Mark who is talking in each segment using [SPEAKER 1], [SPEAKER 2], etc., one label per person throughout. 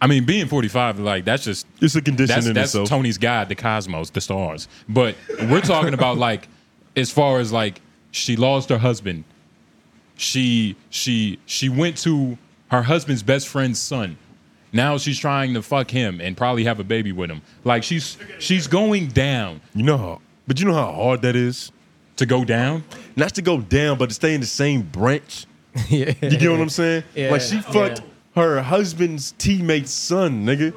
[SPEAKER 1] I mean, being 45, like that's just
[SPEAKER 2] It's a condition
[SPEAKER 1] that's,
[SPEAKER 2] in
[SPEAKER 1] that's
[SPEAKER 2] itself.
[SPEAKER 1] Tony's guide, the cosmos, the stars. But we're talking about like as far as like she lost her husband. She she she went to her husband's best friend's son. Now she's trying to fuck him and probably have a baby with him. Like she's she's going down
[SPEAKER 2] you know, how, but you know how hard that is.
[SPEAKER 1] to go down.
[SPEAKER 2] Not to go down, but to stay in the same branch.
[SPEAKER 3] yeah.
[SPEAKER 2] You get what I'm saying?
[SPEAKER 3] Yeah.
[SPEAKER 2] Like she
[SPEAKER 3] Yeah.
[SPEAKER 2] fucked her husband's teammate's son, nigga.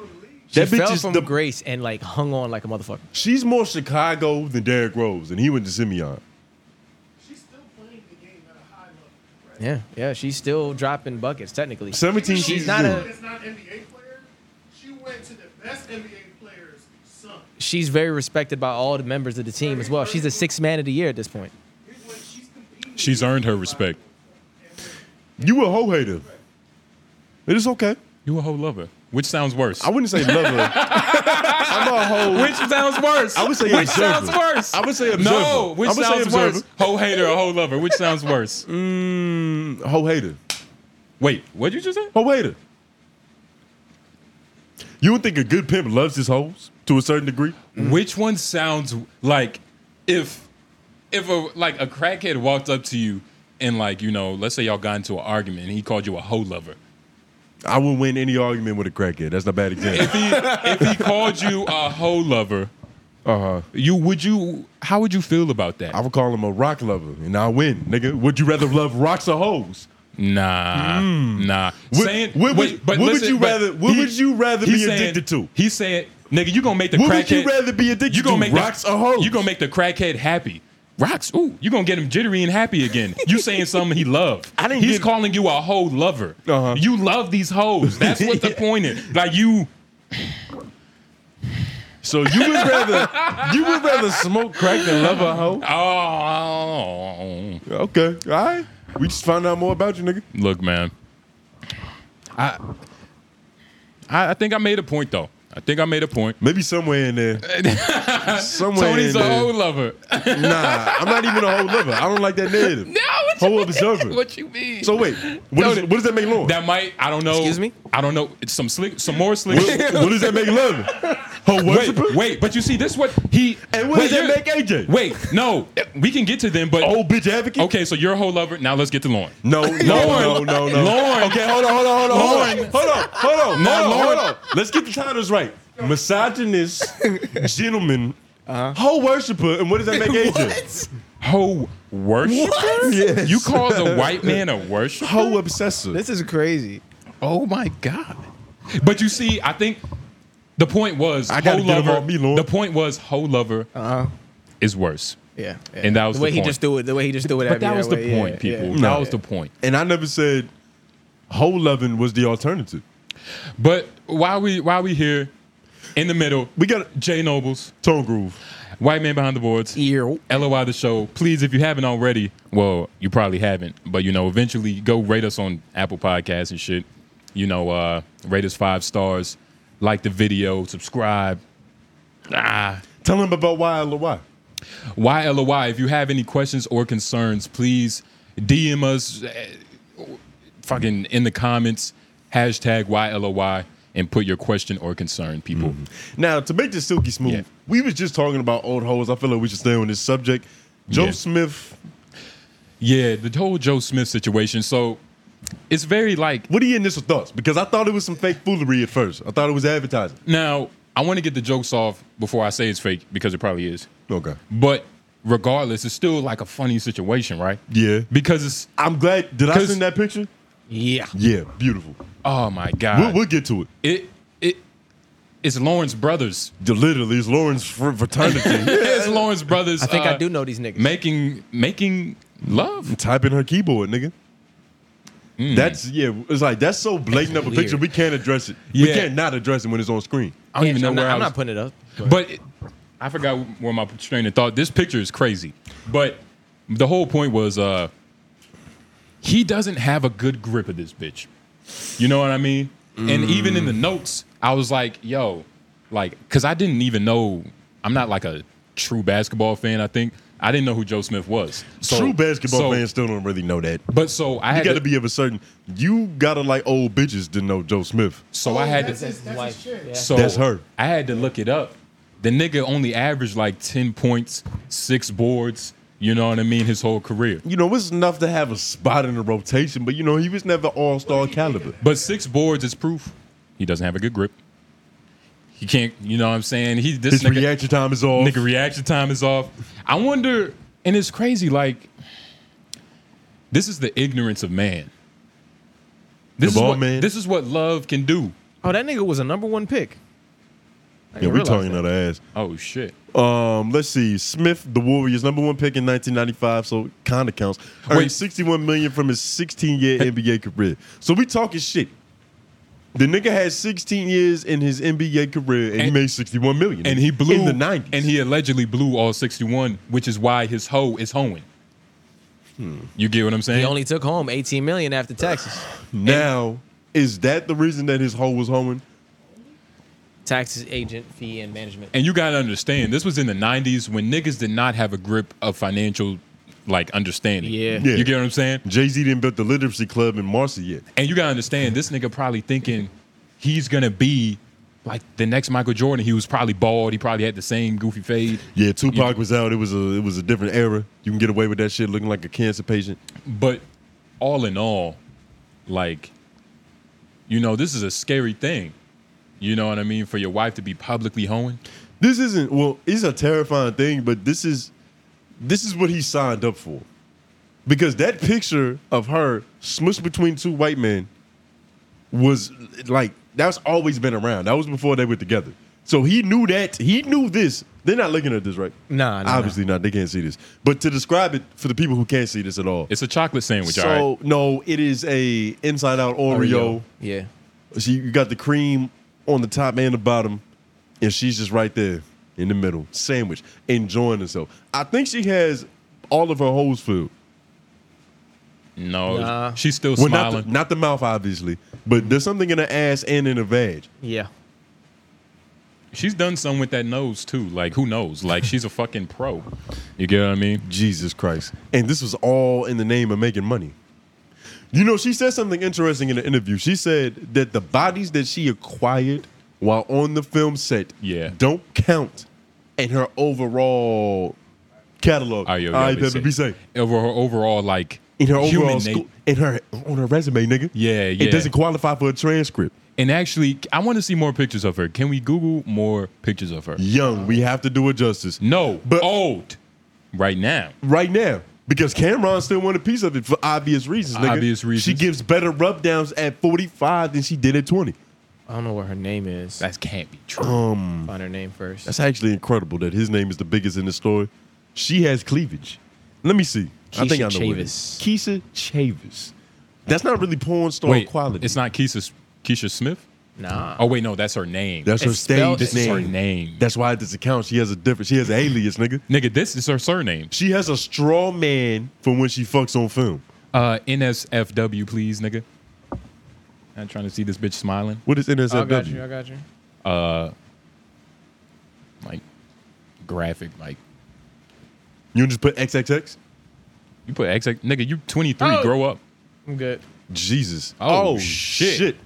[SPEAKER 3] She
[SPEAKER 2] That bitch
[SPEAKER 3] fell
[SPEAKER 2] is
[SPEAKER 3] from
[SPEAKER 2] the
[SPEAKER 3] grace and like hung on like a motherfucker.
[SPEAKER 2] She's more Chicago than Derrick Rose, and he went to Simeon.
[SPEAKER 4] She's still playing the game at a high level. Right?
[SPEAKER 3] Yeah, yeah. She's still dropping buckets technically.
[SPEAKER 2] 17
[SPEAKER 3] She's
[SPEAKER 2] seasons
[SPEAKER 3] not
[SPEAKER 2] in.
[SPEAKER 3] a-
[SPEAKER 4] It's not NBA player. She went to the best NBA player's son.
[SPEAKER 3] She's very respected by all the members of the team as well. She's a six man of the year at this point.
[SPEAKER 4] Here's what she's competing.
[SPEAKER 1] She's earned her respect.
[SPEAKER 2] You a hoe hater. It is okay.
[SPEAKER 1] You a whole lover. Which sounds worse?
[SPEAKER 2] I wouldn't say lover. I'm a hoe.
[SPEAKER 1] which sounds worse?
[SPEAKER 2] I would say
[SPEAKER 1] which
[SPEAKER 2] observer.
[SPEAKER 1] sounds worse?
[SPEAKER 2] I would say observer.
[SPEAKER 1] No, which
[SPEAKER 2] I would say
[SPEAKER 1] sounds
[SPEAKER 2] observer.
[SPEAKER 1] worse? Whole hater or whole lover? Which sounds worse?
[SPEAKER 2] Mm, hoe hater.
[SPEAKER 1] Wait, what you just say?
[SPEAKER 2] Hoe hater. You would think a good pimp loves his hoes to a certain degree.
[SPEAKER 1] Which one sounds like if if a like a crackhead walked up to you and like you know let's say y'all got into an argument and he called you a hoe lover.
[SPEAKER 2] I would win any argument with a crackhead. That's not a bad example.
[SPEAKER 1] If he if he called you a hoe lover,
[SPEAKER 2] Uh huh.
[SPEAKER 1] you would you how would you feel about that?
[SPEAKER 2] I would call him a rock lover, and I win, nigga. Would you rather love rocks or hoes?
[SPEAKER 1] Nah, nah.
[SPEAKER 2] Hmm. What-
[SPEAKER 1] saying,
[SPEAKER 2] what would-
[SPEAKER 1] wait, but
[SPEAKER 2] what would
[SPEAKER 1] listen,
[SPEAKER 2] you
[SPEAKER 1] but
[SPEAKER 2] rather- what would you rather
[SPEAKER 1] he's
[SPEAKER 2] be addicted to?
[SPEAKER 1] He said, "Nigga, you gonna make the
[SPEAKER 2] What would
[SPEAKER 1] crackhead.
[SPEAKER 2] you rather be addicted
[SPEAKER 1] you gonna
[SPEAKER 2] to,
[SPEAKER 1] make
[SPEAKER 2] rocks
[SPEAKER 1] the,
[SPEAKER 2] or hoes?
[SPEAKER 1] You gonna make the crackhead happy." Rocks, ooh, you gonna get him jittery and happy again. You saying something he loved.
[SPEAKER 2] I didn't
[SPEAKER 1] He's
[SPEAKER 2] get-
[SPEAKER 1] calling you a hoe lover.
[SPEAKER 2] Uh-huh.
[SPEAKER 1] You love these hoes. That's what the point is. Like you,
[SPEAKER 2] So you would rather you would rather smoke crack than love a hoe?
[SPEAKER 1] oh,
[SPEAKER 2] Okay, all right. We just found out more about you, nigga.
[SPEAKER 1] look, man. I, I, I think I made a point though. I think I made a point.
[SPEAKER 2] Maybe somewhere in there, somewhere
[SPEAKER 1] Tony's
[SPEAKER 2] in
[SPEAKER 1] a
[SPEAKER 2] there.
[SPEAKER 1] hoe lover.
[SPEAKER 2] nah, I'm not even a whole lover. I don't like that narrative. No,
[SPEAKER 1] what
[SPEAKER 2] whole observer.
[SPEAKER 1] What you mean?
[SPEAKER 2] so wait, what, is,
[SPEAKER 1] Tony.
[SPEAKER 2] what does that make love?
[SPEAKER 1] That might I don't know.
[SPEAKER 3] Excuse me?
[SPEAKER 1] I don't know. It's some slick, some more slick.
[SPEAKER 2] what, what does that make love? Her worshiper?
[SPEAKER 1] wait, wait, but you see this what he
[SPEAKER 2] And what does
[SPEAKER 1] wait,
[SPEAKER 2] that make Oh.
[SPEAKER 1] you're-
[SPEAKER 2] AJ?
[SPEAKER 1] Wait, no, we can get to them, but
[SPEAKER 2] Old bitch advocate?
[SPEAKER 1] okay, so you're a whole lover. Now let's get to Lauren.
[SPEAKER 2] No, no, no,
[SPEAKER 1] Lauren.
[SPEAKER 2] no, no.
[SPEAKER 1] Lauren.
[SPEAKER 2] Okay, hold on, hold on, hold on, hold on,
[SPEAKER 1] Lauren.
[SPEAKER 2] hold on, hold on,
[SPEAKER 1] Now
[SPEAKER 2] hold on,
[SPEAKER 1] Lauren-
[SPEAKER 2] hold on. Let's get the titles right. Misogynist, gentleman, whole worshiper, and Uh-huh. what does that make AJ?
[SPEAKER 1] Ho worship.
[SPEAKER 2] Yes.
[SPEAKER 1] You call the white man a worship?
[SPEAKER 2] Whole obsessor.
[SPEAKER 3] This is crazy.
[SPEAKER 1] Oh my god! But you see, I think the point was
[SPEAKER 2] I
[SPEAKER 1] whole
[SPEAKER 2] gotta get 'em
[SPEAKER 1] lover.
[SPEAKER 2] off me, Uh-huh. Lauren.
[SPEAKER 1] the point was whole lover is worse.
[SPEAKER 3] Yeah, yeah.
[SPEAKER 1] And that was
[SPEAKER 3] the way
[SPEAKER 1] the
[SPEAKER 3] he
[SPEAKER 1] point.
[SPEAKER 3] just threw it. The way he just threw it.
[SPEAKER 1] But
[SPEAKER 3] at me
[SPEAKER 1] that was the
[SPEAKER 3] way. Yeah,
[SPEAKER 1] point, people.
[SPEAKER 3] yeah.
[SPEAKER 1] That
[SPEAKER 2] No.
[SPEAKER 1] was the point.
[SPEAKER 2] And I never said whole loving was the alternative.
[SPEAKER 1] But why we why we here in the middle?
[SPEAKER 2] We got
[SPEAKER 1] Jay Nobles,
[SPEAKER 2] Tone Groove.
[SPEAKER 1] White Man Behind the Boards,
[SPEAKER 3] Ew.
[SPEAKER 1] LOI the show. Please, if you haven't already, well, you probably haven't, but you know, eventually go rate us on Apple Podcasts and shit. You know, uh, rate us five stars, like the video, subscribe. Ah,
[SPEAKER 2] Tell him about why why.
[SPEAKER 1] YLOI. If you have any questions or concerns, please DM us eh, fucking in the comments, hashtag YLOI, and put your question or concern, people.
[SPEAKER 2] Now to make this silky smooth,
[SPEAKER 1] Yeah.
[SPEAKER 2] we was just talking about old hoes. I feel like we should stay on this subject. Joe
[SPEAKER 1] Yeah.
[SPEAKER 2] Smith,
[SPEAKER 1] Yeah, the whole Joe Smith situation. So it's very like
[SPEAKER 2] what are your initial thoughts? Because I thought it was some fake foolery at first. I thought it was advertising.
[SPEAKER 1] now I want to get the jokes off before I say it's fake because it probably is.
[SPEAKER 2] Okay.
[SPEAKER 1] But regardless, it's still like a funny situation, right?
[SPEAKER 2] Yeah.
[SPEAKER 1] Because it's
[SPEAKER 2] I'm glad. Did I
[SPEAKER 1] 'Cause-
[SPEAKER 2] send that picture?
[SPEAKER 3] Yeah.
[SPEAKER 2] Yeah, beautiful.
[SPEAKER 1] oh my
[SPEAKER 2] We'll,
[SPEAKER 1] god,
[SPEAKER 2] we'll get to it.
[SPEAKER 1] it it it's Lawrence Brothers.
[SPEAKER 2] Literally, it's Lauren's fr- fraternity.
[SPEAKER 1] it's Lawrence Brothers.
[SPEAKER 3] I think I
[SPEAKER 1] uh,
[SPEAKER 3] do know these niggas.
[SPEAKER 1] Making making love.
[SPEAKER 2] Type in her keyboard, nigga. That's yeah. It's like Hmm. that's so blatant of a picture.
[SPEAKER 3] weird.
[SPEAKER 2] We can't address it. We
[SPEAKER 1] Yeah.
[SPEAKER 2] can't not address it when it's on screen.
[SPEAKER 1] I don't even know
[SPEAKER 3] I'm
[SPEAKER 1] where
[SPEAKER 3] not,
[SPEAKER 1] I
[SPEAKER 3] I'm
[SPEAKER 1] was.
[SPEAKER 3] not putting it up.
[SPEAKER 1] But it- I forgot where my train of thought. This picture is crazy. But the whole point was uh he doesn't have a good grip of this bitch. You know what I mean? And even in the
[SPEAKER 2] Mm.
[SPEAKER 1] notes, I was like, yo, like, cause I didn't even know I'm not like a true basketball fan, I think. I didn't know who Joe Smith was. So,
[SPEAKER 2] True basketball
[SPEAKER 1] so-
[SPEAKER 2] fans still don't really know that.
[SPEAKER 1] But so I
[SPEAKER 2] You
[SPEAKER 1] had
[SPEAKER 2] got to
[SPEAKER 1] to-
[SPEAKER 2] be of a certain. You gotta like old bitches to know Joe Smith.
[SPEAKER 1] So I had
[SPEAKER 4] that's
[SPEAKER 1] to.
[SPEAKER 4] his, that's
[SPEAKER 3] Wife,
[SPEAKER 4] his shit.
[SPEAKER 3] yeah.
[SPEAKER 1] So
[SPEAKER 2] That's her.
[SPEAKER 1] I had to look it up. The nigga only averaged like ten points, six boards. You know what I mean? His whole career.
[SPEAKER 2] You know, it's enough to have a spot in the rotation, but you know, he was never all star caliber.
[SPEAKER 1] But six boards is proof he doesn't have a good grip. He can't. You know what I'm saying? He this
[SPEAKER 2] His
[SPEAKER 1] nigga,
[SPEAKER 2] reaction time is off.
[SPEAKER 1] nigga reaction time is off. I wonder, and it's crazy. Like this is the ignorance of man. This
[SPEAKER 2] The
[SPEAKER 1] is
[SPEAKER 2] ball
[SPEAKER 1] what,
[SPEAKER 2] man.
[SPEAKER 1] This is what love can do.
[SPEAKER 3] Oh, that nigga was a number one pick. I
[SPEAKER 2] yeah,
[SPEAKER 3] didn't
[SPEAKER 2] we're
[SPEAKER 3] realize
[SPEAKER 2] talking
[SPEAKER 3] that.
[SPEAKER 2] out of ass.
[SPEAKER 1] Oh shit.
[SPEAKER 2] Um, let's see. Smith, the Warriors, number one pick in 1995, so kind of counts. Earned
[SPEAKER 1] Wait.
[SPEAKER 2] 61 million from his 16 year NBA career. So we talking shit. The nigga had 16 years in his NBA career, and, he
[SPEAKER 1] And-
[SPEAKER 2] made 61 million.
[SPEAKER 1] and he blew
[SPEAKER 2] in the 90s.
[SPEAKER 1] and he allegedly blew all 61 which is why his hoe is hoeing
[SPEAKER 2] Hmm.
[SPEAKER 1] you get what i'm saying
[SPEAKER 3] He only took home 18 million after taxes.
[SPEAKER 2] now, is that the reason that his hole was hoeing?
[SPEAKER 3] taxes, agent fee, and management.
[SPEAKER 1] and you gotta understand this was in the 90s when niggas did not have a grip of financial like understanding
[SPEAKER 3] Yeah.
[SPEAKER 2] Yeah.
[SPEAKER 1] you get what i'm saying
[SPEAKER 2] Jay Z didn't build the literacy club in Marcy yet.
[SPEAKER 1] and you gotta understand this nigga probably thinking he's gonna be like the next michael jordan he was probably bald he probably had the same goofy fade
[SPEAKER 2] Yeah, Tupac was out. It was a it was a different era. You can get away with that shit looking like a cancer patient.
[SPEAKER 1] but all in all, like, you know, this is a scary thing. You know what I mean? For your wife to be publicly hoeing.
[SPEAKER 2] This isn't well. It's a terrifying thing, but this is this is what he signed up for, because that picture of her smushed between two white men was like that's always been around. That was before they were together. So he knew that he knew this. They're not looking at this, right?
[SPEAKER 3] Nah, nah,
[SPEAKER 2] obviously not. They can't see this. But to describe it for the people who can't see this at all,
[SPEAKER 1] It's a chocolate sandwich,
[SPEAKER 2] so
[SPEAKER 1] all right?
[SPEAKER 2] no, it is a inside out Oreo.
[SPEAKER 3] Yeah.
[SPEAKER 2] She you got the cream on the top and the bottom, and she's just right there in the middle, sandwich, enjoying herself. I think she has all of her holes filled.
[SPEAKER 1] No,
[SPEAKER 3] Nah.
[SPEAKER 1] she's still
[SPEAKER 2] Well, not the,
[SPEAKER 1] smiling.
[SPEAKER 2] not the mouth, obviously, but there's something in her ass and in her vag.
[SPEAKER 3] Yeah.
[SPEAKER 1] she's done some with that nose, too. Like, who knows? Like, she's a fucking pro. You get what I mean?
[SPEAKER 2] Jesus Christ! And this was all in the name of making money. You know, she said something interesting in the interview. She said that the bodies that she acquired while on the film set
[SPEAKER 1] Yeah.
[SPEAKER 2] don't count in her overall catalog.
[SPEAKER 1] All right, yo, yo,
[SPEAKER 2] All right,
[SPEAKER 1] be
[SPEAKER 2] baby,
[SPEAKER 1] safe.
[SPEAKER 2] be safe.
[SPEAKER 1] Over her overall, like,
[SPEAKER 2] in her overall
[SPEAKER 1] human
[SPEAKER 2] school,
[SPEAKER 1] nat-
[SPEAKER 2] in her on her resume, nigga.
[SPEAKER 1] Yeah, yeah.
[SPEAKER 2] It doesn't qualify for a transcript.
[SPEAKER 1] And actually, I want to see more pictures of her. Can we Google more pictures of her?
[SPEAKER 2] Young, we have to do it justice.
[SPEAKER 1] No,
[SPEAKER 2] But-
[SPEAKER 1] but old. Right now.
[SPEAKER 2] Right now, because Cameron still want a piece of it for obvious reasons, nigga.
[SPEAKER 1] Obvious reasons.
[SPEAKER 2] She gives better rub downs at 45 than she did at 20.
[SPEAKER 3] I don't know what her name is.
[SPEAKER 1] That can't be true.
[SPEAKER 3] Find her name first.
[SPEAKER 2] That's actually incredible that his name is the biggest in the story. She has cleavage. Let me see. I think I know
[SPEAKER 3] Keisha
[SPEAKER 2] what it is. Keisha Chavis. That's not really porn star
[SPEAKER 1] Wait,
[SPEAKER 2] quality.
[SPEAKER 1] it's not Keisha, S- Keisha Smith?
[SPEAKER 3] nah.
[SPEAKER 1] Oh wait, no, that's her name.
[SPEAKER 2] That's her
[SPEAKER 3] it's spelled-
[SPEAKER 2] stage
[SPEAKER 1] This is
[SPEAKER 2] name.
[SPEAKER 1] her name.
[SPEAKER 2] That's why it doesn't count. She has a different. She has an alias, nigga.
[SPEAKER 1] Nigga, this is her surname.
[SPEAKER 2] She has a straw man from when she fucks on film.
[SPEAKER 1] Uh, NSFW, please, nigga. I'm trying to see this bitch smiling.
[SPEAKER 2] What is NSFW?
[SPEAKER 3] I got you. I got you.
[SPEAKER 1] Like, graphic, like.
[SPEAKER 2] You just put XXX?
[SPEAKER 1] You put X, nigga. You 23.
[SPEAKER 3] Oh.
[SPEAKER 1] Grow up.
[SPEAKER 3] I'm good.
[SPEAKER 2] Jesus.
[SPEAKER 1] Oh, shit.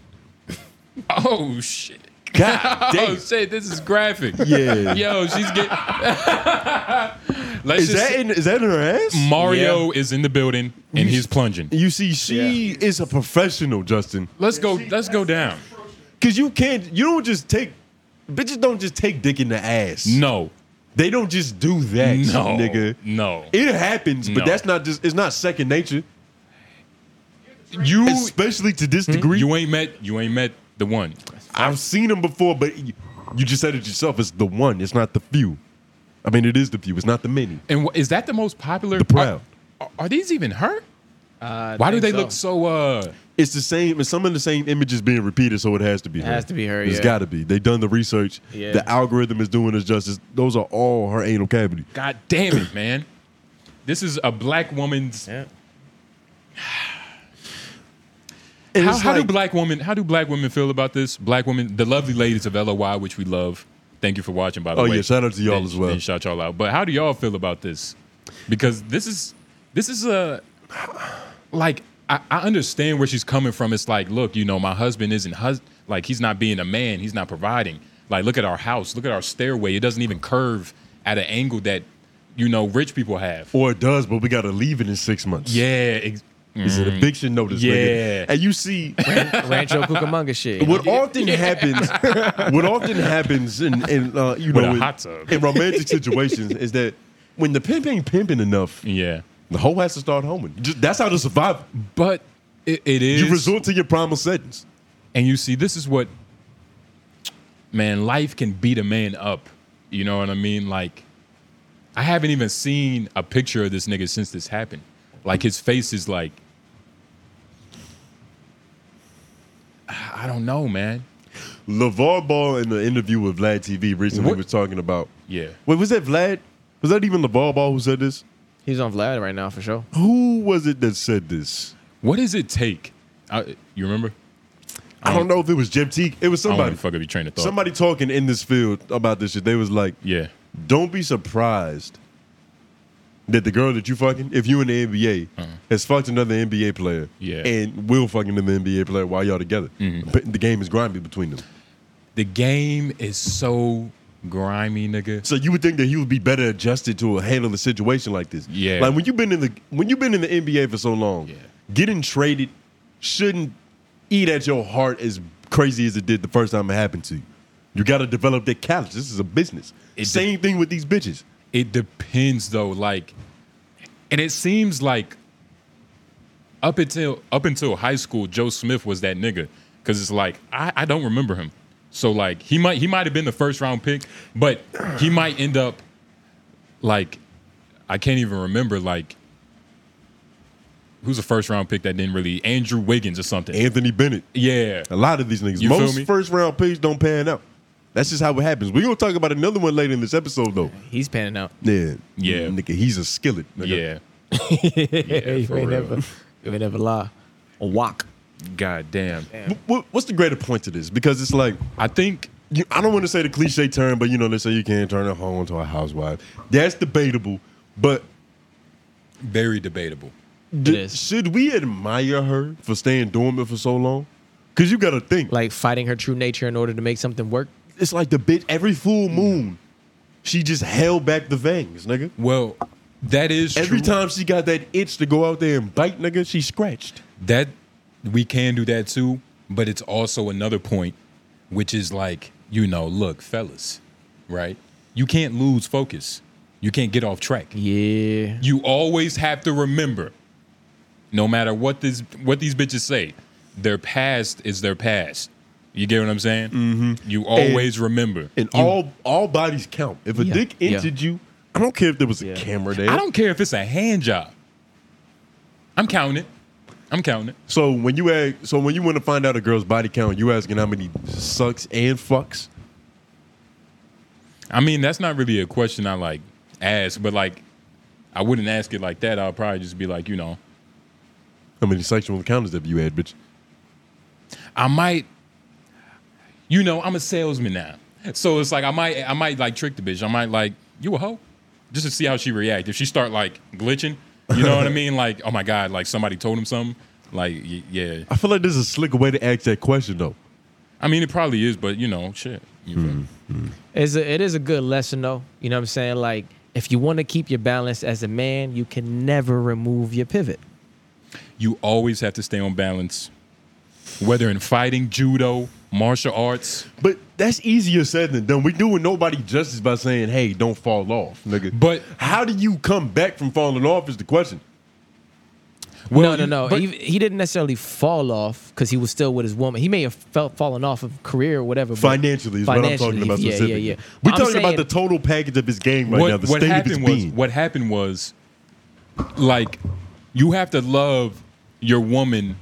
[SPEAKER 1] Oh shit.
[SPEAKER 2] God
[SPEAKER 1] Oh
[SPEAKER 2] damn.
[SPEAKER 1] shit. This is graphic.
[SPEAKER 2] Yeah.
[SPEAKER 1] Yo, she's getting. Let's
[SPEAKER 2] Is
[SPEAKER 1] just.
[SPEAKER 2] that,
[SPEAKER 1] say-
[SPEAKER 2] in, is that in her ass?
[SPEAKER 1] Mario is in the building and he's plunging.
[SPEAKER 2] You see, she is a professional, Justin.
[SPEAKER 1] Let's go. Let's go down.
[SPEAKER 2] Because you can't, you don't just take, bitches don't just take dick in the ass.
[SPEAKER 1] No.
[SPEAKER 2] They don't just do that,
[SPEAKER 1] No.
[SPEAKER 2] nigga.
[SPEAKER 1] No.
[SPEAKER 2] It happens, but
[SPEAKER 1] No.
[SPEAKER 2] that's not just, it's not second nature,
[SPEAKER 1] You. Hmm?
[SPEAKER 2] especially to this degree.
[SPEAKER 1] You ain't met. You ain't met the one.
[SPEAKER 2] I've seen them before, but you, you just said it yourself. It's the one, it's not the few. I mean, it is the few, it's not the many.
[SPEAKER 1] And wh- is that the most popular?
[SPEAKER 2] The Proud.
[SPEAKER 1] Are, are these even her?
[SPEAKER 3] Uh,
[SPEAKER 1] Why do they
[SPEAKER 3] think
[SPEAKER 1] look so? uh
[SPEAKER 2] It's the same. It's some of the same images being repeated, so it has to be. It her.
[SPEAKER 3] has to be her,
[SPEAKER 2] It's
[SPEAKER 3] yeah.
[SPEAKER 2] got to be. They done the research.
[SPEAKER 3] Yeah.
[SPEAKER 2] The algorithm is doing us justice. Those are all her anal cavity.
[SPEAKER 1] God damn it, man! This is a black woman's.
[SPEAKER 3] Yeah.
[SPEAKER 2] And
[SPEAKER 1] How,
[SPEAKER 2] it's
[SPEAKER 1] how do
[SPEAKER 2] like-
[SPEAKER 1] black women? How do black women feel about this? Black women, the lovely ladies of LOY, which we love. Thank you for watching, by the
[SPEAKER 2] Oh,
[SPEAKER 1] way.
[SPEAKER 2] yeah, shout out to y'all
[SPEAKER 1] Didn't-
[SPEAKER 2] as well.
[SPEAKER 1] didn't shout y'all out. But how do y'all feel about this? because this is this is a like I, I understand where she's coming from. It's like, look, you know, my husband isn't hus- like he's not being a man. He's not providing. Like, look at our house. Look at our stairway. It doesn't even curve at an angle that you know rich people have.
[SPEAKER 2] Or it does, but we gotta leave it in six months.
[SPEAKER 1] Yeah, ex-
[SPEAKER 2] It's an eviction notice, nigga.
[SPEAKER 1] Mm. Yeah.
[SPEAKER 2] And you see,
[SPEAKER 3] Rancho Cucamonga shit. you know?
[SPEAKER 2] what often happens, what often happens in, in uh, you
[SPEAKER 1] With
[SPEAKER 2] know,
[SPEAKER 1] a
[SPEAKER 2] in,
[SPEAKER 1] hot tub.
[SPEAKER 2] in romantic situations is that when the pimp ain't pimping enough,
[SPEAKER 1] yeah.
[SPEAKER 2] the hoe has to start homing. Just, that's how to survive.
[SPEAKER 1] But it, it is.
[SPEAKER 2] You resort to your primal settings.
[SPEAKER 1] And you see, this is what man, life can beat a man up. You know what I mean? Like, I haven't even seen a picture of this nigga since this happened. Like his face is like I I don't know, man.
[SPEAKER 2] LeVar Ball in the interview with Vlad TV recently
[SPEAKER 1] What?
[SPEAKER 2] was talking about.
[SPEAKER 1] Yeah.
[SPEAKER 2] Wait, was that Vlad? Was that even LeVar Ball who said this?
[SPEAKER 3] He's on Vlad right now for sure.
[SPEAKER 2] Who was it that said this?
[SPEAKER 1] What does it take? I, you remember?
[SPEAKER 2] I don't know if it was Jim Teague. It was
[SPEAKER 1] I don't
[SPEAKER 2] somebody.
[SPEAKER 1] wanna fuck up your train of thought.
[SPEAKER 2] Somebody talking in this field about this shit. They was like,
[SPEAKER 1] Yeah.
[SPEAKER 2] don't be surprised that the girl that you fucking, if you in the NBA, has fucked another NBA player,
[SPEAKER 1] Hmm. Yeah. Hmm.
[SPEAKER 2] and will fuck another NBA player while y'all together. But the game is grimy between them.
[SPEAKER 1] The game is so grimy, nigga.
[SPEAKER 2] So you would think that he would be better adjusted to handle a situation like this.
[SPEAKER 1] Yeah.
[SPEAKER 2] Like when you've been in the when you've been in the NBA for so long,
[SPEAKER 1] Yeah.
[SPEAKER 2] getting traded shouldn't eat at your heart as crazy as it did the first time it happened to you. You got to develop that callous. This is a business.
[SPEAKER 1] It
[SPEAKER 2] Same thing with these bitches.
[SPEAKER 1] It depends though, like, and it seems like up until up until high school, Joe Smith was that nigga because it's like I, I don't remember him. So like he might he might have been the first round pick, but he might end up like I can't even remember like who's the first round pick that didn't really Andrew Wiggins or something.
[SPEAKER 2] Anthony Bennett.
[SPEAKER 1] yeah,
[SPEAKER 2] A lot of these niggas.
[SPEAKER 1] You feel
[SPEAKER 2] Most
[SPEAKER 1] me?
[SPEAKER 2] first round picks don't pan out. That's just how it happens. We're gonna talk about another one later in this episode though.
[SPEAKER 3] He's panning out.
[SPEAKER 2] Yeah.
[SPEAKER 1] Yeah.
[SPEAKER 2] Nigga, he's a skillet. Nigga.
[SPEAKER 1] yeah.
[SPEAKER 3] you
[SPEAKER 1] for
[SPEAKER 3] may
[SPEAKER 1] real.
[SPEAKER 3] never, you may never lie. A walk.
[SPEAKER 1] God damn.
[SPEAKER 2] Wh- wh- What's the greater point to this? Because it's like
[SPEAKER 1] I think
[SPEAKER 2] you, I don't want to say the cliche term, but you know, they say you can't turn a hoe into a housewife. That's debatable, but
[SPEAKER 1] very debatable.
[SPEAKER 2] d-
[SPEAKER 3] is.
[SPEAKER 2] should we admire her for staying dormant for so long? Because you got to think, like,
[SPEAKER 3] Like fighting her true nature in order to make something work.
[SPEAKER 2] it's like the bitch every full moon, she just held back the veins, nigga.
[SPEAKER 1] Well, that is
[SPEAKER 2] Every
[SPEAKER 1] true.
[SPEAKER 2] time she got that itch to go out there and bite, nigga, she scratched.
[SPEAKER 1] that we can do that too, but it's also another point, which is like, you know, look, fellas, right? You can't lose focus. You can't get off track.
[SPEAKER 3] Yeah.
[SPEAKER 1] You always have to remember, no matter what this what these bitches say, their past is their past. You get what I'm saying? Mm-hmm. You always remember.
[SPEAKER 2] And all all bodies count. If a
[SPEAKER 3] Yeah.
[SPEAKER 2] dick
[SPEAKER 3] Yeah.
[SPEAKER 2] entered you, I don't care if there was a
[SPEAKER 3] Yeah.
[SPEAKER 2] camera there.
[SPEAKER 1] I don't care if it's a hand job. I'm counting it. I'm counting it.
[SPEAKER 2] So when you ask, so when you want to find out a girl's body count, you asking how many sucks and fucks.
[SPEAKER 1] I mean, that's not really a question I like ask, but like, I wouldn't ask it like that. I'll probably just be like, you know,
[SPEAKER 2] How many sexual encounters have you had, bitch?
[SPEAKER 1] I might, you know, I'm a salesman now, so it's like I might, I might like trick the bitch. I might like you a hoe, just to see how she react. If she start like glitching, you know what I mean? Like, oh my god, like somebody told him something. Like, y- yeah.
[SPEAKER 2] I feel like this is a slick way to ask that question, though.
[SPEAKER 1] I mean, it probably is, but you know, shit. You feel me?
[SPEAKER 3] It's a, it is a good lesson though. You know what I'm saying? Like if you want to keep your balance as a man, you can never remove your pivot.
[SPEAKER 1] You always have to stay on balance, whether in fighting, judo, martial arts.
[SPEAKER 2] But that's easier said than done. We're doing nobody justice by saying, "Hey, don't fall off, nigga."
[SPEAKER 1] But-
[SPEAKER 2] how do you come back from falling off is the question.
[SPEAKER 3] no,
[SPEAKER 1] Well, you-
[SPEAKER 3] no, no.
[SPEAKER 1] but-
[SPEAKER 3] He, he didn't necessarily fall off because he was still with his woman. He may have felt fallen off of career or whatever. but
[SPEAKER 2] Financially is what I'm
[SPEAKER 3] financially,
[SPEAKER 2] talking about
[SPEAKER 3] yeah, yeah,
[SPEAKER 2] specifically.
[SPEAKER 3] yeah.
[SPEAKER 2] We're
[SPEAKER 3] I'm
[SPEAKER 2] talking about
[SPEAKER 3] saying-
[SPEAKER 2] the total package of his game right now. The state of his
[SPEAKER 1] happened was
[SPEAKER 2] being.
[SPEAKER 1] what happened was like you have to love your woman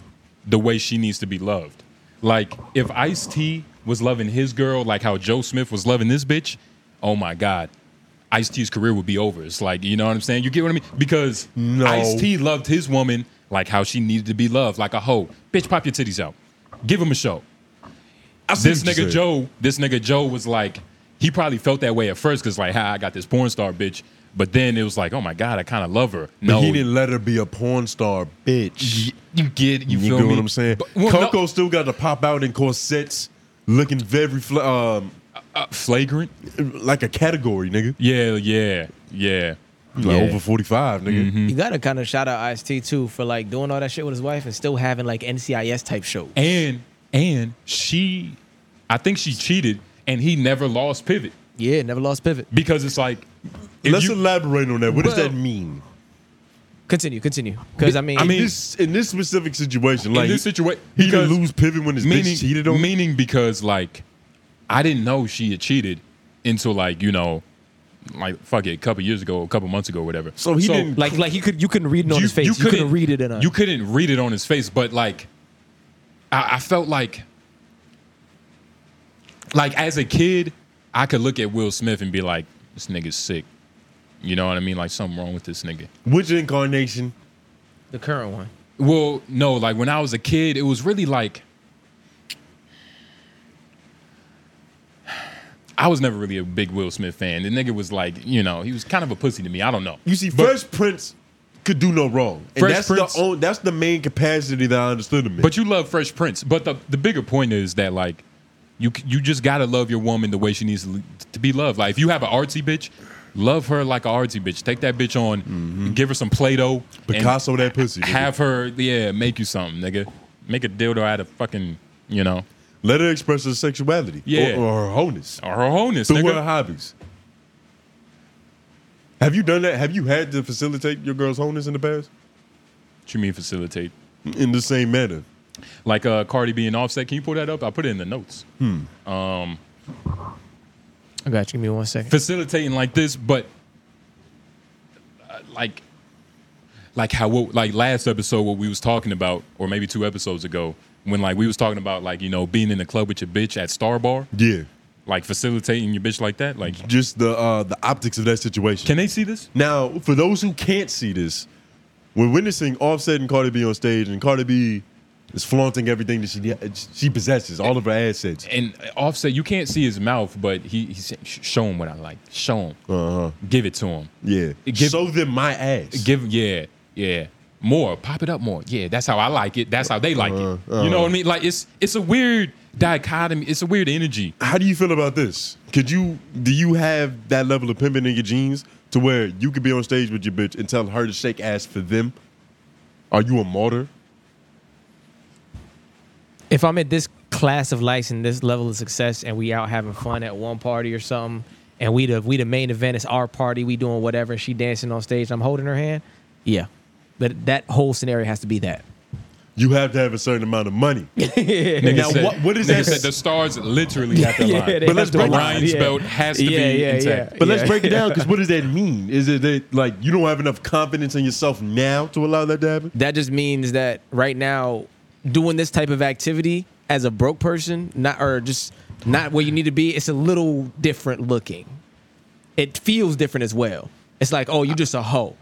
[SPEAKER 1] the way she needs to be loved. Like if Ice T was loving his girl like how Joe Smith was loving this bitch, oh my god. Ice T's career would be over. It's like, you know what I'm saying? You get what I mean? Because
[SPEAKER 2] No.
[SPEAKER 1] Ice T loved his woman like how she needed to be loved, like a hoe. Bitch, pop your titties out. Give him a show
[SPEAKER 2] I see
[SPEAKER 1] this
[SPEAKER 2] what you
[SPEAKER 1] nigga
[SPEAKER 2] said.
[SPEAKER 1] Joe, this nigga Joe was like, he probably felt that way at first because like, ha, I got this porn star bitch. But then it was like, oh my god, I kind of love her.
[SPEAKER 2] But
[SPEAKER 1] No,
[SPEAKER 2] he didn't let her be a porn star, bitch.
[SPEAKER 1] y- you get you,
[SPEAKER 2] You,
[SPEAKER 1] feel
[SPEAKER 2] know
[SPEAKER 1] me?
[SPEAKER 2] what I'm saying?
[SPEAKER 1] But- well, no-
[SPEAKER 2] Coco still got to pop out in corsets, looking very fla- um,
[SPEAKER 1] uh, flagrant.
[SPEAKER 2] like a category, nigga.
[SPEAKER 1] Yeah, yeah, yeah.
[SPEAKER 2] You Like
[SPEAKER 1] yeah. Mm-hmm.
[SPEAKER 2] over 45, nigga.
[SPEAKER 5] You gotta kind of shout out IST too for like doing all that shit with his wife and still having like NCIS type shows.
[SPEAKER 1] and and she, I think she cheated, and he never lost pivot
[SPEAKER 5] yeah, never lost pivot.
[SPEAKER 1] because it's like, if
[SPEAKER 2] Let's
[SPEAKER 1] you-
[SPEAKER 2] elaborate on that. What does
[SPEAKER 1] Well-
[SPEAKER 2] that mean?
[SPEAKER 5] Continue, continue. Because I mean,
[SPEAKER 1] I mean,
[SPEAKER 2] this in this specific situation,
[SPEAKER 1] in
[SPEAKER 2] like
[SPEAKER 1] this situation,
[SPEAKER 2] he didn't lose pivot when his
[SPEAKER 1] meaning,
[SPEAKER 2] bitch cheated on. him?
[SPEAKER 1] meaning because like I didn't know she had cheated until like you know, like fuck it, a couple years ago, a couple months ago, whatever.
[SPEAKER 2] So he didn't-
[SPEAKER 5] like like you could you couldn't read it on his face. You, couldn't, read it in a.
[SPEAKER 1] you couldn't read it on his face, but like, I, I felt like, like as a kid, I could look at Will Smith and be like, this nigga's sick. You know what I mean? Like something wrong with this nigga.
[SPEAKER 2] Which incarnation?
[SPEAKER 5] the current one.
[SPEAKER 1] Well, no, like when I was a kid, it was really like I was never really a big Will Smith fan. The nigga was like, you know, he was kind of a pussy to me. I don't know.
[SPEAKER 2] You see,
[SPEAKER 1] but,
[SPEAKER 2] Fresh Prince could do no wrong, and
[SPEAKER 1] Fresh
[SPEAKER 2] that's
[SPEAKER 1] Prince-
[SPEAKER 2] the only, that's the main capacity that I understood him. In.
[SPEAKER 1] but you love Fresh Prince. But the the bigger point is that like you c- you just gotta love your woman the way she needs to, l- to be loved. Like if you have an artsy bitch, love her like an artsy bitch. Take that bitch on, give her some Play-Doh, and
[SPEAKER 2] Mm-hmm. Picasso that pussy. nigga.
[SPEAKER 1] have her yeah make you something, nigga. Make a dildo out of fucking you know.
[SPEAKER 2] Let her express her sexuality, or-
[SPEAKER 1] Yeah.
[SPEAKER 2] or, her wholeness
[SPEAKER 1] Or her wholeness,
[SPEAKER 2] through
[SPEAKER 1] nigga.
[SPEAKER 2] her hobbies. Have you done that? Have you had to facilitate your girl's wholeness in the past?
[SPEAKER 1] What you mean facilitate?
[SPEAKER 2] In the same manner,
[SPEAKER 1] Like uh, Cardi B and Offset. Can you pull that up? I put it in the notes.
[SPEAKER 5] I got you. Give me one second.
[SPEAKER 1] Facilitating like this, but uh, like, like how like last episode what we was talking about, or maybe two episodes ago, when like we was talking about like you know being in the club with your bitch at Star Bar,
[SPEAKER 2] yeah.
[SPEAKER 1] like facilitating your bitch like that. Like,
[SPEAKER 2] Just the uh, the optics of that situation.
[SPEAKER 1] can they see this?
[SPEAKER 2] Now, for those who can't see this, we're witnessing Offset and Cardi B on stage, and Cardi B is flaunting everything that she she possesses, all of her assets.
[SPEAKER 1] And uh, Offset, you can't see his mouth, but he he said, "Sh- show him what I like. Show him.
[SPEAKER 2] Uh huh.
[SPEAKER 1] Give it to him.
[SPEAKER 2] Yeah.
[SPEAKER 1] Give-
[SPEAKER 2] Show them my ass.
[SPEAKER 1] Give yeah, yeah. More, pop it up more. Yeah, that's how I like it. That's how they like
[SPEAKER 2] Uh,
[SPEAKER 1] it.
[SPEAKER 2] uh.
[SPEAKER 1] You know what I mean? Like it's it's a weird dichotomy. It's a weird energy.
[SPEAKER 2] How do you feel about this? Could you do you have that level of pimping in your jeans to where you could be on stage with your bitch and tell her to shake ass for them? Are you a martyr?
[SPEAKER 5] If I'm at this class of likes and this level of success, and we out having fun at one party or something, and we the we the main event, it's our party, we doing whatever, she dancing on stage, I'm holding her hand. Yeah, but that whole scenario has to be that.
[SPEAKER 2] You have to have a certain amount of money.
[SPEAKER 1] Nigga
[SPEAKER 2] Now,
[SPEAKER 1] said-
[SPEAKER 2] what- what is
[SPEAKER 1] nigga
[SPEAKER 2] that-
[SPEAKER 1] Said the stars literally have to line.
[SPEAKER 5] they
[SPEAKER 2] But let's
[SPEAKER 5] have to
[SPEAKER 2] break-
[SPEAKER 5] align,
[SPEAKER 1] Ryan's belt has to be intact.
[SPEAKER 2] But let's
[SPEAKER 5] yeah.
[SPEAKER 2] break it down because what does that mean? Is it that like you don't have enough confidence in yourself now to allow that to happen?
[SPEAKER 5] that just means that right now doing this type of activity as a broke person not or just not where you need to be it's a little different looking it feels different as well it's like oh you just a hoe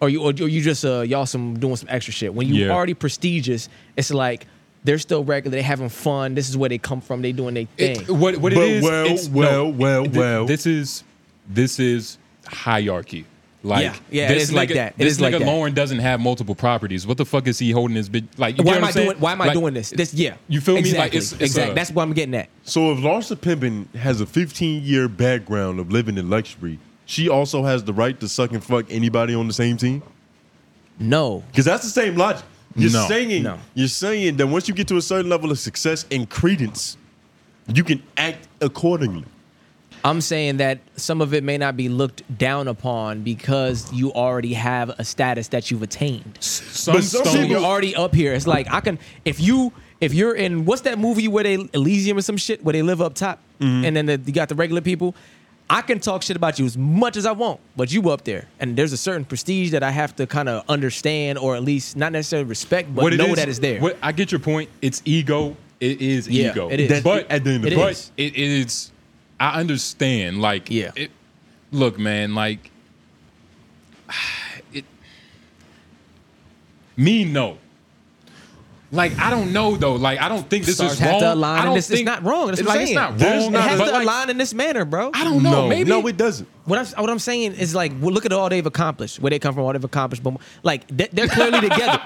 [SPEAKER 5] or you or you just uh y'all some doing some extra shit when you
[SPEAKER 1] Yeah.
[SPEAKER 5] already prestigious it's like they're still regular they having fun this is where they come from they doing their thing
[SPEAKER 1] It- what what
[SPEAKER 2] Well,
[SPEAKER 1] it is?
[SPEAKER 2] well,
[SPEAKER 1] it's-
[SPEAKER 2] well,
[SPEAKER 1] no,
[SPEAKER 2] well,
[SPEAKER 1] thi-
[SPEAKER 2] well.
[SPEAKER 1] This is this is hierarchy. Like
[SPEAKER 5] Yeah, yeah, it
[SPEAKER 1] this
[SPEAKER 5] is like
[SPEAKER 1] nigga-
[SPEAKER 5] that. It
[SPEAKER 1] this
[SPEAKER 5] is like
[SPEAKER 1] nigga
[SPEAKER 5] that.
[SPEAKER 1] Lauren doesn't have multiple properties. What the fuck is he holding his bitch? Like you
[SPEAKER 5] why
[SPEAKER 1] get
[SPEAKER 5] am
[SPEAKER 1] what
[SPEAKER 5] I
[SPEAKER 1] I'm saying?
[SPEAKER 5] doing? Why am I
[SPEAKER 1] Like,
[SPEAKER 5] doing this? This yeah.
[SPEAKER 1] You feel me? Like,
[SPEAKER 5] exactly.
[SPEAKER 1] it's- it's
[SPEAKER 5] exactly.
[SPEAKER 1] a-
[SPEAKER 5] That's what I'm getting at.
[SPEAKER 2] So if Larsa Pimpin has a 15 year background of living in luxury, she also has the right to suck and fuck anybody on the same team?
[SPEAKER 5] No,
[SPEAKER 2] Because that's the same logic. You're
[SPEAKER 1] No.
[SPEAKER 2] saying
[SPEAKER 5] No.
[SPEAKER 2] you're saying that once you get to a certain level of success and credence, you can act accordingly.
[SPEAKER 5] I'm saying that some of it may not be looked down upon because you already have a status that you've attained.
[SPEAKER 1] Some
[SPEAKER 2] But some
[SPEAKER 1] stones-
[SPEAKER 2] people
[SPEAKER 5] You're already up here. It's like I can if you if you're in what's that movie where they Elysium or some shit where they live up top
[SPEAKER 1] Mm-hmm.
[SPEAKER 5] and then the, you got the regular people. I can talk shit about you as much as I want, but you up there, and there's a certain prestige that I have to kind of understand, or at least not necessarily respect, but
[SPEAKER 1] it
[SPEAKER 5] know
[SPEAKER 1] is-
[SPEAKER 5] that it's there.
[SPEAKER 1] What, I get your point. It's ego. It is
[SPEAKER 5] Yeah,
[SPEAKER 1] ego.
[SPEAKER 5] it is. That-
[SPEAKER 1] but
[SPEAKER 2] at the end of
[SPEAKER 5] the
[SPEAKER 1] but
[SPEAKER 5] day. is.
[SPEAKER 1] it is. I understand. Like
[SPEAKER 5] Yeah.
[SPEAKER 1] It, look, man. Like it. Me no. Like I don't know though. Like I don't think this
[SPEAKER 5] Stars
[SPEAKER 1] is
[SPEAKER 5] have
[SPEAKER 1] wrong.
[SPEAKER 5] to
[SPEAKER 1] I
[SPEAKER 5] align.
[SPEAKER 1] don't
[SPEAKER 5] And this,
[SPEAKER 1] think
[SPEAKER 5] it's not wrong. That's
[SPEAKER 1] it's
[SPEAKER 5] what I'm
[SPEAKER 1] like, it's
[SPEAKER 5] saying.
[SPEAKER 1] not
[SPEAKER 2] There's
[SPEAKER 1] wrong,
[SPEAKER 2] not-
[SPEAKER 5] it has
[SPEAKER 1] but,
[SPEAKER 5] to
[SPEAKER 1] like,
[SPEAKER 5] align in this manner, bro.
[SPEAKER 1] I don't know. maybe
[SPEAKER 2] no, it doesn't.
[SPEAKER 5] What I'm, what I'm saying is like, well, look at all they've accomplished, where they come from, all they've accomplished, but like they- they're clearly together.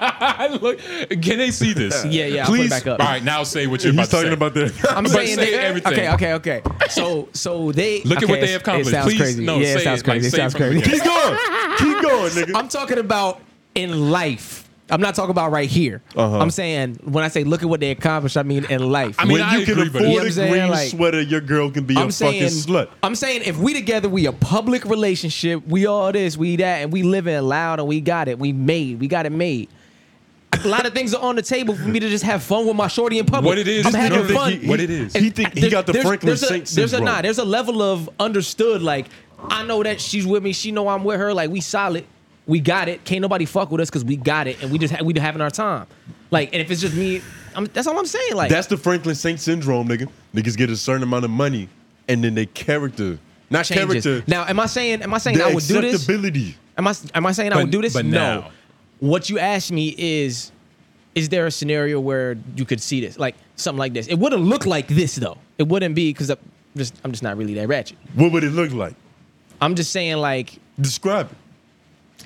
[SPEAKER 1] Look, can they see this?
[SPEAKER 5] Yeah, yeah. I'll put it
[SPEAKER 2] Please.
[SPEAKER 5] back
[SPEAKER 1] All
[SPEAKER 5] up.
[SPEAKER 1] right, now say what you're
[SPEAKER 2] He's
[SPEAKER 1] about to
[SPEAKER 2] talking
[SPEAKER 1] say.
[SPEAKER 2] about that.
[SPEAKER 5] I'm
[SPEAKER 1] But
[SPEAKER 5] saying
[SPEAKER 1] say
[SPEAKER 5] they,
[SPEAKER 1] everything.
[SPEAKER 5] Okay, okay, okay. So, so they
[SPEAKER 1] Look at
[SPEAKER 5] okay,
[SPEAKER 1] what they
[SPEAKER 5] it's-
[SPEAKER 1] accomplished.
[SPEAKER 5] It sounds
[SPEAKER 1] Please,
[SPEAKER 5] crazy.
[SPEAKER 1] no,
[SPEAKER 5] yeah, it
[SPEAKER 1] say
[SPEAKER 5] sounds
[SPEAKER 1] it, like,
[SPEAKER 5] crazy.
[SPEAKER 1] say
[SPEAKER 5] it
[SPEAKER 1] it
[SPEAKER 5] sounds
[SPEAKER 1] from the
[SPEAKER 5] crazy.
[SPEAKER 2] Keep going. Keep going, nigga.
[SPEAKER 5] I'm talking about in life. I'm not talking about right here.
[SPEAKER 2] Uh-huh.
[SPEAKER 5] I'm saying when I say look at what they accomplished, I mean in life.
[SPEAKER 1] I mean,
[SPEAKER 2] when you can
[SPEAKER 1] agree, but-
[SPEAKER 2] afford
[SPEAKER 1] You know
[SPEAKER 5] what
[SPEAKER 2] a
[SPEAKER 5] I'm saying?
[SPEAKER 2] green
[SPEAKER 5] Like-
[SPEAKER 2] sweater, your girl can be a
[SPEAKER 5] I'm saying,
[SPEAKER 2] fucking slut.
[SPEAKER 5] I'm saying if we together, we a public relationship. We all this, we that, and we living loud, and we got it. We made, we got it made. A lot of things are on the table for me to just have fun with my shorty in public.
[SPEAKER 1] What it is,
[SPEAKER 5] I'm
[SPEAKER 1] you
[SPEAKER 5] having
[SPEAKER 1] don't think
[SPEAKER 5] fun.
[SPEAKER 1] he- what it is.
[SPEAKER 2] He think he
[SPEAKER 5] There-
[SPEAKER 2] got the
[SPEAKER 5] there's-
[SPEAKER 2] Franklin
[SPEAKER 5] there's a-
[SPEAKER 2] Saint
[SPEAKER 5] There's a
[SPEAKER 2] syndrome.
[SPEAKER 5] nah. There's a level of understood. Like I know that she's with me. She know I'm with her. Like we solid. We got it. Can't nobody fuck with us because we got it, and we just ha- we having our time. Like, and if it's just me, I'm, that's all I'm saying. Like,
[SPEAKER 2] That's the Franklin Saint syndrome, nigga. Niggas get a certain amount of money, and then their character, not
[SPEAKER 5] changes.
[SPEAKER 2] character,
[SPEAKER 5] Now, am I saying? Am I saying
[SPEAKER 2] their
[SPEAKER 5] I would do this?
[SPEAKER 2] acceptability.
[SPEAKER 5] Am I am I saying I
[SPEAKER 1] But-
[SPEAKER 5] would do this?
[SPEAKER 1] but
[SPEAKER 5] no.
[SPEAKER 1] now.
[SPEAKER 5] What you asked me is, is there a scenario where you could see this, like something like this? It wouldn't look like this though. It wouldn't be because I'm just I'm just not really that ratchet.
[SPEAKER 2] What would it look like?
[SPEAKER 5] I'm just saying like
[SPEAKER 2] Describe it.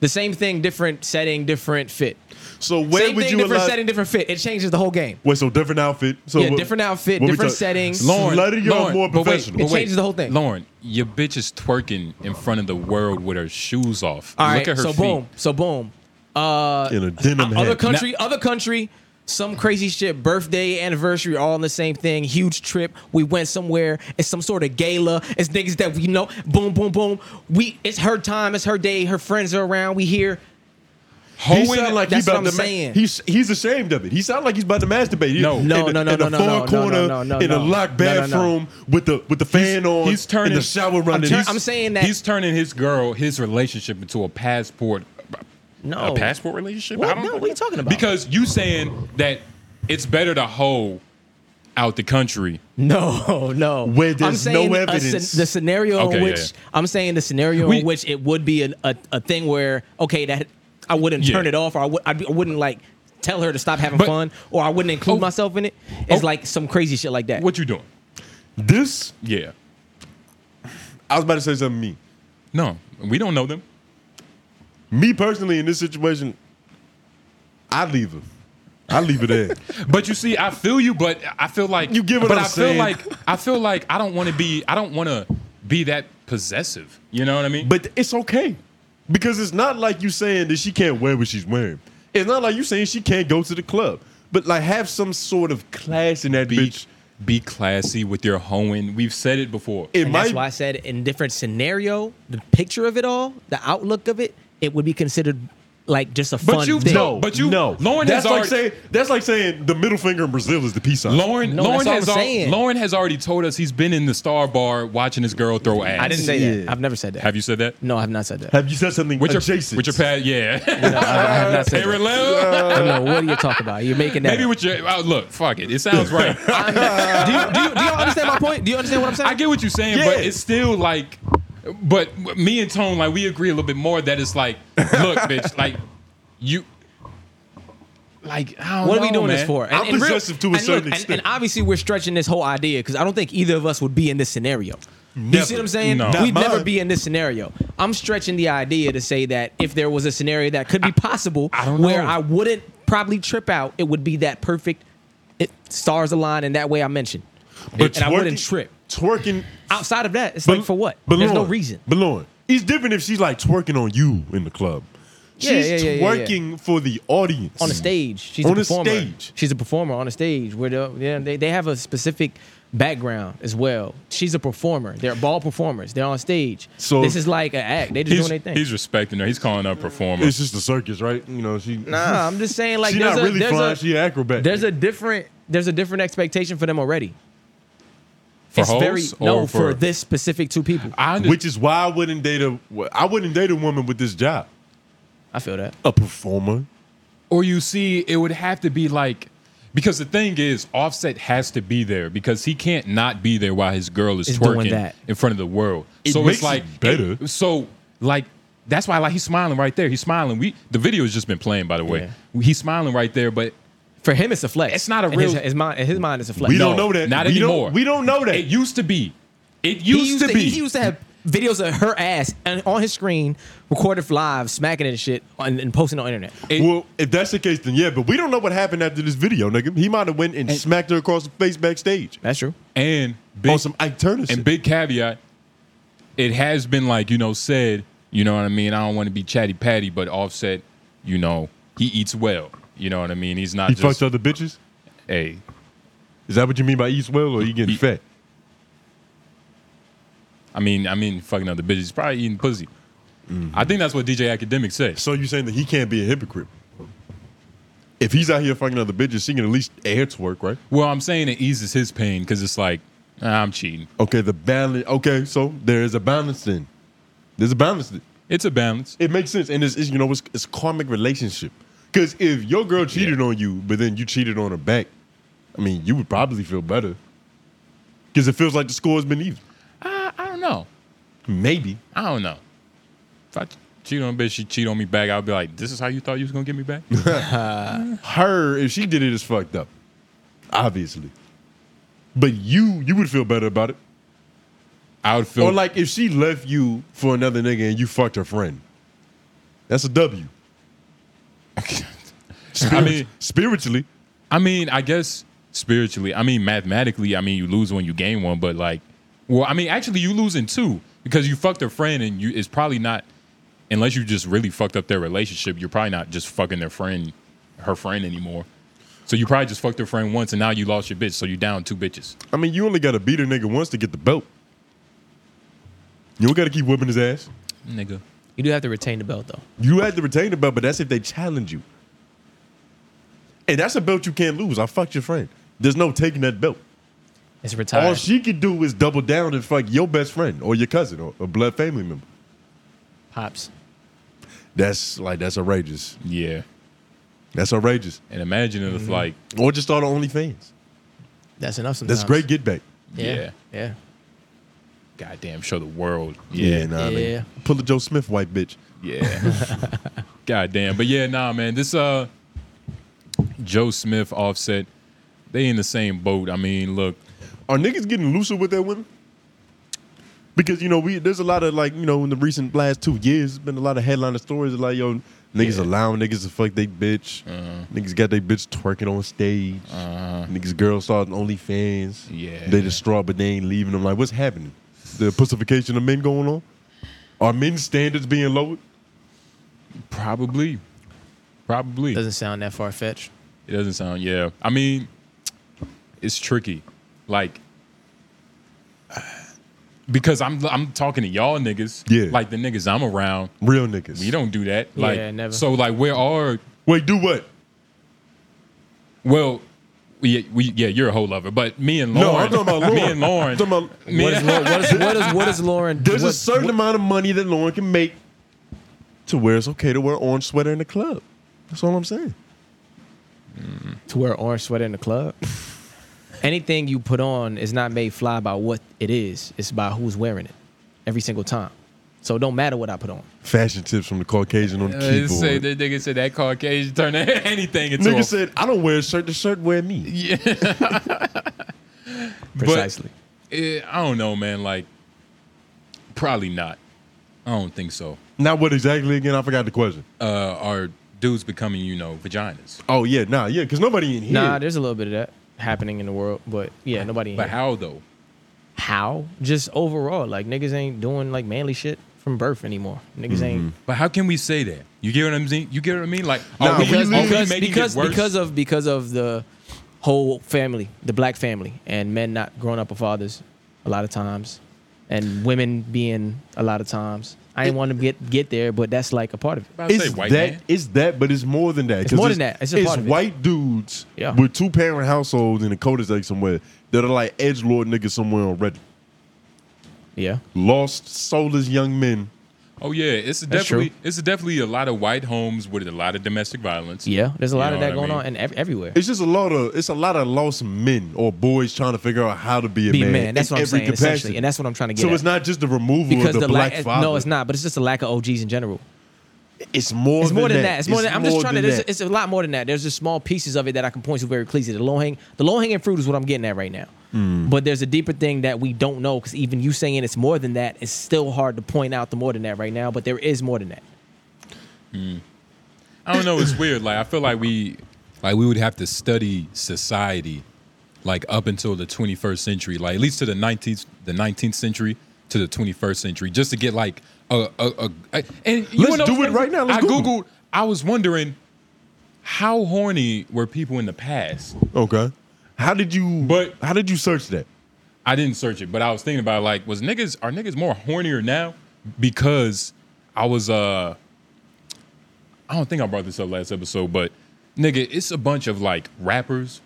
[SPEAKER 5] the same thing, different setting, different fit.
[SPEAKER 2] So where
[SPEAKER 5] same
[SPEAKER 2] would
[SPEAKER 5] thing,
[SPEAKER 2] you
[SPEAKER 5] different
[SPEAKER 2] allow?
[SPEAKER 5] setting, different fit. It changes the whole game.
[SPEAKER 2] Wait, so different outfit. So
[SPEAKER 5] Yeah,
[SPEAKER 2] what-
[SPEAKER 5] different outfit,
[SPEAKER 2] what we
[SPEAKER 5] different
[SPEAKER 2] talk-
[SPEAKER 5] settings.
[SPEAKER 1] Lauren,
[SPEAKER 2] Sluttier or
[SPEAKER 1] Lauren,
[SPEAKER 2] more
[SPEAKER 1] but wait,
[SPEAKER 2] professional?
[SPEAKER 1] but
[SPEAKER 5] It
[SPEAKER 1] wait.
[SPEAKER 5] changes the whole thing.
[SPEAKER 1] Lauren, your bitch is twerking in front of the world with her shoes off.
[SPEAKER 5] All right.
[SPEAKER 1] Look at her
[SPEAKER 5] so
[SPEAKER 1] feet.
[SPEAKER 5] boom. So boom. Uh,
[SPEAKER 2] In a denim
[SPEAKER 5] other
[SPEAKER 2] hat.
[SPEAKER 5] country, other country, some crazy shit, birthday, anniversary, all in the same thing. Huge trip. We went somewhere. It's some sort of gala. It's niggas that we know. Boom, boom, boom. We. It's her time. It's her day. Her friends are around. We here.
[SPEAKER 2] He
[SPEAKER 1] Hoeing-
[SPEAKER 2] sound like he
[SPEAKER 5] that's what
[SPEAKER 2] about
[SPEAKER 5] I'm
[SPEAKER 2] to ma-
[SPEAKER 5] saying.
[SPEAKER 2] he's he's ashamed of it. He sound like he's about to masturbate. He-
[SPEAKER 1] No.
[SPEAKER 2] in
[SPEAKER 5] No,
[SPEAKER 2] a-
[SPEAKER 5] no, no,
[SPEAKER 2] in a
[SPEAKER 5] no, no,
[SPEAKER 2] far
[SPEAKER 5] no,
[SPEAKER 2] corner,
[SPEAKER 5] no, no, no,
[SPEAKER 2] in a
[SPEAKER 5] no.
[SPEAKER 2] locked
[SPEAKER 5] No, no, no.
[SPEAKER 2] bathroom with the with the fan on.
[SPEAKER 1] he's turning-
[SPEAKER 2] in the shower
[SPEAKER 5] I'm,
[SPEAKER 2] running.
[SPEAKER 5] tur-
[SPEAKER 2] He's-
[SPEAKER 5] I'm saying that.
[SPEAKER 1] He's turning his girl, his relationship into a passport.
[SPEAKER 5] No.
[SPEAKER 1] a passport relationship.
[SPEAKER 5] What?
[SPEAKER 1] I don't
[SPEAKER 5] No,
[SPEAKER 1] think-
[SPEAKER 5] what you talking about?
[SPEAKER 1] Because you saying that it's better to hoe out the country.
[SPEAKER 5] no, no.
[SPEAKER 2] Where there's
[SPEAKER 5] I'm
[SPEAKER 2] no
[SPEAKER 5] saying a
[SPEAKER 2] evidence.
[SPEAKER 5] the scenario
[SPEAKER 1] Okay,
[SPEAKER 5] in
[SPEAKER 1] yeah,
[SPEAKER 5] which
[SPEAKER 1] yeah.
[SPEAKER 5] I'm saying the scenario
[SPEAKER 1] We-
[SPEAKER 5] in which it would be an, a a thing where okay that I wouldn't
[SPEAKER 1] Yeah.
[SPEAKER 5] turn it off or I would I'd be- I wouldn't like tell her to stop having
[SPEAKER 1] But-
[SPEAKER 5] fun or I wouldn't include
[SPEAKER 1] Oh.
[SPEAKER 5] myself in it. It's
[SPEAKER 1] Oh.
[SPEAKER 5] like some crazy shit like that.
[SPEAKER 1] What you doing?
[SPEAKER 2] this.
[SPEAKER 1] Yeah.
[SPEAKER 2] I was about to say something mean.
[SPEAKER 1] No, we don't know them.
[SPEAKER 2] Me personally, in this situation, I leave her. I leave her there.
[SPEAKER 1] But you see, I feel you, but I feel like
[SPEAKER 2] You get what
[SPEAKER 1] but
[SPEAKER 2] I'm
[SPEAKER 1] I
[SPEAKER 2] saying.
[SPEAKER 1] feel like I feel like I don't want to be I don't want to be that possessive. You know what I mean?
[SPEAKER 2] but it's okay because it's not like you saying that she can't wear what she's wearing. It's not like you saying she can't go to the club. But like, have some sort of class in that
[SPEAKER 1] be,
[SPEAKER 2] bitch.
[SPEAKER 1] be classy with your hoeing. We've said it before.
[SPEAKER 2] It
[SPEAKER 5] and
[SPEAKER 2] might
[SPEAKER 5] that's why I said in different scenario, the picture of it all, the outlook of it, it would be considered like just a fun
[SPEAKER 1] you've
[SPEAKER 5] thing.
[SPEAKER 1] told- But you-
[SPEAKER 2] no.
[SPEAKER 1] Lauren has
[SPEAKER 2] that's like
[SPEAKER 1] already-
[SPEAKER 2] saying that's like saying the middle finger in Brazil is the peace sign.
[SPEAKER 1] Lauren,
[SPEAKER 5] No,
[SPEAKER 1] Lauren,
[SPEAKER 5] that's all
[SPEAKER 1] has
[SPEAKER 5] I'm
[SPEAKER 1] al-
[SPEAKER 5] saying.
[SPEAKER 1] Lauren has already told us he's been in the star bar watching his girl throw ass.
[SPEAKER 5] I didn't say that.
[SPEAKER 2] Yeah.
[SPEAKER 5] I've never said that.
[SPEAKER 1] Have you said that?
[SPEAKER 5] No, I have not said that.
[SPEAKER 2] have you said something
[SPEAKER 1] With your
[SPEAKER 2] adjacent?
[SPEAKER 1] with your pad, yeah.
[SPEAKER 5] No, I have not said
[SPEAKER 1] Aaron
[SPEAKER 5] that.
[SPEAKER 1] Lil?
[SPEAKER 5] No, what are you talking about? You're making that.
[SPEAKER 1] Maybe
[SPEAKER 5] up.
[SPEAKER 1] with your oh, look. Fuck it. It sounds right. I,
[SPEAKER 5] do, you, do, you, do you understand my point? Do you understand what I'm saying?
[SPEAKER 1] I get what you're saying, but
[SPEAKER 2] Yeah.
[SPEAKER 1] it's still like. But me and Tone, like we agree a little bit more that it's like, look, bitch, like you, like I don't
[SPEAKER 5] What
[SPEAKER 1] know,
[SPEAKER 5] are we doing
[SPEAKER 1] man.
[SPEAKER 5] this for?
[SPEAKER 2] I'm possessive to a
[SPEAKER 5] and
[SPEAKER 2] certain
[SPEAKER 5] and-
[SPEAKER 2] extent.
[SPEAKER 5] And, obviously, we're stretching this whole idea because I don't think either of us would be in this scenario. You see what I'm saying?
[SPEAKER 1] No.
[SPEAKER 5] We'd
[SPEAKER 2] Not
[SPEAKER 5] never
[SPEAKER 2] mine.
[SPEAKER 5] be in this scenario. I'm stretching the idea to say that if there was a scenario that could be possible
[SPEAKER 1] I don't
[SPEAKER 5] where
[SPEAKER 1] know.
[SPEAKER 5] I wouldn't probably trip out, it would be that perfect it, stars align in that way I mentioned. and I wouldn't trip.
[SPEAKER 2] Twerking
[SPEAKER 5] Outside of that, it's
[SPEAKER 2] But-
[SPEAKER 5] like for what?
[SPEAKER 2] but
[SPEAKER 5] There's no
[SPEAKER 2] Lauren,
[SPEAKER 5] reason.
[SPEAKER 2] But Lauren, it's different if she's like twerking on you in the club. She's
[SPEAKER 5] Yeah, yeah, yeah, yeah, yeah.
[SPEAKER 2] twerking for the audience
[SPEAKER 5] on a stage. She's
[SPEAKER 2] On
[SPEAKER 5] a
[SPEAKER 2] a
[SPEAKER 5] performer.
[SPEAKER 2] stage.
[SPEAKER 5] She's a performer on a stage where the, yeah, they, they have a specific background as well. She's a performer. They're ball performers. They're on stage.
[SPEAKER 2] So-
[SPEAKER 5] So this is like an act. They just
[SPEAKER 1] He's,
[SPEAKER 5] doing their thing.
[SPEAKER 1] he's respecting her. He's calling her a performer.
[SPEAKER 2] It's just a circus, right? You know, she
[SPEAKER 5] Nah, I'm just saying like
[SPEAKER 2] She
[SPEAKER 5] there's
[SPEAKER 2] not
[SPEAKER 5] a,
[SPEAKER 2] really
[SPEAKER 5] there's
[SPEAKER 2] flying.
[SPEAKER 5] a
[SPEAKER 2] She an acrobat.
[SPEAKER 5] there's a different there's a different expectation for them already.
[SPEAKER 1] For
[SPEAKER 5] it's
[SPEAKER 1] hoes
[SPEAKER 5] very
[SPEAKER 1] or
[SPEAKER 5] no for,
[SPEAKER 1] for-
[SPEAKER 5] this specific two people. I,
[SPEAKER 1] I under-
[SPEAKER 2] which is why I wouldn't date a I wouldn't date a woman with this job.
[SPEAKER 5] feel that.
[SPEAKER 2] A performer.
[SPEAKER 1] or you see it would have to be like because the thing is offset has to be there because he can't not be there while his girl is
[SPEAKER 5] Is doing
[SPEAKER 1] twerking
[SPEAKER 5] that.
[SPEAKER 1] in front of the world
[SPEAKER 2] It
[SPEAKER 1] so
[SPEAKER 2] makes
[SPEAKER 1] it's like
[SPEAKER 2] it better.
[SPEAKER 1] so like that's why like he's smiling right there he's smiling we the video has just been playing by the way he's smiling right there but
[SPEAKER 5] For him, it's a flex.
[SPEAKER 1] It's not a
[SPEAKER 5] In his-
[SPEAKER 1] real-
[SPEAKER 5] his, mind. In his mind, it's a flex.
[SPEAKER 2] We
[SPEAKER 1] No,
[SPEAKER 2] don't know that.
[SPEAKER 1] not
[SPEAKER 2] we
[SPEAKER 1] anymore.
[SPEAKER 2] Don't, we don't know that.
[SPEAKER 1] It used to be. It
[SPEAKER 5] He
[SPEAKER 1] used, to, be.
[SPEAKER 5] He used to have videos of her ass and on his screen, recorded live, smacking it and shit, and, and posting on the internet.
[SPEAKER 1] it-
[SPEAKER 2] well, if that's the case, then yeah. But we don't know what happened after this video, nigga. He might have went and, smacked her across the face backstage
[SPEAKER 5] That's true.
[SPEAKER 1] and
[SPEAKER 5] Oh,
[SPEAKER 1] big,
[SPEAKER 2] on some Ike Turner shit.
[SPEAKER 1] and big caveat. It has been like you know said. You know what I mean. I don't want to be chatty patty, but Offset, you know, he eats well. You know what I mean. He's not
[SPEAKER 2] he
[SPEAKER 1] just
[SPEAKER 2] fucks other bitches.
[SPEAKER 1] hey.
[SPEAKER 2] Is that what you mean by eats well, or you getting
[SPEAKER 1] He-
[SPEAKER 2] fat?
[SPEAKER 1] I mean, I mean, fucking other bitches. He's probably eating pussy.
[SPEAKER 2] Mm-hmm.
[SPEAKER 1] I think that's what DJ Academic says.
[SPEAKER 2] So you saying that he can't be a hypocrite? If he's out here fucking other bitches, she can at least air twerk, right?
[SPEAKER 1] Well, I'm saying it eases his pain because it's like "Ah, I'm cheating.
[SPEAKER 2] Okay, the balance. Okay, so there is a balance then. There's a balance. Then.
[SPEAKER 1] It's a balance.
[SPEAKER 2] It makes sense, and it's, it's you know it's, it's karmic relationship. Because if your girl cheated on you, but then you cheated on her back, I mean, you would probably feel better. Because it feels like the score's been even.
[SPEAKER 1] I, I don't know.
[SPEAKER 2] Maybe.
[SPEAKER 1] I don't know. If I cheat on a bitch, she cheat on me back. I'll be like, this is how you thought you was gonna get me back.
[SPEAKER 2] her if she did it is fucked up obviously but you you would feel better about it
[SPEAKER 1] I would feel
[SPEAKER 2] or like if she left you for another nigga and you fucked her friend that's a w
[SPEAKER 1] I mean,
[SPEAKER 2] spiritually
[SPEAKER 1] I mean, I guess spiritually. I mean, mathematically. I mean, you lose one, you gain one. But like, well, I mean, actually, you losing two because you fucked a friend, and you it's probably not unless you just really fucked up their relationship. You're probably not just fucking their friend, her friend anymore. So you probably just fucked her friend once, and now you lost your bitch. So you down two bitches.
[SPEAKER 2] i mean you only gotta beat a nigga once to get the belt you don't gotta keep whipping his ass
[SPEAKER 1] Nigga,
[SPEAKER 5] You do have to retain the belt though.
[SPEAKER 2] you had to retain the belt but that's if they challenge you and that's a belt you can't lose i fucked your friend there's no taking that belt
[SPEAKER 5] It's
[SPEAKER 2] All
[SPEAKER 5] retired.
[SPEAKER 2] she could do is double down and fuck your best friend or your cousin or a blood family member.
[SPEAKER 5] Pops.
[SPEAKER 2] That's like that's outrageous.
[SPEAKER 1] yeah.
[SPEAKER 2] That's outrageous.
[SPEAKER 1] And imagine if like,
[SPEAKER 2] Or just start on OnlyFans.
[SPEAKER 5] That's enough. Sometimes.
[SPEAKER 2] That's great get back.
[SPEAKER 1] yeah.
[SPEAKER 5] Yeah. Yeah.
[SPEAKER 1] goddamn, show the world.
[SPEAKER 2] nah, I
[SPEAKER 5] Yeah.
[SPEAKER 2] mean, pull a Joe Smith white bitch.
[SPEAKER 1] Yeah. God damn. But yeah, nah, man. This uh Joe Smith offset, they in the same boat. I mean, look,
[SPEAKER 2] Are niggas getting looser with their women? Because you know we there's a lot of like you know in the recent last two years there's been a lot of headliner stories of, like yo niggas allowing niggas to fuck they bitch niggas got they bitch twerking on stage niggas girls starting OnlyFans
[SPEAKER 1] Yeah.
[SPEAKER 2] they distraught but they ain't leaving them like what's happening the pussification of men going on are men's standards being lowered
[SPEAKER 1] probably. Probably.
[SPEAKER 5] Doesn't sound that far fetched.
[SPEAKER 1] it doesn't sound, yeah. I mean, it's tricky. Like because I'm I'm talking to y'all niggas.
[SPEAKER 2] Yeah.
[SPEAKER 1] Like the niggas I'm around.
[SPEAKER 2] real niggas
[SPEAKER 1] You don't do that. Like
[SPEAKER 5] Yeah, never.
[SPEAKER 1] so like where are
[SPEAKER 2] wait do what
[SPEAKER 1] well we, we, yeah, you're a whole lover, but me and Lauren,
[SPEAKER 2] No, I'm talking about
[SPEAKER 1] me
[SPEAKER 2] Lauren.
[SPEAKER 1] and Lauren,
[SPEAKER 2] Talking about-
[SPEAKER 1] me
[SPEAKER 5] What is,
[SPEAKER 1] and-
[SPEAKER 5] Lau- what, is, what, is, what is Lauren?
[SPEAKER 2] There's
[SPEAKER 5] what-
[SPEAKER 2] a certain amount of money that Lauren can make to where it's okay to wear orange sweater in the club. That's all I'm saying.
[SPEAKER 5] to wear orange sweater in the club. Anything you put on is not made fly by what it is. It's by who's wearing it every single time. So it don't matter what I put on.
[SPEAKER 2] Fashion tips from the Caucasian on the
[SPEAKER 1] Uh, They say, that
[SPEAKER 2] keyboard.
[SPEAKER 1] nigga said that Caucasian turn anything into
[SPEAKER 2] Nigga
[SPEAKER 1] a,
[SPEAKER 2] said, I don't wear a shirt, the shirt wear me.
[SPEAKER 5] Precisely.
[SPEAKER 1] Eh, I don't know, man. Like, probably not. I don't think so.
[SPEAKER 2] Not what exactly again? I forgot the question.
[SPEAKER 1] Uh, are dudes becoming, you know, vaginas?
[SPEAKER 2] Oh, yeah, nah, yeah, because nobody in here.
[SPEAKER 5] Nah, there's a little bit of that happening in the world, but yeah, nobody. in
[SPEAKER 1] But
[SPEAKER 5] here.
[SPEAKER 1] how though?
[SPEAKER 5] How? Just overall, like niggas ain't doing like manly shit from birth anymore. Niggas ain't
[SPEAKER 1] But how can we say that? You get what I'm saying? You get what I mean? Like, are
[SPEAKER 2] Nah,
[SPEAKER 1] we, are
[SPEAKER 2] because-
[SPEAKER 1] we
[SPEAKER 5] because
[SPEAKER 1] making
[SPEAKER 5] because,
[SPEAKER 1] it worse?
[SPEAKER 5] because of because of the whole family, the black family, and men not growing up with fathers a lot of times, and women being a lot of times. I didn't want to get get there, but that's like a part of it.
[SPEAKER 1] I say
[SPEAKER 2] It's
[SPEAKER 1] white
[SPEAKER 2] that,
[SPEAKER 1] man.
[SPEAKER 2] it's that, but it's more than that.
[SPEAKER 5] It's
[SPEAKER 2] 'cause
[SPEAKER 5] more than that. It's a part of it.
[SPEAKER 2] white dudes
[SPEAKER 5] Yeah.
[SPEAKER 2] with two parent households in the Kodak somewhere that are like edge lord niggas somewhere already.
[SPEAKER 5] Yeah,
[SPEAKER 2] Lost, soulless young men.
[SPEAKER 1] Oh yeah, it's a
[SPEAKER 5] That's
[SPEAKER 1] definitely
[SPEAKER 5] true.
[SPEAKER 1] it's a definitely a lot of white homes with a lot of domestic violence.
[SPEAKER 5] yeah. There's a
[SPEAKER 1] You
[SPEAKER 5] lot
[SPEAKER 1] know
[SPEAKER 5] of
[SPEAKER 1] what
[SPEAKER 5] that
[SPEAKER 1] I
[SPEAKER 5] going
[SPEAKER 1] mean?
[SPEAKER 5] on and ev- everywhere.
[SPEAKER 2] It's just a lot of it's a lot of lost men or boys trying to figure out how to be a
[SPEAKER 5] Be
[SPEAKER 2] man.
[SPEAKER 5] man. That's
[SPEAKER 2] in
[SPEAKER 5] what I'm
[SPEAKER 2] every
[SPEAKER 5] saying. Essentially,
[SPEAKER 2] capacity.
[SPEAKER 5] and that's what I'm trying to get.
[SPEAKER 2] so
[SPEAKER 5] at.
[SPEAKER 2] it's not just the removal of the,
[SPEAKER 5] la-
[SPEAKER 2] black father.
[SPEAKER 5] no, it's not. But it's just a lack of OGs in general.
[SPEAKER 2] It's more.
[SPEAKER 3] It's
[SPEAKER 2] than
[SPEAKER 3] more than
[SPEAKER 2] that.
[SPEAKER 3] that. It's more than. I'm just trying to.
[SPEAKER 2] than
[SPEAKER 3] There's,
[SPEAKER 2] that.
[SPEAKER 3] it's a lot more than that. There's just small pieces of it that I can point to very clearly. The low hang, the low hanging fruit is what I'm getting at right now.
[SPEAKER 2] Hmm.
[SPEAKER 3] But there's a deeper thing that we don't know because even you saying it's more than that, it's still hard to point out the more than that right now. But there is more than that.
[SPEAKER 1] I don't know. It's weird. Like I feel like we, like we would have to study society, like up until the 21st century, like at least to the 19th, the 19th century to the 21st century, just to get like a a. a- a- and you
[SPEAKER 2] Let's
[SPEAKER 1] wanna know what's
[SPEAKER 2] do it
[SPEAKER 1] crazy?
[SPEAKER 2] right now. Let's
[SPEAKER 1] I
[SPEAKER 2] Google.
[SPEAKER 1] googled. I was wondering how horny were people in the past.
[SPEAKER 2] okay. How did you?
[SPEAKER 1] But-
[SPEAKER 2] how did you search that?
[SPEAKER 1] I didn't search it, but I was thinking about like, was niggas are niggas more hornier now? Because I was uh I don't think I brought this up last episode, but nigga, it's a bunch of like rappers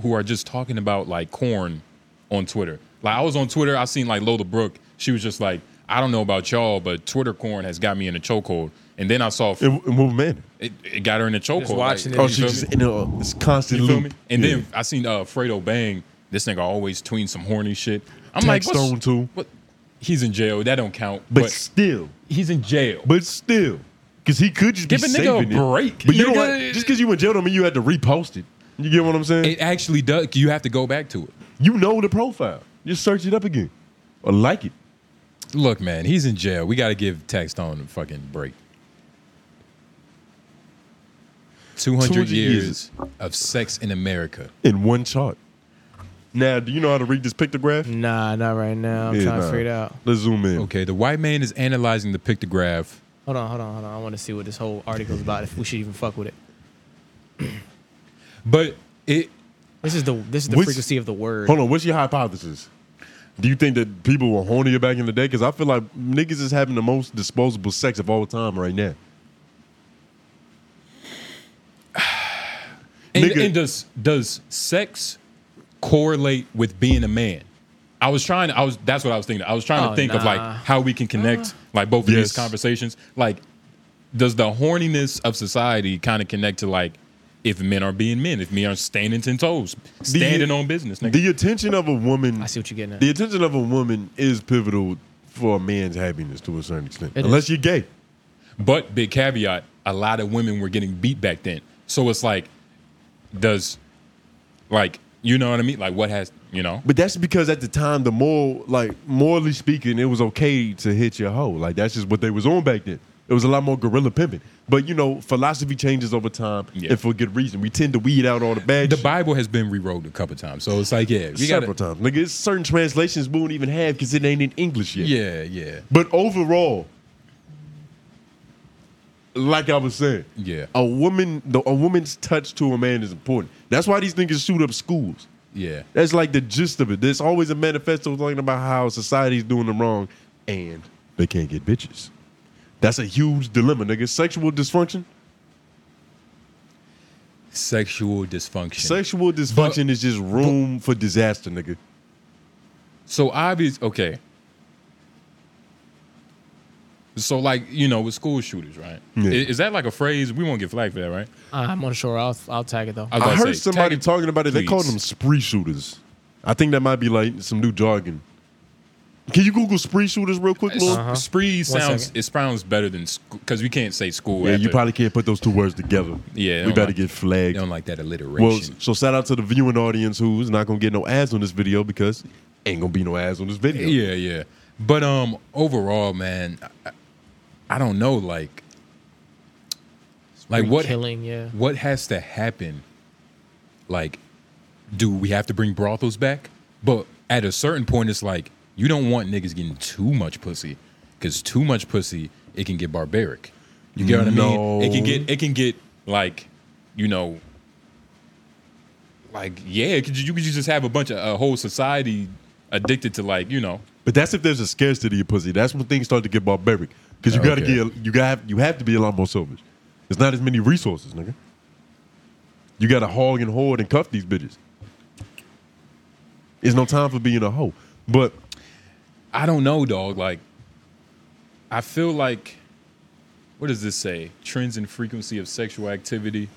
[SPEAKER 1] who are just talking about like corn on Twitter. Like I was on Twitter, I seen like Lola Brooke. She was just like, I don't know about y'all, but Twitter corn has got me in a chokehold. And then I saw
[SPEAKER 2] In,
[SPEAKER 1] it,
[SPEAKER 2] in what manner?
[SPEAKER 1] it, got her in a chokehold. like-
[SPEAKER 3] watching it.
[SPEAKER 2] Oh,
[SPEAKER 3] You
[SPEAKER 2] she
[SPEAKER 1] feel
[SPEAKER 2] just
[SPEAKER 1] me?
[SPEAKER 2] in a it's constant
[SPEAKER 1] You feel
[SPEAKER 2] loop.
[SPEAKER 1] me? And
[SPEAKER 2] Mm-hmm. Yeah.
[SPEAKER 1] then I seen uh, Fredo Bang. This nigga always tweeting some horny shit. I'm like,
[SPEAKER 2] Tax
[SPEAKER 1] what's-
[SPEAKER 2] Stone too.
[SPEAKER 1] What? He's in jail. That don't count.
[SPEAKER 2] but,
[SPEAKER 1] But,
[SPEAKER 2] still,
[SPEAKER 1] he's in jail.
[SPEAKER 2] but still, because he could just
[SPEAKER 1] Give
[SPEAKER 2] be
[SPEAKER 1] a nigga a
[SPEAKER 2] saving it.
[SPEAKER 1] break,
[SPEAKER 2] But you know
[SPEAKER 1] nigga.
[SPEAKER 2] what? Just because you in jail don't mean you had to repost it. You get what I'm saying?
[SPEAKER 1] it actually does. You have to go back to it.
[SPEAKER 2] you know the profile. Just search it up again or like it.
[SPEAKER 1] Look, man, he's in jail. We got to give Tax Stone a fucking break. 200,
[SPEAKER 2] 200
[SPEAKER 1] years,
[SPEAKER 2] years.
[SPEAKER 1] of sex in America.
[SPEAKER 2] in one chart. Now, do you know how to read this pictograph?
[SPEAKER 3] Nah, not right now. Mm, I'm
[SPEAKER 2] Yeah,
[SPEAKER 3] trying
[SPEAKER 2] nah.
[SPEAKER 3] to figure it out.
[SPEAKER 2] Let's zoom in.
[SPEAKER 1] Okay, the white man is analyzing the pictograph.
[SPEAKER 3] Hold on, hold on, hold on. I want to see what this whole article's about. If we should even fuck with it.
[SPEAKER 1] But it,
[SPEAKER 3] This is the this is the
[SPEAKER 2] Which-
[SPEAKER 3] frequency of the word.
[SPEAKER 2] Hold on, what's your hypothesis? Do you think that people were hornier back in the day? Because I feel like niggas is having the most disposable sex of all time right now.
[SPEAKER 1] And,
[SPEAKER 2] Nigga.
[SPEAKER 1] and does does sex correlate with being a man? I was trying. I was. That's what I was thinking. I was trying
[SPEAKER 3] Oh,
[SPEAKER 1] to think of like
[SPEAKER 3] nah. Uh-huh.
[SPEAKER 1] how we can connect like both of
[SPEAKER 2] Yes.
[SPEAKER 1] these conversations. Like, does the horniness of society kind of connect to like if men are being men, if men are standing ten toes, standing on business? Nigga.
[SPEAKER 2] The attention of a woman,
[SPEAKER 3] I see what you're getting at.
[SPEAKER 2] the attention of a woman is pivotal for a man's happiness to a certain extent.
[SPEAKER 3] It
[SPEAKER 2] Unless
[SPEAKER 3] is.
[SPEAKER 2] you're gay.
[SPEAKER 1] but big caveat: a lot of women were getting beat back then. So it's like, does like you know what I mean? Like, what has you know?
[SPEAKER 2] But that's because at the time, the more like morally speaking, it was okay to hit your hoe. Like that's just what they was on back then. It was a lot more gorilla pimping. But you know, philosophy changes over time,
[SPEAKER 1] Yeah.
[SPEAKER 2] and for good reason. We tend to weed out all the bad.
[SPEAKER 1] The
[SPEAKER 2] shit
[SPEAKER 1] Bible has been rewrote a couple times, so it's like, yeah, we got
[SPEAKER 2] several times. Like it's certain translations we won't even have because it ain't in English yet.
[SPEAKER 1] Yeah, yeah.
[SPEAKER 2] But overall, like I was saying,
[SPEAKER 1] Yeah.
[SPEAKER 2] a woman, the, a woman's touch to a man is important. That's why these niggas shoot up schools.
[SPEAKER 1] Yeah.
[SPEAKER 2] That's like the gist of it. There's always a manifesto talking about how society's doing them wrong and they can't get bitches. That's a huge dilemma, nigga. Sexual dysfunction.
[SPEAKER 1] Sexual dysfunction.
[SPEAKER 2] Sexual dysfunction is just room for disaster, nigga.
[SPEAKER 1] so obvious. Okay. So like you know with school shooters, right?
[SPEAKER 2] Yeah.
[SPEAKER 1] Is, is that like a phrase? We won't get flagged for that, right?
[SPEAKER 3] Uh, I'm unsure. I'll I'll tag it though.
[SPEAKER 1] was
[SPEAKER 2] I
[SPEAKER 1] about to
[SPEAKER 2] heard
[SPEAKER 1] say,
[SPEAKER 2] somebody
[SPEAKER 1] tag it,
[SPEAKER 2] talking about it. They call
[SPEAKER 1] tweets.
[SPEAKER 2] them spree shooters. I think that might be like some new jargon. Can you Google spree shooters real quick, Lil?
[SPEAKER 1] S-
[SPEAKER 3] Uh-huh.
[SPEAKER 1] Spree
[SPEAKER 3] One
[SPEAKER 1] sounds
[SPEAKER 3] second.
[SPEAKER 1] it sounds better than because we can't say school.
[SPEAKER 2] Yeah, you
[SPEAKER 1] after-
[SPEAKER 2] probably can't put those two words together.
[SPEAKER 1] Yeah,
[SPEAKER 2] we
[SPEAKER 1] don't
[SPEAKER 2] better
[SPEAKER 1] like-
[SPEAKER 2] get
[SPEAKER 1] they
[SPEAKER 2] flagged.
[SPEAKER 1] don't like that
[SPEAKER 2] Well,
[SPEAKER 1] alliteration.
[SPEAKER 2] so shout out to the viewing audience who's not gonna get no ads on this video because ain't gonna be no ads on this video.
[SPEAKER 1] yeah, yeah. But um, overall, man, I, I don't know. Like, like what
[SPEAKER 3] killing? Yeah.
[SPEAKER 1] what has to happen? Like, do we have to bring brothels back? But at a certain point, it's like you don't want niggas getting too much pussy, because too much pussy it can get barbaric. You get what I mean? It can
[SPEAKER 2] No.
[SPEAKER 1] get it can get like, you know, like yeah, could you, you could just have a bunch of a whole society addicted to like you know
[SPEAKER 2] But that's if there's a scarcity of pussy. That's when things start to get barbaric. Because you gotta
[SPEAKER 1] Okay.
[SPEAKER 2] get you got you have to be a lot more selfish. There's not as many resources, nigga. You gotta hog and hoard and cuff these bitches. There's no time for being a hoe. But
[SPEAKER 1] I don't know, dog. Like, I feel like, what does this say? Trends and frequency of sexual activity.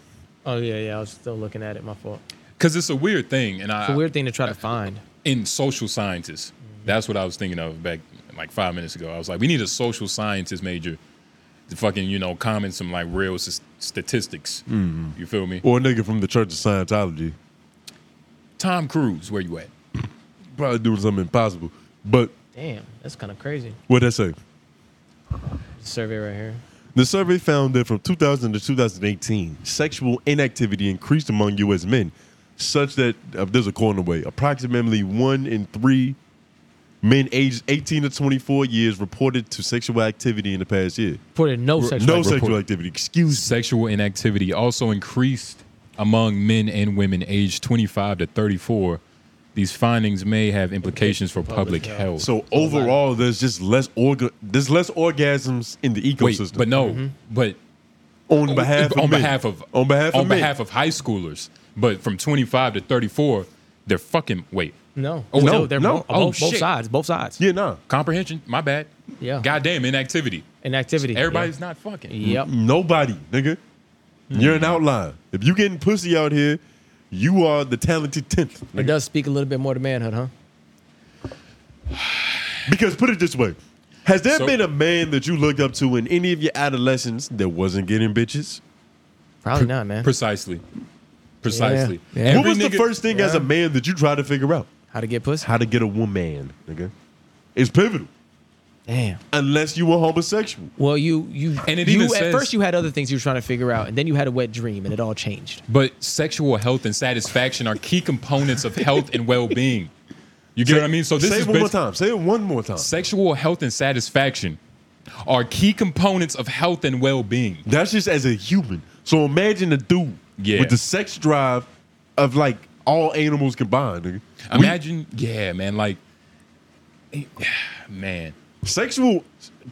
[SPEAKER 3] Oh yeah, yeah. I was still looking at it. My fault.
[SPEAKER 1] Because it's a weird thing, and I
[SPEAKER 3] It's a weird Mm-hmm. thing to try to find.
[SPEAKER 1] in social sciences. That's what I was thinking of back like five minutes ago. I was like, we need a social sciences major to fucking you know comment some like real s- statistics.
[SPEAKER 3] Mm-hmm.
[SPEAKER 1] You feel me?
[SPEAKER 2] Or a nigga from the Church of Scientology.
[SPEAKER 1] Tom Cruise, where you at?
[SPEAKER 2] Probably doing something impossible. But
[SPEAKER 5] Damn, that's kind of crazy.
[SPEAKER 2] what that say?
[SPEAKER 5] Survey right here.
[SPEAKER 2] The survey found that from 2000 to 2018, sexual inactivity increased among U.S. men, such that uh, there's a corner way. Approximately one in three men aged 18 to 24 years reported to sexual activity in the past year.
[SPEAKER 5] Reported no sexual.
[SPEAKER 2] no
[SPEAKER 5] activity.
[SPEAKER 2] sexual activity. Excuse
[SPEAKER 1] Sexual inactivity also increased among men and women aged 25 to 34. These findings may have implications for public
[SPEAKER 2] me.
[SPEAKER 1] health.
[SPEAKER 2] So overall, there's just less orga- there's less orgasms in the
[SPEAKER 1] Wait,
[SPEAKER 2] ecosystem.
[SPEAKER 1] but no,
[SPEAKER 5] Mm-hmm.
[SPEAKER 1] but
[SPEAKER 2] on behalf of
[SPEAKER 1] on
[SPEAKER 2] men.
[SPEAKER 1] behalf of
[SPEAKER 2] on behalf of
[SPEAKER 1] on
[SPEAKER 2] men.
[SPEAKER 1] behalf of high schoolers, but from 25 to 34, they're fucking wait.
[SPEAKER 5] No.
[SPEAKER 1] Oh,
[SPEAKER 5] no.
[SPEAKER 1] no,
[SPEAKER 5] they're
[SPEAKER 2] no.
[SPEAKER 5] Both,
[SPEAKER 1] Oh,
[SPEAKER 5] both, both
[SPEAKER 1] shit.
[SPEAKER 5] sides. Both sides.
[SPEAKER 2] yeah, nah.
[SPEAKER 1] Comprehension, my bad.
[SPEAKER 5] Yeah.
[SPEAKER 1] Goddamn inactivity.
[SPEAKER 5] Inactivity.
[SPEAKER 1] Everybody's Mm-hmm. not fucking.
[SPEAKER 5] Yep. Yep.
[SPEAKER 2] Nobody, nigga. You're an
[SPEAKER 1] Hmm.
[SPEAKER 2] outlier. If you getting pussy out here, you are the talented tenth.
[SPEAKER 5] It does speak a little bit more to manhood, huh?
[SPEAKER 2] Because put it this way. Has there
[SPEAKER 1] So-
[SPEAKER 2] been a man that you looked up to in any of your adolescence that wasn't getting bitches?
[SPEAKER 5] Probably not, man.
[SPEAKER 1] Precisely. Precisely.
[SPEAKER 5] Yeah.
[SPEAKER 1] Every
[SPEAKER 2] what was
[SPEAKER 1] nigga-
[SPEAKER 2] the first thing as a
[SPEAKER 5] Yeah.
[SPEAKER 2] man that you tried to figure out?
[SPEAKER 5] How to get pussy?
[SPEAKER 2] How to get a woman, nigga. It's pivotal.
[SPEAKER 5] Damn.
[SPEAKER 2] Unless you were homosexual.
[SPEAKER 5] Well, you you
[SPEAKER 1] And it
[SPEAKER 5] you,
[SPEAKER 1] even
[SPEAKER 5] at
[SPEAKER 1] says-
[SPEAKER 5] first you had other things you were trying to figure out, and then you had a wet dream, and it all changed.
[SPEAKER 1] But sexual health and satisfaction are key components of health and well-being. You get what I mean? So this
[SPEAKER 2] Say
[SPEAKER 1] is
[SPEAKER 2] it one more
[SPEAKER 1] basi-
[SPEAKER 2] time. Say it one more time.
[SPEAKER 1] Sexual health and satisfaction are key components of health and well-being.
[SPEAKER 2] That's just as a human. So imagine a dude
[SPEAKER 1] Yeah.
[SPEAKER 2] with the sex drive of like all animals combined. Nigga.
[SPEAKER 1] Imagine, yeah, man, like man.
[SPEAKER 2] Sexual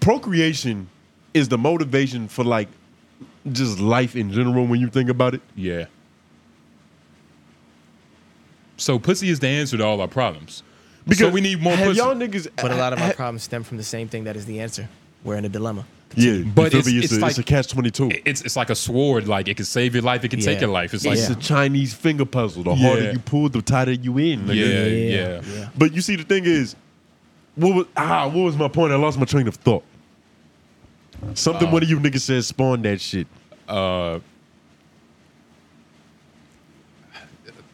[SPEAKER 2] procreation is the motivation for like just life in general when you think about it.
[SPEAKER 1] Yeah. So pussy is the answer to all our problems. so we need more
[SPEAKER 2] have
[SPEAKER 1] pussy.
[SPEAKER 2] y'all niggas.
[SPEAKER 5] But a lot of
[SPEAKER 2] ha-
[SPEAKER 5] our problems stem from the same thing that is the answer. We're in a dilemma.
[SPEAKER 2] yeah,
[SPEAKER 1] But
[SPEAKER 2] but it's,
[SPEAKER 1] it's- it's
[SPEAKER 2] it's, a,
[SPEAKER 1] like-
[SPEAKER 2] it's a catch twenty two.
[SPEAKER 1] it's it's like a sword. Like it can save your life. It can take
[SPEAKER 5] Yeah.
[SPEAKER 1] your life. It's like
[SPEAKER 2] It's
[SPEAKER 5] Yeah.
[SPEAKER 2] a Chinese finger puzzle. The harder
[SPEAKER 1] Yeah.
[SPEAKER 2] you pull, the tighter you in.
[SPEAKER 1] yeah, yeah,
[SPEAKER 2] Nigga.
[SPEAKER 1] yeah.
[SPEAKER 5] yeah.
[SPEAKER 2] But you see, the thing is, what was ah? What was my point? I lost my train of thought. Something one of you niggas said spawned that shit.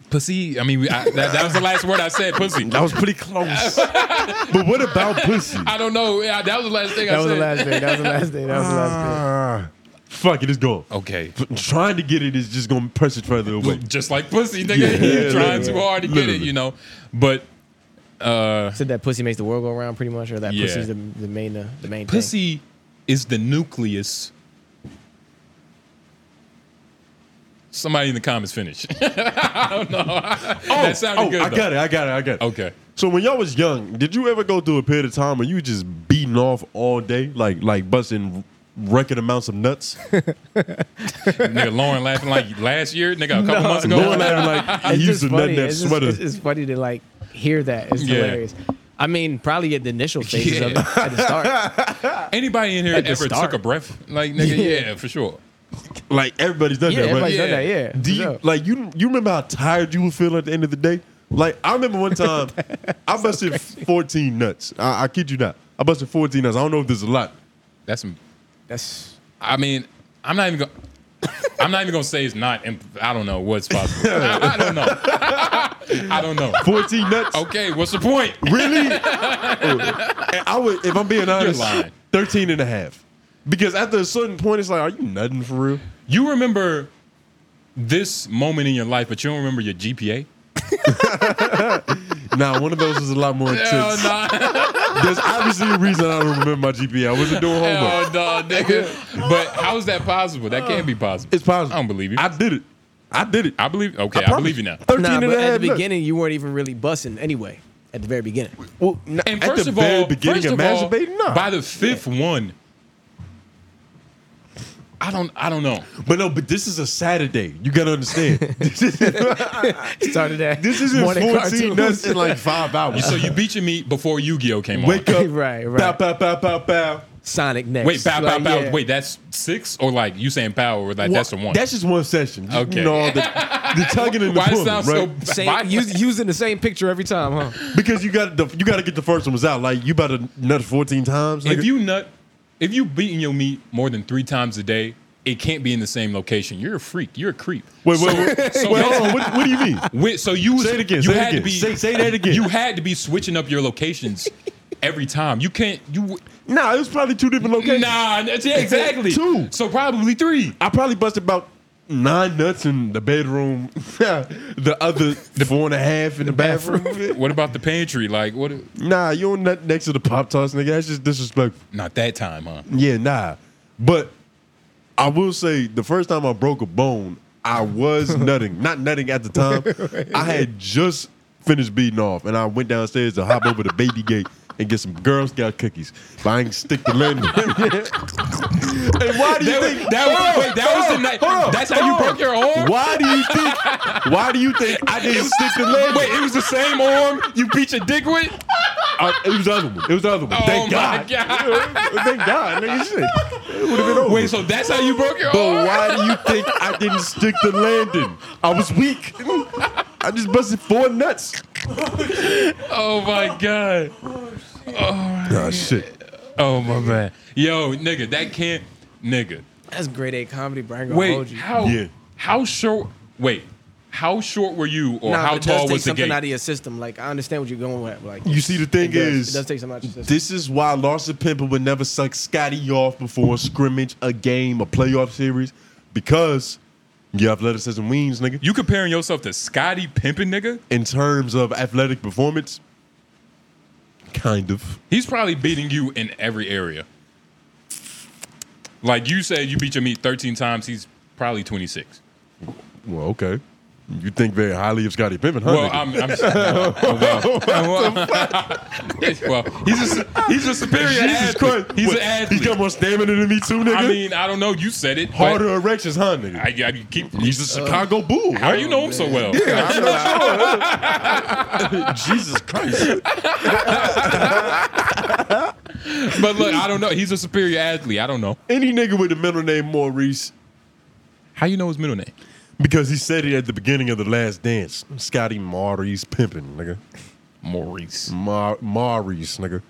[SPEAKER 1] Pussy. I mean, we- I, that, that was the last word I said. Pussy.
[SPEAKER 2] That was pretty close. but what about pussy?
[SPEAKER 1] I don't know. Yeah, that was the last thing I
[SPEAKER 5] That was
[SPEAKER 1] said.
[SPEAKER 5] the last day. That was the last day. That was the last
[SPEAKER 2] Ah, fuck it, it's gone.
[SPEAKER 1] Okay.
[SPEAKER 2] F- Trying to get it is just gonna press it further
[SPEAKER 1] Well,
[SPEAKER 2] away.
[SPEAKER 1] Just like pussy, nigga.
[SPEAKER 2] Yeah,
[SPEAKER 1] You're trying
[SPEAKER 2] literally.
[SPEAKER 1] too hard to get it,
[SPEAKER 2] Literally.
[SPEAKER 1] you know. But
[SPEAKER 5] day. Said that pussy makes the world go round, pretty much, or that
[SPEAKER 1] Yeah.
[SPEAKER 5] pussy's the, the main uh, the main thing.
[SPEAKER 1] pussy is the nucleus. Somebody in the comments finish.
[SPEAKER 2] Oh,
[SPEAKER 1] that sounded
[SPEAKER 2] oh,
[SPEAKER 1] good,
[SPEAKER 2] I
[SPEAKER 1] though.
[SPEAKER 2] got it. I got it. I got it.
[SPEAKER 1] okay.
[SPEAKER 2] So when y'all was young, did you ever go through a period of time where you just beating off all day, like like busting record amounts of nuts?
[SPEAKER 1] nigga, Lauren laughing like last year, nigga, a couple months ago.
[SPEAKER 2] Lauren laughing like
[SPEAKER 5] It's
[SPEAKER 2] he used
[SPEAKER 5] just
[SPEAKER 2] to nut
[SPEAKER 5] funny.
[SPEAKER 2] that
[SPEAKER 5] It's, just,
[SPEAKER 2] sweater.
[SPEAKER 5] it's, it's funny to like hear that. It's
[SPEAKER 1] Yeah.
[SPEAKER 5] hilarious. I mean, probably at the initial phases of
[SPEAKER 1] Yeah.
[SPEAKER 5] it at the start.
[SPEAKER 1] Anybody in here
[SPEAKER 5] At the
[SPEAKER 1] ever
[SPEAKER 5] start.
[SPEAKER 1] took a breath? Like, nigga, yeah,
[SPEAKER 5] Yeah.
[SPEAKER 1] for sure.
[SPEAKER 2] like everybody's done
[SPEAKER 5] Yeah,
[SPEAKER 2] that, right?
[SPEAKER 5] everybody's
[SPEAKER 1] Yeah.
[SPEAKER 5] done that. Yeah.
[SPEAKER 2] Do you
[SPEAKER 5] So-
[SPEAKER 2] like you? You remember how tired you would feel at the end of the day? Like I remember one time, I busted fourteen nuts. I, I kid you not, I busted fourteen nuts. I don't know if there's a lot.
[SPEAKER 1] That's
[SPEAKER 5] That's
[SPEAKER 1] I mean, I'm not even going. I'm not even gonna say it's not. Imp- I don't know what's possible. I, I don't know. I don't know.
[SPEAKER 2] Fourteen
[SPEAKER 5] Oh,
[SPEAKER 2] nuts.
[SPEAKER 1] Okay, what's the point?
[SPEAKER 2] Really? And I would, if I'm being honest,
[SPEAKER 1] lying.
[SPEAKER 2] 13 and a half. Because after a certain point, it's like, are you nothing for real?
[SPEAKER 1] You remember this moment in your life, but you don't remember your GPA.
[SPEAKER 2] Nah, one of those was a lot more intense.
[SPEAKER 1] Hell no,
[SPEAKER 2] There's obviously a reason I don't remember my GPA. I wasn't doing homework.
[SPEAKER 1] hell no, nigga. But how is that possible? That can't be possible.
[SPEAKER 2] It's possible.
[SPEAKER 1] I don't believe you.
[SPEAKER 2] I did it. I did it.
[SPEAKER 1] I believe. Okay, I,
[SPEAKER 2] promise.
[SPEAKER 1] believe you now.
[SPEAKER 2] 13
[SPEAKER 5] nah,
[SPEAKER 2] and
[SPEAKER 5] but
[SPEAKER 2] a half
[SPEAKER 5] at the
[SPEAKER 2] nuts.
[SPEAKER 5] beginning, you weren't even really bussing anyway. At the very beginning,
[SPEAKER 2] Well, n-
[SPEAKER 1] And
[SPEAKER 2] at
[SPEAKER 1] first
[SPEAKER 2] the
[SPEAKER 1] of
[SPEAKER 2] very
[SPEAKER 1] all,
[SPEAKER 2] beginning
[SPEAKER 1] first of
[SPEAKER 2] of
[SPEAKER 1] all,
[SPEAKER 2] masturbating, nah.
[SPEAKER 1] by the fifth one, I don't. I don't know.
[SPEAKER 2] but no, but this is a Saturday. You gotta understand. this
[SPEAKER 5] started at
[SPEAKER 2] isn't
[SPEAKER 5] morning
[SPEAKER 2] 14
[SPEAKER 5] cartoons.
[SPEAKER 2] nuts in like five hours.
[SPEAKER 1] So you beat your meat before Yu-Gi-Oh came
[SPEAKER 2] Wake
[SPEAKER 1] on.
[SPEAKER 2] up,
[SPEAKER 5] Right, right.
[SPEAKER 2] Pow, pow, pow, pow, pow.
[SPEAKER 5] Sonic next.
[SPEAKER 1] Wait, bow, bow,
[SPEAKER 5] Like,
[SPEAKER 1] bow.
[SPEAKER 5] yeah.
[SPEAKER 1] Wait, that's six or like you saying power? Or like
[SPEAKER 2] Well,
[SPEAKER 1] that's the one.
[SPEAKER 2] That's just one session. Just,
[SPEAKER 1] Okay.
[SPEAKER 2] You know, all the, the tugging and the
[SPEAKER 1] Why it
[SPEAKER 2] pulling,
[SPEAKER 1] sounds
[SPEAKER 2] right?
[SPEAKER 1] so Why-
[SPEAKER 5] Same, us, using the same picture every time, huh?
[SPEAKER 2] Because you got the you got to get the first ones out. Like you about to nut fourteen times.
[SPEAKER 1] if
[SPEAKER 2] nigga.
[SPEAKER 1] you nut if you beating your meat more than three times a day, it can't be in the same location. You're a freak. You're a creep.
[SPEAKER 2] Wait, wait, wait.
[SPEAKER 1] So-
[SPEAKER 2] wait, hold on. What, what do you mean?
[SPEAKER 1] Wait, so you was-
[SPEAKER 2] Say it again,
[SPEAKER 1] You
[SPEAKER 2] say it
[SPEAKER 1] had
[SPEAKER 2] again.
[SPEAKER 1] to be
[SPEAKER 2] Say- say that again.
[SPEAKER 1] You had to be switching up your locations every time. You can't. You
[SPEAKER 2] Nah, it was probably two different locations.
[SPEAKER 1] nah. that's- yeah, exactly.
[SPEAKER 2] Two.
[SPEAKER 1] So probably three.
[SPEAKER 2] I probably busted about nine nuts in the bedroom, the other four and a half in the, bathroom.
[SPEAKER 1] What about the pantry? Like what?
[SPEAKER 2] nah, you don't nut next to the Pop Tarts, nigga. That's just disrespectful.
[SPEAKER 1] Not that time, huh?
[SPEAKER 2] Yeah, nah. But I will say the first time I broke a bone, I was nutting. Not nutting at the time. I had just finished beating off and I went downstairs to hop over the baby gate and get some Girl Scout cookies. But I ain't stick the landing. and why do you
[SPEAKER 1] That,
[SPEAKER 2] think
[SPEAKER 1] was- that was
[SPEAKER 2] Hold
[SPEAKER 1] wait,
[SPEAKER 2] on,
[SPEAKER 1] that was
[SPEAKER 2] hold
[SPEAKER 1] the
[SPEAKER 2] on,
[SPEAKER 1] night.
[SPEAKER 2] hold on,
[SPEAKER 1] That's how you
[SPEAKER 2] hold on.
[SPEAKER 1] broke your arm.
[SPEAKER 2] Why do you think why do you think I didn't stick the landing?
[SPEAKER 1] Wait, it was the same arm you beat your dick with.
[SPEAKER 2] I- Uh, it was the other one. It was the other one.
[SPEAKER 1] Oh
[SPEAKER 2] Thank
[SPEAKER 1] my
[SPEAKER 2] God.
[SPEAKER 1] God.
[SPEAKER 2] Thank God. Nigga, shit. It would have been over.
[SPEAKER 1] Wait, so that's how you broke your arm?
[SPEAKER 2] But why do you think I didn't stick to landing? I was weak. I just busted four nuts.
[SPEAKER 1] Oh my god.
[SPEAKER 2] Oh shit.
[SPEAKER 1] Oh my man. Yo, nigga, that can't, nigga.
[SPEAKER 5] That's grade A comedy, bro. I ain't gonna hold
[SPEAKER 1] Wait,
[SPEAKER 5] you.
[SPEAKER 1] how
[SPEAKER 2] Yeah.
[SPEAKER 1] how short? Wait, how short were you, or
[SPEAKER 5] Nah, but
[SPEAKER 1] how
[SPEAKER 5] it does
[SPEAKER 1] tall
[SPEAKER 5] take
[SPEAKER 1] was the
[SPEAKER 5] something e-
[SPEAKER 1] gate?
[SPEAKER 5] out of your system. Like I understand what you're going with. Like
[SPEAKER 2] You see, the thing
[SPEAKER 5] it does,
[SPEAKER 2] is,
[SPEAKER 5] it does take something out of your system.
[SPEAKER 2] this is why Larson Pimper would never suck Scotty off before a scrimmage, a game, a playoff series, because your athleticism wings, nigga.
[SPEAKER 1] you comparing yourself to Scotty Pimpin, nigga?
[SPEAKER 2] In terms of athletic performance, kind of.
[SPEAKER 1] He's probably beating you in every area. Like you said, you beat your meat thirteen times. He's probably twenty six.
[SPEAKER 2] Well, okay. You think very highly of Scotty Pimpin, huh?
[SPEAKER 1] Well, I'm.
[SPEAKER 2] nigga?
[SPEAKER 1] I'm well, well, he's a he's a superior
[SPEAKER 2] Jesus
[SPEAKER 1] athlete.
[SPEAKER 2] Christ.
[SPEAKER 1] He's
[SPEAKER 2] What,
[SPEAKER 1] an athlete.
[SPEAKER 2] He got more stamina than me too, nigga.
[SPEAKER 1] I mean, I don't know. You said it. but
[SPEAKER 2] Harder erections, huh, nigga?
[SPEAKER 1] I, I you keep.
[SPEAKER 2] He's a Chicago Bull.
[SPEAKER 1] How you know him so well?
[SPEAKER 2] Jesus Christ.
[SPEAKER 1] But look, I don't know. He's a superior athlete. I don't know.
[SPEAKER 2] Any nigga with the middle name Maurice,
[SPEAKER 1] How you know his middle name?
[SPEAKER 2] because he said it at the beginning of the last dance. Scotty Maurice pimping, nigga.
[SPEAKER 1] Maurice.
[SPEAKER 2] Mar- Maurice, nigga.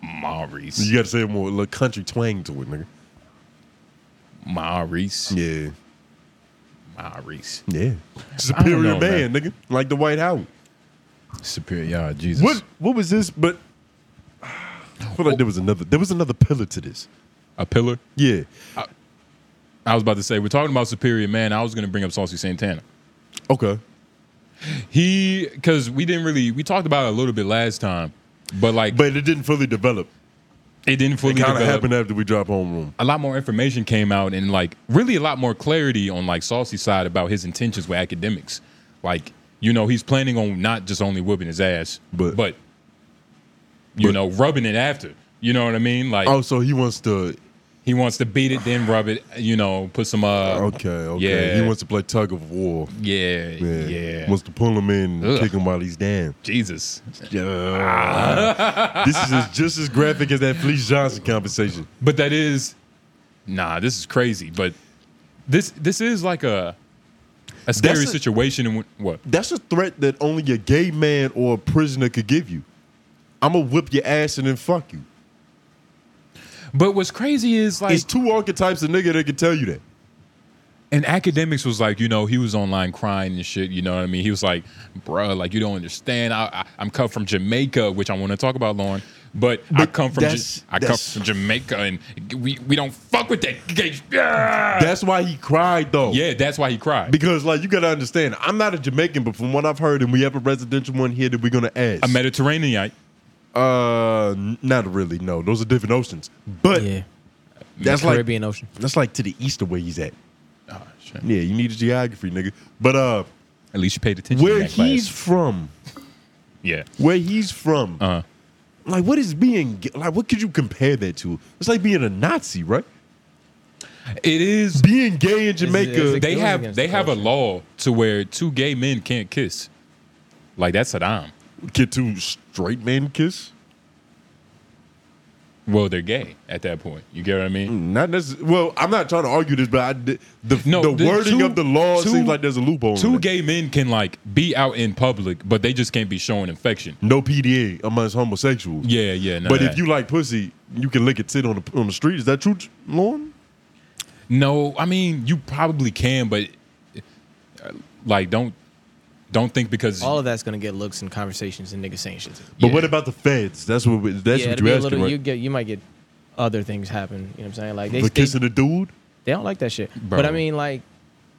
[SPEAKER 1] Maurice.
[SPEAKER 2] You gotta say it more, a little country twang to it, nigga.
[SPEAKER 1] Maurice.
[SPEAKER 2] Yeah.
[SPEAKER 1] Maurice.
[SPEAKER 2] Yeah.
[SPEAKER 1] I
[SPEAKER 2] Superior
[SPEAKER 1] don't know,
[SPEAKER 2] man, nigga. Like the White House.
[SPEAKER 1] Superior. Yeah, Jesus.
[SPEAKER 2] What what was this? But I feel like there was another there was another pillar to this.
[SPEAKER 1] A pillar.
[SPEAKER 2] Yeah.
[SPEAKER 1] I was about to say, we're talking about superior man. I was going to bring up Saucy Santana.
[SPEAKER 2] Okay.
[SPEAKER 1] He, because we didn't really, we talked about it a little bit last time, but like,
[SPEAKER 2] But it didn't fully develop.
[SPEAKER 1] it didn't fully
[SPEAKER 2] It kinda
[SPEAKER 1] develop.
[SPEAKER 2] happened after we dropped homeroom.
[SPEAKER 1] A lot more information came out and like really a lot more clarity on like Saucy's side about his intentions with academics. Like, you know, he's planning on not just only whooping his ass,
[SPEAKER 2] But-
[SPEAKER 1] but you
[SPEAKER 2] but-
[SPEAKER 1] know, rubbing it after. You know what I mean? Like,
[SPEAKER 2] Oh, so he wants to
[SPEAKER 1] He wants to beat it, then rub it. You know, put some. Uh,
[SPEAKER 2] Okay, okay.
[SPEAKER 1] Yeah,
[SPEAKER 2] He wants to play tug of war.
[SPEAKER 1] Yeah, yeah.
[SPEAKER 2] Wants to pull him in,
[SPEAKER 1] Ugh.
[SPEAKER 2] kick him while he's down.
[SPEAKER 1] Jesus,
[SPEAKER 2] this is as- just as graphic as that Fleece Johnson conversation.
[SPEAKER 1] but that is, nah. This is crazy. But this this is like a a scary
[SPEAKER 2] a-
[SPEAKER 1] situation. And wh- what?
[SPEAKER 2] That's a threat that only a gay man or a prisoner could give you. I'm gonna whip your ass and then fuck you.
[SPEAKER 1] But what's crazy is like,
[SPEAKER 2] It's two archetypes of nigga that can tell you that.
[SPEAKER 1] and academics was like, you know, he was online crying and shit. You know what I mean? He was like, bruh, like you don't understand. I, I I'm come from Jamaica, which I want to talk about, Lauren. But, I
[SPEAKER 2] But
[SPEAKER 1] come from Ja-
[SPEAKER 2] that's-
[SPEAKER 1] I come
[SPEAKER 2] that's-
[SPEAKER 1] from Jamaica, and we we don't fuck with that. gay- Yeah,
[SPEAKER 2] That's why he cried though.
[SPEAKER 1] yeah that's why he cried.
[SPEAKER 2] Because like you gotta understand, I'm not a Jamaican, but from what I've heard, and we have a residential one here that we're gonna ask.
[SPEAKER 1] a Mediterraneanite.
[SPEAKER 2] uh, n- not really. No, those are different oceans. But
[SPEAKER 5] yeah,
[SPEAKER 2] that's like
[SPEAKER 5] Caribbean Ocean.
[SPEAKER 2] That's like to the east of where he's at.
[SPEAKER 1] Oh, shit.
[SPEAKER 2] Yeah, you need a geography, nigga. But uh,
[SPEAKER 1] At least you paid attention.
[SPEAKER 2] where
[SPEAKER 1] in that class.
[SPEAKER 2] he's from,
[SPEAKER 1] yeah,
[SPEAKER 2] where he's from,
[SPEAKER 1] uh,
[SPEAKER 2] like what is being like? What could you compare that to? It's like being a Nazi, right?
[SPEAKER 1] it is.
[SPEAKER 2] Being gay in
[SPEAKER 5] is
[SPEAKER 2] Jamaica.
[SPEAKER 5] it-
[SPEAKER 1] They
[SPEAKER 5] goes
[SPEAKER 1] have
[SPEAKER 5] against
[SPEAKER 1] they
[SPEAKER 5] the
[SPEAKER 1] have a law to where two gay men can't kiss. Like that's Saddam.
[SPEAKER 2] Get to straight man kiss.
[SPEAKER 1] well, they're gay at that point. You get what I mean?
[SPEAKER 2] Not necessarily. Well, I'm not trying to argue this, but I, did- the
[SPEAKER 1] No,
[SPEAKER 2] the,
[SPEAKER 1] the
[SPEAKER 2] wording
[SPEAKER 1] two-
[SPEAKER 2] of the law
[SPEAKER 1] two-
[SPEAKER 2] seems like there's a loophole. in
[SPEAKER 1] Two
[SPEAKER 2] it.
[SPEAKER 1] gay men can like be out in public, but they just can't be showing infection.
[SPEAKER 2] no PDA amongst homosexuals.
[SPEAKER 1] Yeah, yeah. none
[SPEAKER 2] but
[SPEAKER 1] of
[SPEAKER 2] if
[SPEAKER 1] that.
[SPEAKER 2] you like pussy, you can lick it sit on the on the street. Is that true, Lauren?
[SPEAKER 1] No, I mean you probably can, but uh, like don't don't think because
[SPEAKER 5] All of that's gonna get looks and conversations and niggas saying shit.
[SPEAKER 2] But
[SPEAKER 1] Yeah.
[SPEAKER 2] what about the feds? That's what we- that's
[SPEAKER 5] yeah,
[SPEAKER 2] what
[SPEAKER 5] it'll be
[SPEAKER 2] you're
[SPEAKER 5] a
[SPEAKER 2] asking,
[SPEAKER 5] little.
[SPEAKER 2] right?
[SPEAKER 5] You get. You might get other things happen. You know what I'm saying? Like they
[SPEAKER 2] the
[SPEAKER 5] they,
[SPEAKER 2] kissing the dude.
[SPEAKER 5] they don't like that shit.
[SPEAKER 1] Bro.
[SPEAKER 5] But I mean, like,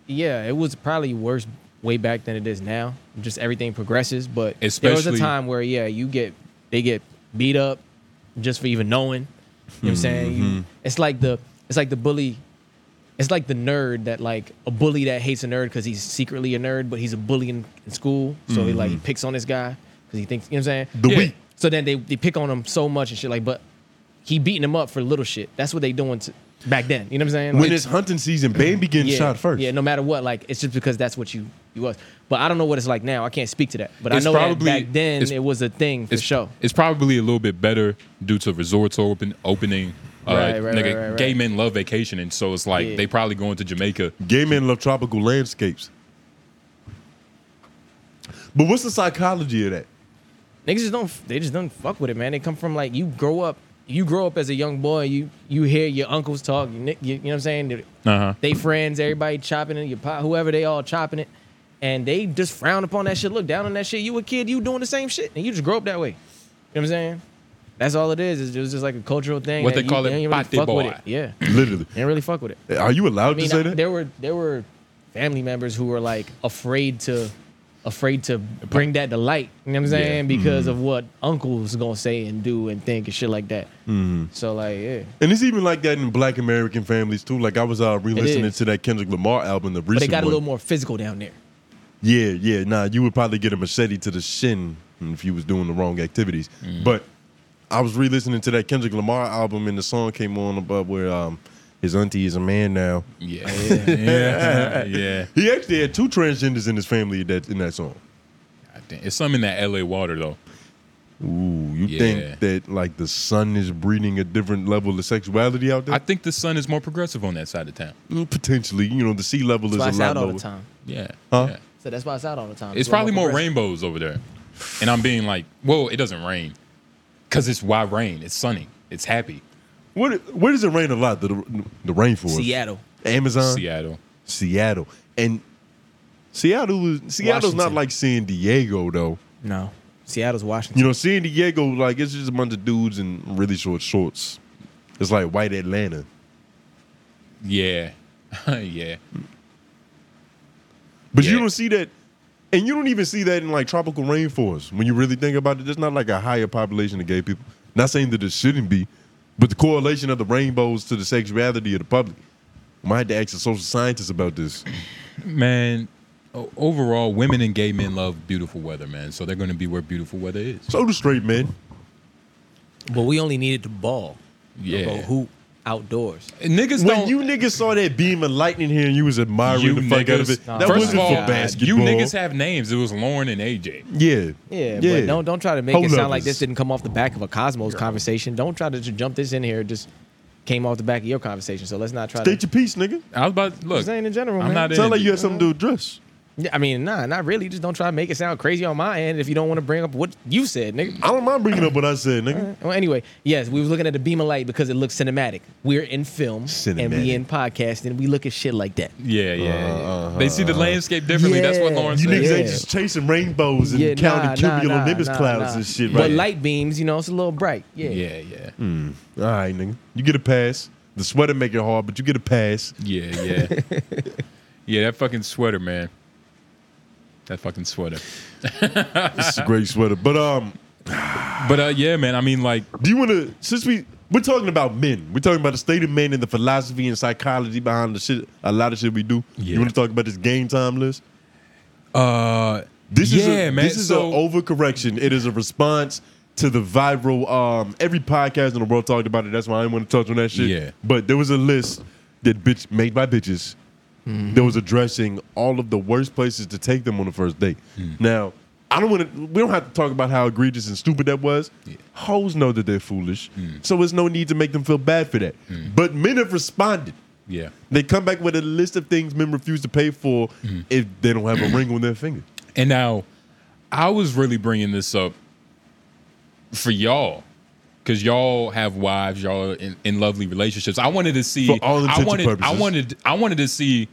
[SPEAKER 5] yeah, it was probably worse way back than it is now. Just everything progresses. But there was a
[SPEAKER 1] Especially-
[SPEAKER 5] time where yeah, you get they get beat up just for even knowing. You know what I'm saying? You, it's like the it's like the bully. It's like the nerd that like a bully that hates a nerd because he's secretly a nerd, but he's a bully in, in school. So he like he picks on this guy because he thinks you know what I'm saying.
[SPEAKER 2] The
[SPEAKER 1] Yeah.
[SPEAKER 2] weak.
[SPEAKER 5] So then they, they pick on him so much and shit like, but he beating him up for little shit. That's what they doing to, back then. You know what I'm saying?
[SPEAKER 2] When
[SPEAKER 5] Like,
[SPEAKER 2] it's hunting season, Bambi getting
[SPEAKER 5] yeah,
[SPEAKER 2] shot first.
[SPEAKER 5] Yeah, no matter what, like it's just because that's what you you was. But I don't know what it's like now. I can't speak to that. But
[SPEAKER 1] It's
[SPEAKER 5] I know
[SPEAKER 1] probably-
[SPEAKER 5] that back then
[SPEAKER 1] it's-
[SPEAKER 5] it was a thing for
[SPEAKER 1] it's
[SPEAKER 5] sure.
[SPEAKER 1] It's probably a little bit better due to resorts open opening. Uh,
[SPEAKER 5] Right, right,
[SPEAKER 1] nigga,
[SPEAKER 5] right, right, right.
[SPEAKER 1] gay men love vacation, and so it's like
[SPEAKER 5] Yeah.
[SPEAKER 1] they probably going to Jamaica.
[SPEAKER 2] Gay men love tropical landscapes. But what's the psychology of that?
[SPEAKER 5] Niggas just don't they just don't fuck with it, man. They come from like you grow up you grow up as a young boy. You you hear your uncles talk. You, ni- you, you know what I'm saying? They-
[SPEAKER 1] Uh-huh.
[SPEAKER 5] They friends, everybody chopping it. Your pop, whoever they all chopping it, and they just frown upon that shit. Look down on that shit. You a kid, you doing the same shit, and you just grow up that way. You know what I'm saying? That's all it is. It's just, it's just like a cultural thing.
[SPEAKER 1] What
[SPEAKER 5] that
[SPEAKER 1] they
[SPEAKER 5] you-
[SPEAKER 1] call
[SPEAKER 5] you
[SPEAKER 1] it,
[SPEAKER 5] ain't really
[SPEAKER 1] pate
[SPEAKER 5] fuck with
[SPEAKER 1] boy.
[SPEAKER 5] it. Yeah, you
[SPEAKER 2] Literally,
[SPEAKER 5] didn't really fuck with it.
[SPEAKER 2] are you allowed
[SPEAKER 5] I mean,
[SPEAKER 2] to say
[SPEAKER 5] I-
[SPEAKER 2] that?
[SPEAKER 5] there were there were family members who were like afraid to afraid to bring that to light. You know what I'm
[SPEAKER 1] Yeah.
[SPEAKER 5] saying? Because
[SPEAKER 2] Mm-hmm.
[SPEAKER 5] of what uncles gonna say and do and think and shit like that.
[SPEAKER 2] Mm-hmm.
[SPEAKER 5] So like, yeah.
[SPEAKER 2] And it's even like that in Black American families too. Like I was uh, re-listening
[SPEAKER 5] is.
[SPEAKER 2] to that Kendrick Lamar album, the recent
[SPEAKER 5] But it got a
[SPEAKER 2] one.
[SPEAKER 5] little more physical down there.
[SPEAKER 2] Yeah, yeah. Nah, you would probably get a machete to the shin if you was doing the wrong activities.
[SPEAKER 5] Mm.
[SPEAKER 2] But I was re-listening to that Kendrick Lamar album, and the song came on about where um, his auntie is a man now.
[SPEAKER 1] Yeah, yeah, yeah.
[SPEAKER 2] He actually had two transgenders in his family that in that song.
[SPEAKER 1] God damn. It's something in that L.A. water though.
[SPEAKER 2] Ooh, you
[SPEAKER 1] Yeah.
[SPEAKER 2] think that like the sun is breeding a different level of sexuality out there?
[SPEAKER 1] I think the sun is more progressive on that side of town.
[SPEAKER 2] Mm, Potentially, you know, the sea level
[SPEAKER 5] That's why
[SPEAKER 2] is
[SPEAKER 5] it's
[SPEAKER 2] a lot
[SPEAKER 5] out
[SPEAKER 2] lower.
[SPEAKER 5] all the time.
[SPEAKER 1] Yeah,
[SPEAKER 2] Huh?
[SPEAKER 1] yeah.
[SPEAKER 5] So that's why it's out all the time.
[SPEAKER 1] It's
[SPEAKER 5] a lot
[SPEAKER 1] probably more
[SPEAKER 5] progressive.
[SPEAKER 1] rainbows over there. And I'm being like, well, it doesn't rain. Because it's why rain? It's sunny. It's happy.
[SPEAKER 2] Where, where does it rain a lot? The, the rainforest.
[SPEAKER 5] Seattle.
[SPEAKER 2] Amazon.
[SPEAKER 1] Seattle.
[SPEAKER 2] Seattle. And Seattle is Seattle's not
[SPEAKER 5] Washington.
[SPEAKER 2] like San Diego though.
[SPEAKER 5] No, Seattle's Washington.
[SPEAKER 2] You know, San Diego, like it's just a bunch of dudes in really short shorts. It's like white Atlanta.
[SPEAKER 1] Yeah. yeah.
[SPEAKER 2] But you
[SPEAKER 1] Yeah.
[SPEAKER 2] don't see that and you don't even see that in like tropical rainforests. When you really think about it, there's not like a higher population of gay people. Not saying that there shouldn't be, but the correlation of the rainbows to the sexuality of the public. I had to ask a social scientist about this.
[SPEAKER 1] Man, o- overall, women and gay men love beautiful weather, man. So they're going to be where beautiful weather is.
[SPEAKER 2] So do straight men.
[SPEAKER 5] But we only needed the ball.
[SPEAKER 1] Yeah.
[SPEAKER 5] Go hoop outdoors.
[SPEAKER 1] Niggas
[SPEAKER 2] When
[SPEAKER 1] don't.
[SPEAKER 2] you niggas saw that beam of lightning here and you was admiring
[SPEAKER 1] you
[SPEAKER 2] the fuck out of it,
[SPEAKER 1] niggas-
[SPEAKER 2] that
[SPEAKER 1] First of
[SPEAKER 2] wasn't
[SPEAKER 1] all,
[SPEAKER 2] for basketball.
[SPEAKER 1] You niggas have names. It was Lauren and AJ.
[SPEAKER 2] Yeah.
[SPEAKER 5] Yeah, but don't don't try to make
[SPEAKER 2] Hoe
[SPEAKER 5] it sound
[SPEAKER 2] lovers.
[SPEAKER 5] like this didn't come off the back of a Cosmos conversation. Don't try to just jump this in here. It just came off the back of your conversation. So let's not try
[SPEAKER 2] State
[SPEAKER 5] to.
[SPEAKER 2] your piece, nigga.
[SPEAKER 1] I was about to look.
[SPEAKER 5] Just ain't in general,
[SPEAKER 1] I'm
[SPEAKER 5] man.
[SPEAKER 1] not
[SPEAKER 2] Sound
[SPEAKER 1] in.
[SPEAKER 2] like you had something to address.
[SPEAKER 5] Yeah, I mean, nah, not really. Just don't try to make it sound crazy on my end if you don't want to bring up what you said, nigga.
[SPEAKER 2] I don't mind bringing up what I said, nigga.
[SPEAKER 5] Well, anyway, yes, we was looking at the beam of light because it looks cinematic. We're in film and
[SPEAKER 2] Cinematic.
[SPEAKER 5] we in podcast and we look at shit like that.
[SPEAKER 1] yeah, yeah. yeah. they see the landscape differently. That's what
[SPEAKER 5] Yeah.
[SPEAKER 1] Lauren
[SPEAKER 2] Uh-huh.
[SPEAKER 1] said.
[SPEAKER 2] You niggas
[SPEAKER 5] Yeah.
[SPEAKER 2] ain't just chasing rainbows and counting
[SPEAKER 5] nah, nah,
[SPEAKER 2] cumulonimbus
[SPEAKER 5] nah,
[SPEAKER 2] nimbus
[SPEAKER 5] nah,
[SPEAKER 2] clouds
[SPEAKER 5] nah.
[SPEAKER 2] and shit,
[SPEAKER 5] But
[SPEAKER 2] right?
[SPEAKER 5] light beams, you know, it's a little bright. Yeah.
[SPEAKER 1] Yeah, yeah.
[SPEAKER 2] All right, nigga. You get a pass. The sweater make it hard, but you get a pass.
[SPEAKER 1] Yeah, yeah. yeah, that fucking sweater, man. That fucking sweater.
[SPEAKER 2] It's a great sweater. But um,
[SPEAKER 1] But uh, yeah, man, I mean, like,
[SPEAKER 2] do you want to? Since we we're talking about men, we're talking about the state of men and the philosophy and psychology behind the shit. A lot of shit we do.
[SPEAKER 1] Yeah.
[SPEAKER 2] You want to talk about this game time list?
[SPEAKER 1] uh,
[SPEAKER 2] This
[SPEAKER 1] yeah,
[SPEAKER 2] is a,
[SPEAKER 1] man.
[SPEAKER 2] This is
[SPEAKER 1] so,
[SPEAKER 2] an overcorrection. It is a response to the viral. Um, every podcast in the world talked about it. That's why I didn't want to touch on that shit.
[SPEAKER 1] Yeah.
[SPEAKER 2] But there was a list that bitch made by bitches. That was addressing all of the worst places to take them on the first date. Now, I don't want to. We don't have to talk about how egregious and stupid that was. Hoes know that they're foolish, so there's no need to make them feel bad for that. But men have responded.
[SPEAKER 1] Yeah.
[SPEAKER 2] They come back with a list of things men refuse to pay for if they don't have a ring on their finger.
[SPEAKER 1] And now, I was really bringing this up for y'all because y'all have wives, y'all are in, in lovely relationships. I wanted to see.
[SPEAKER 2] For all intents
[SPEAKER 1] I
[SPEAKER 2] and
[SPEAKER 1] wanted. I
[SPEAKER 2] purposes.
[SPEAKER 1] wanted. I wanted to see.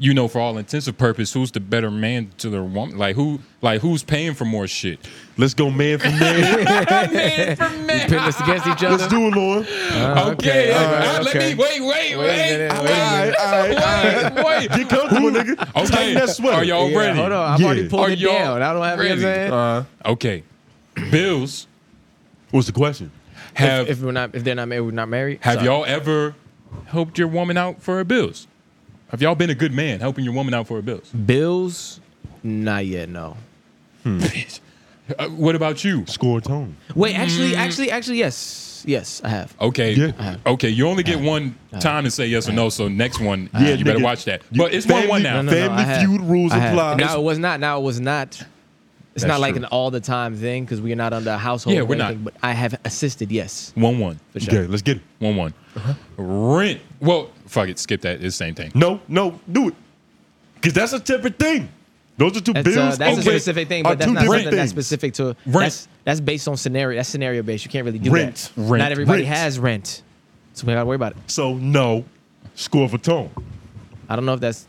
[SPEAKER 1] You know, for all intents and purpose, who's the better man to the woman? Like who? Like who's paying for more shit?
[SPEAKER 2] Let's go, man, from there.
[SPEAKER 3] Pit us against each
[SPEAKER 2] Let's
[SPEAKER 3] other.
[SPEAKER 2] do it, Lauren.
[SPEAKER 1] okay,
[SPEAKER 3] Uh-huh. okay, all right,
[SPEAKER 1] let
[SPEAKER 3] okay.
[SPEAKER 1] me wait, wait, wait,
[SPEAKER 3] minute,
[SPEAKER 1] I'm
[SPEAKER 3] wait a
[SPEAKER 1] not-
[SPEAKER 2] All right, all right, all right.
[SPEAKER 1] wait, wait.
[SPEAKER 2] Get comfortable, nigga.
[SPEAKER 1] Okay,
[SPEAKER 2] Tighten that sweater.
[SPEAKER 1] are y'all
[SPEAKER 3] Yeah,
[SPEAKER 1] ready?
[SPEAKER 3] hold on, I've
[SPEAKER 2] Yeah.
[SPEAKER 3] already pulled
[SPEAKER 1] Are
[SPEAKER 3] it
[SPEAKER 1] y'all
[SPEAKER 3] down. I don't have you know what I'm
[SPEAKER 1] ready?
[SPEAKER 3] saying?
[SPEAKER 2] Uh,
[SPEAKER 1] Okay, bills
[SPEAKER 2] what's the question?
[SPEAKER 1] have
[SPEAKER 5] if, if we're not, if they're not married, we're not married.
[SPEAKER 1] Have
[SPEAKER 5] Sorry.
[SPEAKER 1] y'all ever helped your woman out for her bills? Have y'all been a good man helping your woman out for her bills?
[SPEAKER 5] bills? Not yet. No.
[SPEAKER 1] Uh, what about you?
[SPEAKER 2] Score tone.
[SPEAKER 5] Wait, actually,
[SPEAKER 1] Mm.
[SPEAKER 5] actually, actually, yes, yes, I have.
[SPEAKER 1] Okay, Uh-huh.
[SPEAKER 2] Yeah.
[SPEAKER 1] okay. You only get one time to say yes or no. So next one,
[SPEAKER 2] Yeah,
[SPEAKER 1] you better
[SPEAKER 2] nigga.
[SPEAKER 1] watch that.
[SPEAKER 2] You-
[SPEAKER 1] But it's one one now.
[SPEAKER 2] No, no. Family
[SPEAKER 5] I have.
[SPEAKER 2] Feud rules
[SPEAKER 5] I have.
[SPEAKER 2] apply.
[SPEAKER 5] No, it was not. No, it was not.
[SPEAKER 1] That's
[SPEAKER 5] It's not like
[SPEAKER 1] true.
[SPEAKER 5] an all the time thing because we are not under a household.
[SPEAKER 1] Yeah,
[SPEAKER 5] or
[SPEAKER 1] we're not.
[SPEAKER 5] anything, But I have assisted. Yes,
[SPEAKER 1] One one,
[SPEAKER 5] for sure.
[SPEAKER 2] Okay, let's get it.
[SPEAKER 1] one one. Rent. Well, fuck it. Skip that. It's the same thing.
[SPEAKER 2] No, no, do it. Because that's a separate thing. Those are two
[SPEAKER 5] That's, uh,
[SPEAKER 2] bills.
[SPEAKER 5] that's
[SPEAKER 1] okay,
[SPEAKER 5] a specific thing,
[SPEAKER 2] are
[SPEAKER 5] but that's
[SPEAKER 2] two
[SPEAKER 5] not
[SPEAKER 2] different
[SPEAKER 5] something that's
[SPEAKER 2] things.
[SPEAKER 5] specific to rent.
[SPEAKER 1] Rent.
[SPEAKER 5] That's, that's based on scenario. That's scenario based. You can't really do
[SPEAKER 2] Rent.
[SPEAKER 5] that.
[SPEAKER 1] Rent.
[SPEAKER 5] Not everybody
[SPEAKER 2] Rent.
[SPEAKER 5] has rent, so we gotta worry about it.
[SPEAKER 2] So no, score for tone.
[SPEAKER 5] I don't know if that's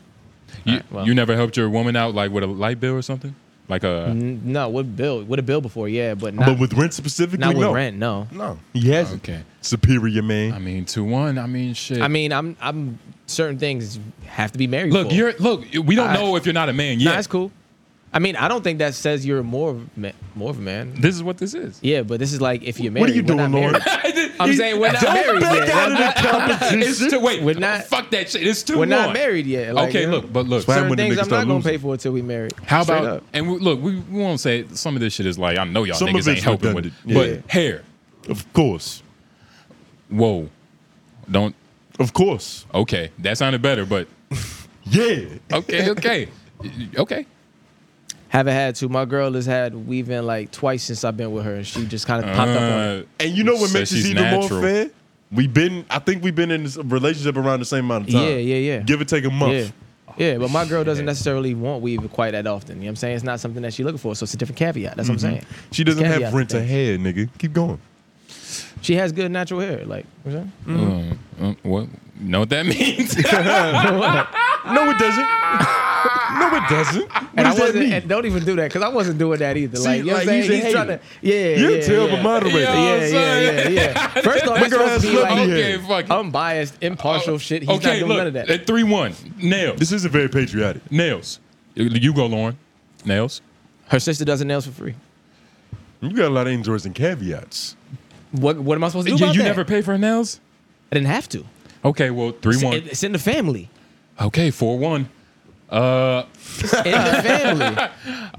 [SPEAKER 1] You,
[SPEAKER 5] Alright, well.
[SPEAKER 1] you never helped your woman out like with a light bill or something. Like a
[SPEAKER 5] n- no. What bill? What a bill before? Yeah, but not
[SPEAKER 2] but with rent specifically,
[SPEAKER 5] not with
[SPEAKER 2] no.
[SPEAKER 5] rent. No.
[SPEAKER 2] No, he hasn't.
[SPEAKER 1] Okay.
[SPEAKER 2] Superior man.
[SPEAKER 1] I mean two one. I mean shit.
[SPEAKER 5] I mean, I'm I'm certain things have to be married.
[SPEAKER 1] look,
[SPEAKER 5] for.
[SPEAKER 1] you're look. We don't
[SPEAKER 5] I-
[SPEAKER 1] know if you're not a man
[SPEAKER 5] Nah,
[SPEAKER 1] yet.
[SPEAKER 5] that's cool. I mean, I don't think that says you're more of a man, more of a man.
[SPEAKER 1] This is what this is.
[SPEAKER 5] Yeah, but this is like if you're married.
[SPEAKER 2] what are you
[SPEAKER 5] we're
[SPEAKER 2] doing,
[SPEAKER 5] not
[SPEAKER 2] Lauren?
[SPEAKER 5] married. I'm saying we're not married
[SPEAKER 2] Back
[SPEAKER 5] yet.
[SPEAKER 2] out of
[SPEAKER 5] We're,
[SPEAKER 2] the
[SPEAKER 1] It's
[SPEAKER 2] competition.
[SPEAKER 1] too, wait,
[SPEAKER 5] We're not-
[SPEAKER 1] fuck that shit. It's too
[SPEAKER 5] we're not
[SPEAKER 1] long.
[SPEAKER 5] married yet. Like,
[SPEAKER 1] okay,
[SPEAKER 5] you know,
[SPEAKER 1] look, but look.
[SPEAKER 2] That's why
[SPEAKER 5] certain
[SPEAKER 2] when the
[SPEAKER 5] things
[SPEAKER 2] niggas
[SPEAKER 5] I'm not
[SPEAKER 2] start
[SPEAKER 5] gonna
[SPEAKER 2] losing.
[SPEAKER 5] pay for until we married.
[SPEAKER 1] How
[SPEAKER 5] Straight
[SPEAKER 1] about
[SPEAKER 5] up.
[SPEAKER 1] and we, look? We, we won't say some of this shit is like I know y'all
[SPEAKER 2] Some of
[SPEAKER 1] niggas
[SPEAKER 2] it's
[SPEAKER 1] ain't helping with it,
[SPEAKER 2] redundant.
[SPEAKER 1] but
[SPEAKER 2] Yeah.
[SPEAKER 1] hair.
[SPEAKER 2] of course,
[SPEAKER 1] Whoa, don't.
[SPEAKER 2] of course.
[SPEAKER 1] Okay, that sounded better, but
[SPEAKER 2] Yeah,
[SPEAKER 1] okay, okay, okay.
[SPEAKER 5] haven't had to? My girl has had weaving like twice since I've been with her, and she just kind of popped up on it.
[SPEAKER 1] Uh,
[SPEAKER 2] and you know what
[SPEAKER 1] Says
[SPEAKER 2] makes
[SPEAKER 1] she's
[SPEAKER 2] it even
[SPEAKER 1] natural.
[SPEAKER 2] more fair? We've been, I think we've been in this relationship around the same amount of time.
[SPEAKER 5] Yeah, yeah, yeah.
[SPEAKER 2] Give or take
[SPEAKER 1] Uh,
[SPEAKER 2] a month.
[SPEAKER 5] Yeah. Yeah, but my girl doesn't necessarily want weave quite that often. You know what I'm saying? It's not something that she's looking for, so it's a different caveat. That's what I'm
[SPEAKER 1] Mm-hmm.
[SPEAKER 5] saying.
[SPEAKER 2] She doesn't
[SPEAKER 5] Caveat
[SPEAKER 2] have rent
[SPEAKER 5] thing.
[SPEAKER 2] ahead, nigga. Keep going.
[SPEAKER 5] She has good natural hair. Like, you know what I'm saying?
[SPEAKER 1] uh, what? Know what that means?
[SPEAKER 2] No, it doesn't. no, it doesn't. What
[SPEAKER 5] And I
[SPEAKER 2] does that
[SPEAKER 5] wasn't.
[SPEAKER 2] mean?
[SPEAKER 5] And don't even do that because I wasn't doing that either. like, you know what
[SPEAKER 2] like,
[SPEAKER 5] I'm saying?
[SPEAKER 2] he's a
[SPEAKER 5] He's, trying
[SPEAKER 2] hater.
[SPEAKER 5] to. Yeah,
[SPEAKER 2] You're a
[SPEAKER 5] yeah,
[SPEAKER 2] terrible
[SPEAKER 5] yeah.
[SPEAKER 2] moderator.
[SPEAKER 1] Yo.
[SPEAKER 5] Yeah, yeah, yeah, yeah. First off, it's
[SPEAKER 2] girl
[SPEAKER 5] supposed to
[SPEAKER 2] has
[SPEAKER 5] be
[SPEAKER 2] fluffy
[SPEAKER 5] like
[SPEAKER 1] okay, fuck. it.
[SPEAKER 5] unbiased,
[SPEAKER 1] Oh,
[SPEAKER 5] impartial shit. He's not doing none of that.
[SPEAKER 1] At three one, nails,
[SPEAKER 2] This isn't very patriotic.
[SPEAKER 1] nails. You go, Lauren. Nails.
[SPEAKER 5] Her sister does her nails for free.
[SPEAKER 2] You got a lot of interesting caveats.
[SPEAKER 5] What What am I supposed to do
[SPEAKER 1] Yeah,
[SPEAKER 5] about
[SPEAKER 1] you
[SPEAKER 5] that?
[SPEAKER 1] never pay for her nails.
[SPEAKER 5] I didn't have to.
[SPEAKER 1] Okay, well, three
[SPEAKER 5] It's,
[SPEAKER 1] one.
[SPEAKER 5] it's in the family.
[SPEAKER 1] Okay, four one.
[SPEAKER 5] In the family.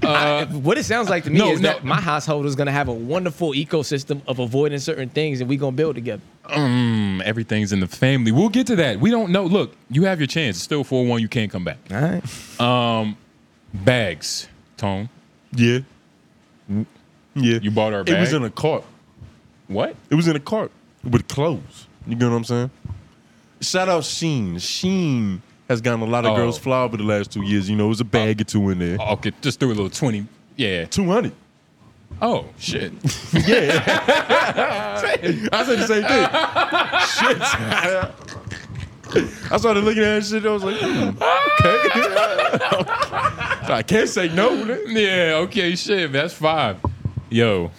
[SPEAKER 5] I- what it sounds like to me
[SPEAKER 1] no,
[SPEAKER 5] is
[SPEAKER 1] no.
[SPEAKER 5] that my household is going to have a wonderful ecosystem of avoiding certain things, and we're going to build together.
[SPEAKER 1] Mm, everything's in the family. We'll get to that. We don't know. Look, you have your chance. It's still 4 1. You can't come back.
[SPEAKER 5] All right.
[SPEAKER 1] Bags, Tone.
[SPEAKER 2] Yeah. Yeah.
[SPEAKER 1] You bought her a
[SPEAKER 2] It was
[SPEAKER 1] bag?
[SPEAKER 2] in a cart.
[SPEAKER 1] What?
[SPEAKER 2] It was in a cart with clothes. You get what I'm saying? Shout out Sheen. Sheen has gotten a lot of
[SPEAKER 1] Oh.
[SPEAKER 2] girls fly over the last two years. You know, it was a bag or two in there.
[SPEAKER 1] Okay, just threw a little 20. Yeah.
[SPEAKER 2] 200.
[SPEAKER 1] Oh, shit.
[SPEAKER 2] I said the same thing. shit. I started looking at that shit. I was like, hmm, okay. I can't say no.
[SPEAKER 1] yeah, okay, shit. That's five. Yo.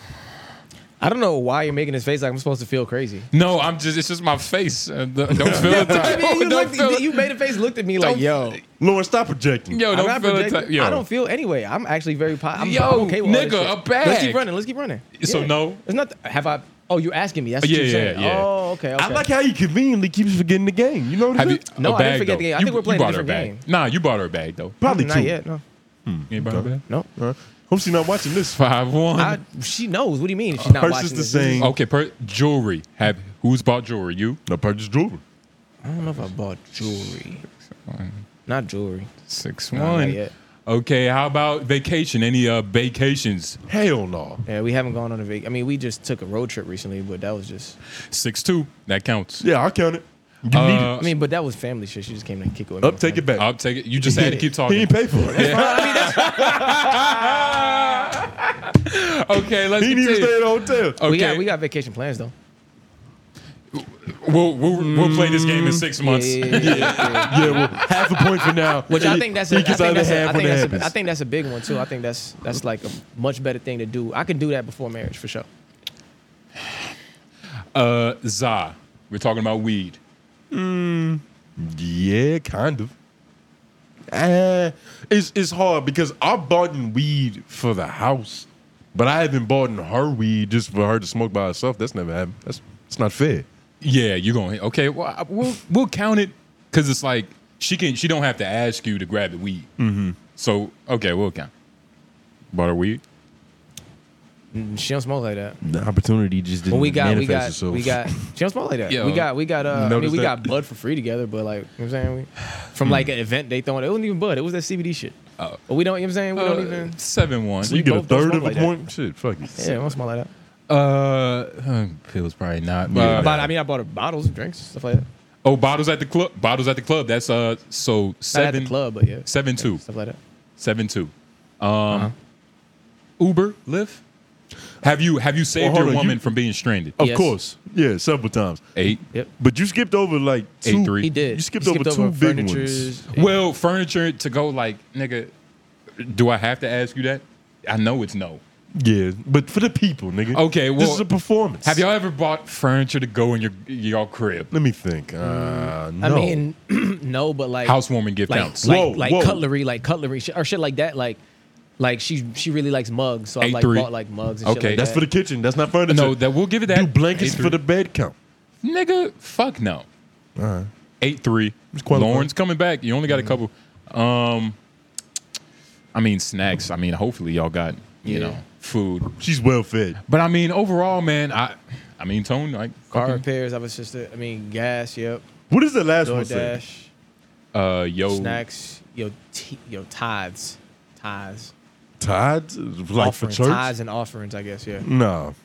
[SPEAKER 5] I don't know why you're making this face like I'm supposed to feel crazy.
[SPEAKER 1] No, I'm just, it's just my face. Uh, th- don't feel it.
[SPEAKER 5] I mean,
[SPEAKER 1] don't
[SPEAKER 5] you, looked,
[SPEAKER 1] feel
[SPEAKER 5] you
[SPEAKER 1] it.
[SPEAKER 5] made a face, looked at me like,
[SPEAKER 1] Don't-
[SPEAKER 5] yo.
[SPEAKER 2] Lauren, stop projecting.
[SPEAKER 1] Yo,
[SPEAKER 5] I'm
[SPEAKER 1] Oh, don't
[SPEAKER 5] not
[SPEAKER 1] feel it.
[SPEAKER 5] projecting.
[SPEAKER 1] Yo.
[SPEAKER 5] I don't feel anyway. I'm actually very po- I'm,
[SPEAKER 1] Yo,
[SPEAKER 5] I'm okay with all this
[SPEAKER 1] nigga,
[SPEAKER 5] shit.
[SPEAKER 1] a bag.
[SPEAKER 5] Let's keep running. Let's keep running.
[SPEAKER 1] So no?
[SPEAKER 5] It's not. have I? Oh, you're asking me. That's what
[SPEAKER 1] Yeah,
[SPEAKER 5] you're
[SPEAKER 1] yeah,
[SPEAKER 5] saying.
[SPEAKER 1] yeah.
[SPEAKER 5] Oh, okay. okay.
[SPEAKER 2] I like how he conveniently keeps forgetting the game. You know what I
[SPEAKER 1] Have
[SPEAKER 2] mean?
[SPEAKER 1] you,
[SPEAKER 5] No,
[SPEAKER 1] a
[SPEAKER 5] I didn't
[SPEAKER 1] bag,
[SPEAKER 5] forget
[SPEAKER 1] though.
[SPEAKER 5] the game. I think
[SPEAKER 1] You-
[SPEAKER 5] we're playing
[SPEAKER 1] you
[SPEAKER 5] a
[SPEAKER 1] bought her
[SPEAKER 5] different
[SPEAKER 1] bag. Nah, you bought her a bag, though.
[SPEAKER 2] Probably
[SPEAKER 5] Not
[SPEAKER 2] two.
[SPEAKER 5] yet. No.
[SPEAKER 1] You ain't bought her a bag?
[SPEAKER 5] No.
[SPEAKER 2] Huh? Hope she's not watching this.
[SPEAKER 1] Five, one.
[SPEAKER 5] I, she knows. What do you mean? She's not
[SPEAKER 2] Her
[SPEAKER 5] watching
[SPEAKER 2] sister
[SPEAKER 5] this.
[SPEAKER 2] saying,
[SPEAKER 1] okay, per- jewelry. Have Who's bought jewelry? You?
[SPEAKER 2] "No purchase jewelry."
[SPEAKER 5] I don't know if I bought jewelry. Not jewelry.
[SPEAKER 1] Six,
[SPEAKER 5] Nah, not
[SPEAKER 1] one.
[SPEAKER 5] yet.
[SPEAKER 1] Okay, how about vacation? Any uh vacations?
[SPEAKER 2] Hell no.
[SPEAKER 5] Yeah, we haven't gone on a vacation. I mean, we just took a road trip recently, but that was just.
[SPEAKER 1] Six two, that counts.
[SPEAKER 2] Yeah, I count it. You need it.
[SPEAKER 1] Uh,
[SPEAKER 5] I mean, but that was family shit. She just came to kick it with me.
[SPEAKER 2] Up, take it back.
[SPEAKER 1] I'll take it. You just had to keep
[SPEAKER 2] he
[SPEAKER 1] talking.
[SPEAKER 2] ain't pay for it.
[SPEAKER 1] Okay, let's
[SPEAKER 2] he didn't
[SPEAKER 1] continue.
[SPEAKER 2] even stay at a hotel.
[SPEAKER 1] Okay,
[SPEAKER 5] We got we got vacation plans though.
[SPEAKER 1] we'll, we'll we'll play this game in six months.
[SPEAKER 5] Mm-hmm. Yeah, yeah, yeah, yeah.
[SPEAKER 2] yeah, well, half a point for now.
[SPEAKER 5] Which I think that's a, I
[SPEAKER 2] he
[SPEAKER 5] think
[SPEAKER 2] gets either
[SPEAKER 5] that's a,
[SPEAKER 2] half
[SPEAKER 5] I
[SPEAKER 2] when
[SPEAKER 5] think
[SPEAKER 2] it
[SPEAKER 5] that's
[SPEAKER 2] happens.
[SPEAKER 5] a, I think that's a big one too. I think that's that's like a much better thing to do. I can do that before marriage for sure.
[SPEAKER 1] Uh, za, we're talking about weed.
[SPEAKER 2] Yeah, kind of. Uh, it's it's hard because I bought in weed for the house, but I haven't bought in her weed just for her to smoke by herself. That's never happened. That's it's not fair.
[SPEAKER 1] Yeah, you're going. Okay, well, I- we'll we'll count it because it's like she can. She don't have to ask you to grab the weed. Mm-hmm. So okay, we'll count. Bought her weed.
[SPEAKER 5] Mm, She don't smoke like that.
[SPEAKER 2] The opportunity just didn't
[SPEAKER 5] Well, we got we got
[SPEAKER 2] manifest itself.
[SPEAKER 5] we got. She don't smoke like that.
[SPEAKER 1] Yo.
[SPEAKER 5] We got we got. Uh, I
[SPEAKER 2] Notice
[SPEAKER 5] mean, we
[SPEAKER 2] that? Hmm.
[SPEAKER 5] got bud for free together, but like you know what I'm saying, we, from like an event they throwing it wasn't even bud. It was that CBD shit.
[SPEAKER 1] Oh.
[SPEAKER 5] But we don't. You know what I'm saying we
[SPEAKER 2] Uh,
[SPEAKER 5] don't even.
[SPEAKER 1] seven one.
[SPEAKER 2] you get a
[SPEAKER 5] both don't
[SPEAKER 2] third
[SPEAKER 5] smoke
[SPEAKER 2] of a
[SPEAKER 5] like that.
[SPEAKER 2] point. Shit, fuck it.
[SPEAKER 5] Yeah, it don't smoke like that.
[SPEAKER 1] Uh, huh, pills probably not.
[SPEAKER 2] Yeah.
[SPEAKER 1] Uh,
[SPEAKER 5] But I mean, I bought her bottles, drinks, stuff like that.
[SPEAKER 1] oh, bottles at the club. Bottles at the club. That's uh, so
[SPEAKER 5] Not
[SPEAKER 1] seven
[SPEAKER 5] at the club, but yeah,
[SPEAKER 1] seven two.
[SPEAKER 5] stuff like that.
[SPEAKER 1] Seven two. Um, Uber, Lyft. Have you have you saved
[SPEAKER 2] Well, hold
[SPEAKER 1] your
[SPEAKER 2] on, you- Oh.
[SPEAKER 1] woman from being stranded?
[SPEAKER 2] Of
[SPEAKER 5] Yes.
[SPEAKER 2] course, yeah, several times.
[SPEAKER 1] Eight.
[SPEAKER 5] Yep,
[SPEAKER 2] But you skipped over like two.
[SPEAKER 1] Eight, three.
[SPEAKER 5] he did.
[SPEAKER 2] You skipped
[SPEAKER 5] He
[SPEAKER 2] over two big ones.
[SPEAKER 5] furnitures.
[SPEAKER 1] Well, furniture to go like nigga. Do I have to ask you that? I know it's no.
[SPEAKER 2] Yeah, but for the people, nigga.
[SPEAKER 1] Okay,
[SPEAKER 2] this
[SPEAKER 1] well,
[SPEAKER 2] is a performance.
[SPEAKER 1] Have y'all ever bought furniture to go in your y'all crib?
[SPEAKER 2] Let me think. Uh, no.
[SPEAKER 5] I mean, no, but like
[SPEAKER 1] Housewarming gift
[SPEAKER 5] like
[SPEAKER 1] counts.
[SPEAKER 5] like,
[SPEAKER 2] Whoa,
[SPEAKER 5] like
[SPEAKER 2] whoa.
[SPEAKER 5] cutlery, like cutlery sh- or shit like that. Like like she she really likes mugs, so I like
[SPEAKER 1] A3.
[SPEAKER 5] bought like mugs. And
[SPEAKER 1] Okay.
[SPEAKER 5] shit like
[SPEAKER 2] that's
[SPEAKER 5] that.
[SPEAKER 2] for the kitchen. That's not furniture.
[SPEAKER 1] no, that we'll give it that.
[SPEAKER 2] do blankets
[SPEAKER 1] Eight
[SPEAKER 2] for
[SPEAKER 1] three.
[SPEAKER 2] the bed count.
[SPEAKER 1] nigga. Fuck no. Eight three.
[SPEAKER 2] qualified.
[SPEAKER 1] Lauren's coming back. You only
[SPEAKER 2] Mm-hmm.
[SPEAKER 1] got a couple. Um, I mean snacks. I mean, hopefully y'all got you
[SPEAKER 5] Yeah.
[SPEAKER 1] know food.
[SPEAKER 2] She's well fed.
[SPEAKER 1] But I mean, overall, man, I, I mean, Tone, like
[SPEAKER 5] car
[SPEAKER 1] fucking,
[SPEAKER 5] repairs. I was just uh, I mean gas. Yep.
[SPEAKER 2] What is the last one say?
[SPEAKER 5] DoorDash,
[SPEAKER 1] uh, yo,
[SPEAKER 5] snacks, yo t- yo tithes, tithes,
[SPEAKER 2] Tides? Like
[SPEAKER 5] offerings,
[SPEAKER 2] for church?
[SPEAKER 5] tithes and offerings. I guess yeah.
[SPEAKER 2] No.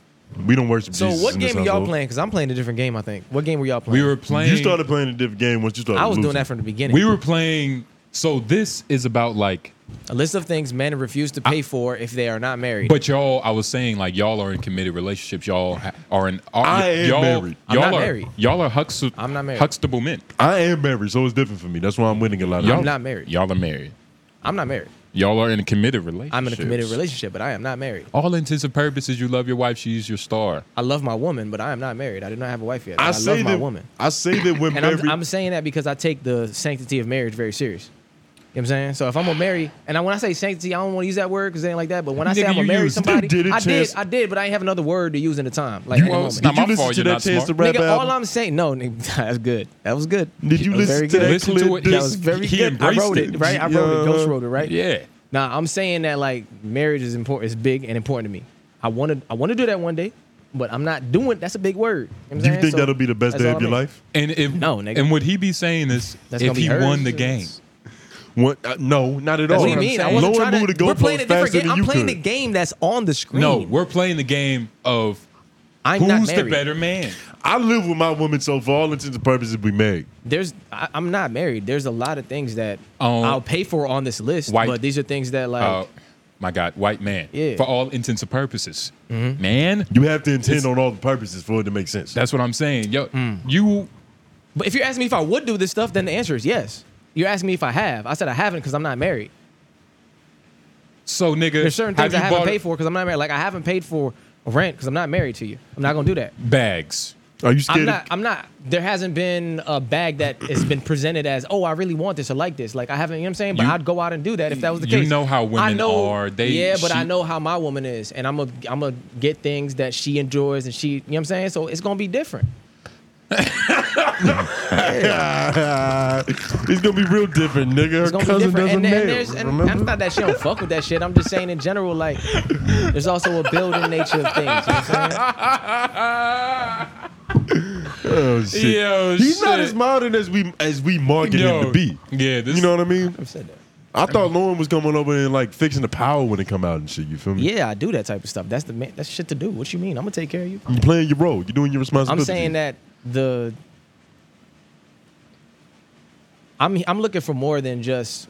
[SPEAKER 2] We don't worship
[SPEAKER 5] So
[SPEAKER 2] Jesus.
[SPEAKER 5] what
[SPEAKER 2] in this
[SPEAKER 5] game are y'all
[SPEAKER 2] household.
[SPEAKER 5] playing? Because I'm playing a different game. I think. What game were y'all playing?
[SPEAKER 1] we were playing.
[SPEAKER 2] You started playing a different game once you started
[SPEAKER 5] I was doing
[SPEAKER 2] losing.
[SPEAKER 5] that from the beginning.
[SPEAKER 1] We were playing. So this is about like,
[SPEAKER 5] a list of things men refuse to pay for if they are not married.
[SPEAKER 1] but y'all, I was saying like y'all are in committed relationships. Y'all ha- are in. Are,
[SPEAKER 2] I am
[SPEAKER 1] y'all,
[SPEAKER 2] married.
[SPEAKER 1] Y'all
[SPEAKER 5] I'm not
[SPEAKER 1] are
[SPEAKER 5] married.
[SPEAKER 1] y'all are Huxtable.
[SPEAKER 5] I'm not married.
[SPEAKER 1] Huxtable men.
[SPEAKER 2] I am married, so it's different for me. That's why I'm winning a lot of
[SPEAKER 1] Y'all,
[SPEAKER 5] I'm not married.
[SPEAKER 1] Y'all are married.
[SPEAKER 5] I'm not married.
[SPEAKER 1] Y'all are in a committed relationship.
[SPEAKER 5] I'm in a committed relationship, but I am not married.
[SPEAKER 1] All intents and purposes, you love your wife. She's your star.
[SPEAKER 5] I love my woman, but I am not married. I do not have a wife yet.
[SPEAKER 2] I,
[SPEAKER 5] I,
[SPEAKER 2] say
[SPEAKER 5] love my
[SPEAKER 2] that,
[SPEAKER 5] woman.
[SPEAKER 2] I say that when
[SPEAKER 5] And
[SPEAKER 2] married.
[SPEAKER 5] I'm, I'm saying that because I take the sanctity of marriage very serious. You know what I'm saying? So if I'm gonna marry, and I, when I say sanctity, I don't want to use that word because it ain't like that. But when I say
[SPEAKER 1] Nigga,
[SPEAKER 5] I'm gonna
[SPEAKER 1] you
[SPEAKER 5] marry
[SPEAKER 1] used-
[SPEAKER 5] somebody,
[SPEAKER 2] did it,
[SPEAKER 5] I did,
[SPEAKER 2] Chance.
[SPEAKER 5] I did, but I ain't have another word to use in the time, like in the
[SPEAKER 1] well,
[SPEAKER 5] moment.
[SPEAKER 1] it's not
[SPEAKER 2] did you
[SPEAKER 1] my
[SPEAKER 2] listen
[SPEAKER 1] fault
[SPEAKER 2] to
[SPEAKER 1] you're
[SPEAKER 2] that
[SPEAKER 1] not
[SPEAKER 2] chance to
[SPEAKER 1] smart.
[SPEAKER 2] rap
[SPEAKER 5] Nigga, all
[SPEAKER 2] album?
[SPEAKER 5] I'm saying, no, nigga, that's good. That was good.
[SPEAKER 2] Did you
[SPEAKER 5] That was
[SPEAKER 2] listen
[SPEAKER 5] very
[SPEAKER 2] to
[SPEAKER 5] good.
[SPEAKER 2] that
[SPEAKER 1] Listen to
[SPEAKER 2] clip?
[SPEAKER 1] it.
[SPEAKER 5] That
[SPEAKER 1] This-
[SPEAKER 5] was very
[SPEAKER 1] he
[SPEAKER 5] good. I
[SPEAKER 1] embraced
[SPEAKER 5] wrote it,
[SPEAKER 1] it.
[SPEAKER 5] right? I wrote it. Ghost wrote it, right?
[SPEAKER 1] Yeah.
[SPEAKER 5] Nah, I'm saying that like marriage is important. It's big and important to me. I want to I want to do that one day, but I'm not doing. That's a big word. You know what I'm
[SPEAKER 2] Do you
[SPEAKER 5] saying?
[SPEAKER 2] think
[SPEAKER 5] So
[SPEAKER 2] that'll be the best
[SPEAKER 5] that's
[SPEAKER 2] day
[SPEAKER 5] all
[SPEAKER 2] of your
[SPEAKER 5] I'm saying.
[SPEAKER 2] life?
[SPEAKER 1] And if
[SPEAKER 5] No, nigga.
[SPEAKER 1] And would he be saying this
[SPEAKER 5] That's
[SPEAKER 1] if
[SPEAKER 5] gonna be
[SPEAKER 1] he
[SPEAKER 5] hers.
[SPEAKER 1] won the
[SPEAKER 5] That's-
[SPEAKER 1] game?
[SPEAKER 2] What? Uh, no, not at all.
[SPEAKER 5] What do you mean? I
[SPEAKER 2] Lower
[SPEAKER 5] wasn't trying
[SPEAKER 2] move
[SPEAKER 5] to.
[SPEAKER 2] the
[SPEAKER 5] We're playing a
[SPEAKER 2] goalpost
[SPEAKER 5] different
[SPEAKER 2] faster
[SPEAKER 5] game.
[SPEAKER 2] than
[SPEAKER 5] I'm
[SPEAKER 2] you
[SPEAKER 5] playing
[SPEAKER 2] could.
[SPEAKER 5] the game that's on the screen.
[SPEAKER 1] No, we're playing the game of
[SPEAKER 5] I'm not
[SPEAKER 1] who's the
[SPEAKER 5] married.
[SPEAKER 1] better man.
[SPEAKER 2] I live with my woman, so for all intents and purposes, we married.
[SPEAKER 5] There's I, I'm not married. There's a lot of things that
[SPEAKER 1] Um,
[SPEAKER 5] I'll pay for on this list,
[SPEAKER 1] white-
[SPEAKER 5] but these are things that like
[SPEAKER 1] Uh, my God, white man.
[SPEAKER 5] Yeah. Mm-hmm.
[SPEAKER 1] For all intents and purposes, man.
[SPEAKER 2] You have to intend on all the purposes for it to make sense.
[SPEAKER 1] That's what I'm saying. Yo,
[SPEAKER 5] Mm.
[SPEAKER 1] you
[SPEAKER 5] But if you're asking me if I would do this stuff, then the answer is yes. You're asking me if I have. I said I haven't because I'm not married.
[SPEAKER 1] so nigga.
[SPEAKER 5] There's certain things
[SPEAKER 1] have
[SPEAKER 5] I
[SPEAKER 1] you
[SPEAKER 5] haven't
[SPEAKER 1] bought
[SPEAKER 5] paid for because I'm not married. Like I haven't paid for rent because I'm not married to you. I'm not gonna do that.
[SPEAKER 1] Bags.
[SPEAKER 2] Are you
[SPEAKER 5] I'm
[SPEAKER 2] scared?
[SPEAKER 5] not.
[SPEAKER 2] of,
[SPEAKER 5] I'm not. There hasn't been a bag that has been presented as, oh, I really want this or like this. Like I haven't. You know what I'm saying? But
[SPEAKER 1] You-
[SPEAKER 5] I'd go out and do that if that was the
[SPEAKER 1] you
[SPEAKER 5] case.
[SPEAKER 1] know how women
[SPEAKER 5] I know,
[SPEAKER 1] are. They-
[SPEAKER 5] yeah, but
[SPEAKER 1] she-
[SPEAKER 5] I know how my woman is, and I'm a. I'm a get things that she enjoys, and she. You know what I'm saying? So it's gonna be different.
[SPEAKER 2] it's gonna be real different, nigga. Her
[SPEAKER 5] It's gonna be
[SPEAKER 2] cousin
[SPEAKER 5] different.
[SPEAKER 2] doesn't
[SPEAKER 5] And,
[SPEAKER 2] mail.
[SPEAKER 5] and there's. And
[SPEAKER 2] remember?
[SPEAKER 5] I'm not that she don't fuck with that shit. I'm just saying in general, like, there's also a building nature of things. You know what I'm saying?
[SPEAKER 2] oh, shit.
[SPEAKER 1] Yo,
[SPEAKER 2] He's not
[SPEAKER 1] shit.
[SPEAKER 2] as modern as we as we market him to be.
[SPEAKER 1] Yeah, this
[SPEAKER 2] You know what I mean?
[SPEAKER 5] I've said that.
[SPEAKER 2] I thought Lauren was coming over there and like fixing the power when it come out and shit. You feel me?
[SPEAKER 5] Yeah, I do that type of stuff. That's the man. That's shit to do. What you mean? I'm gonna take care of you.
[SPEAKER 2] You playing your role. You doing your
[SPEAKER 5] I'm
[SPEAKER 2] responsibility.
[SPEAKER 5] saying that the I'm I'm looking for more than just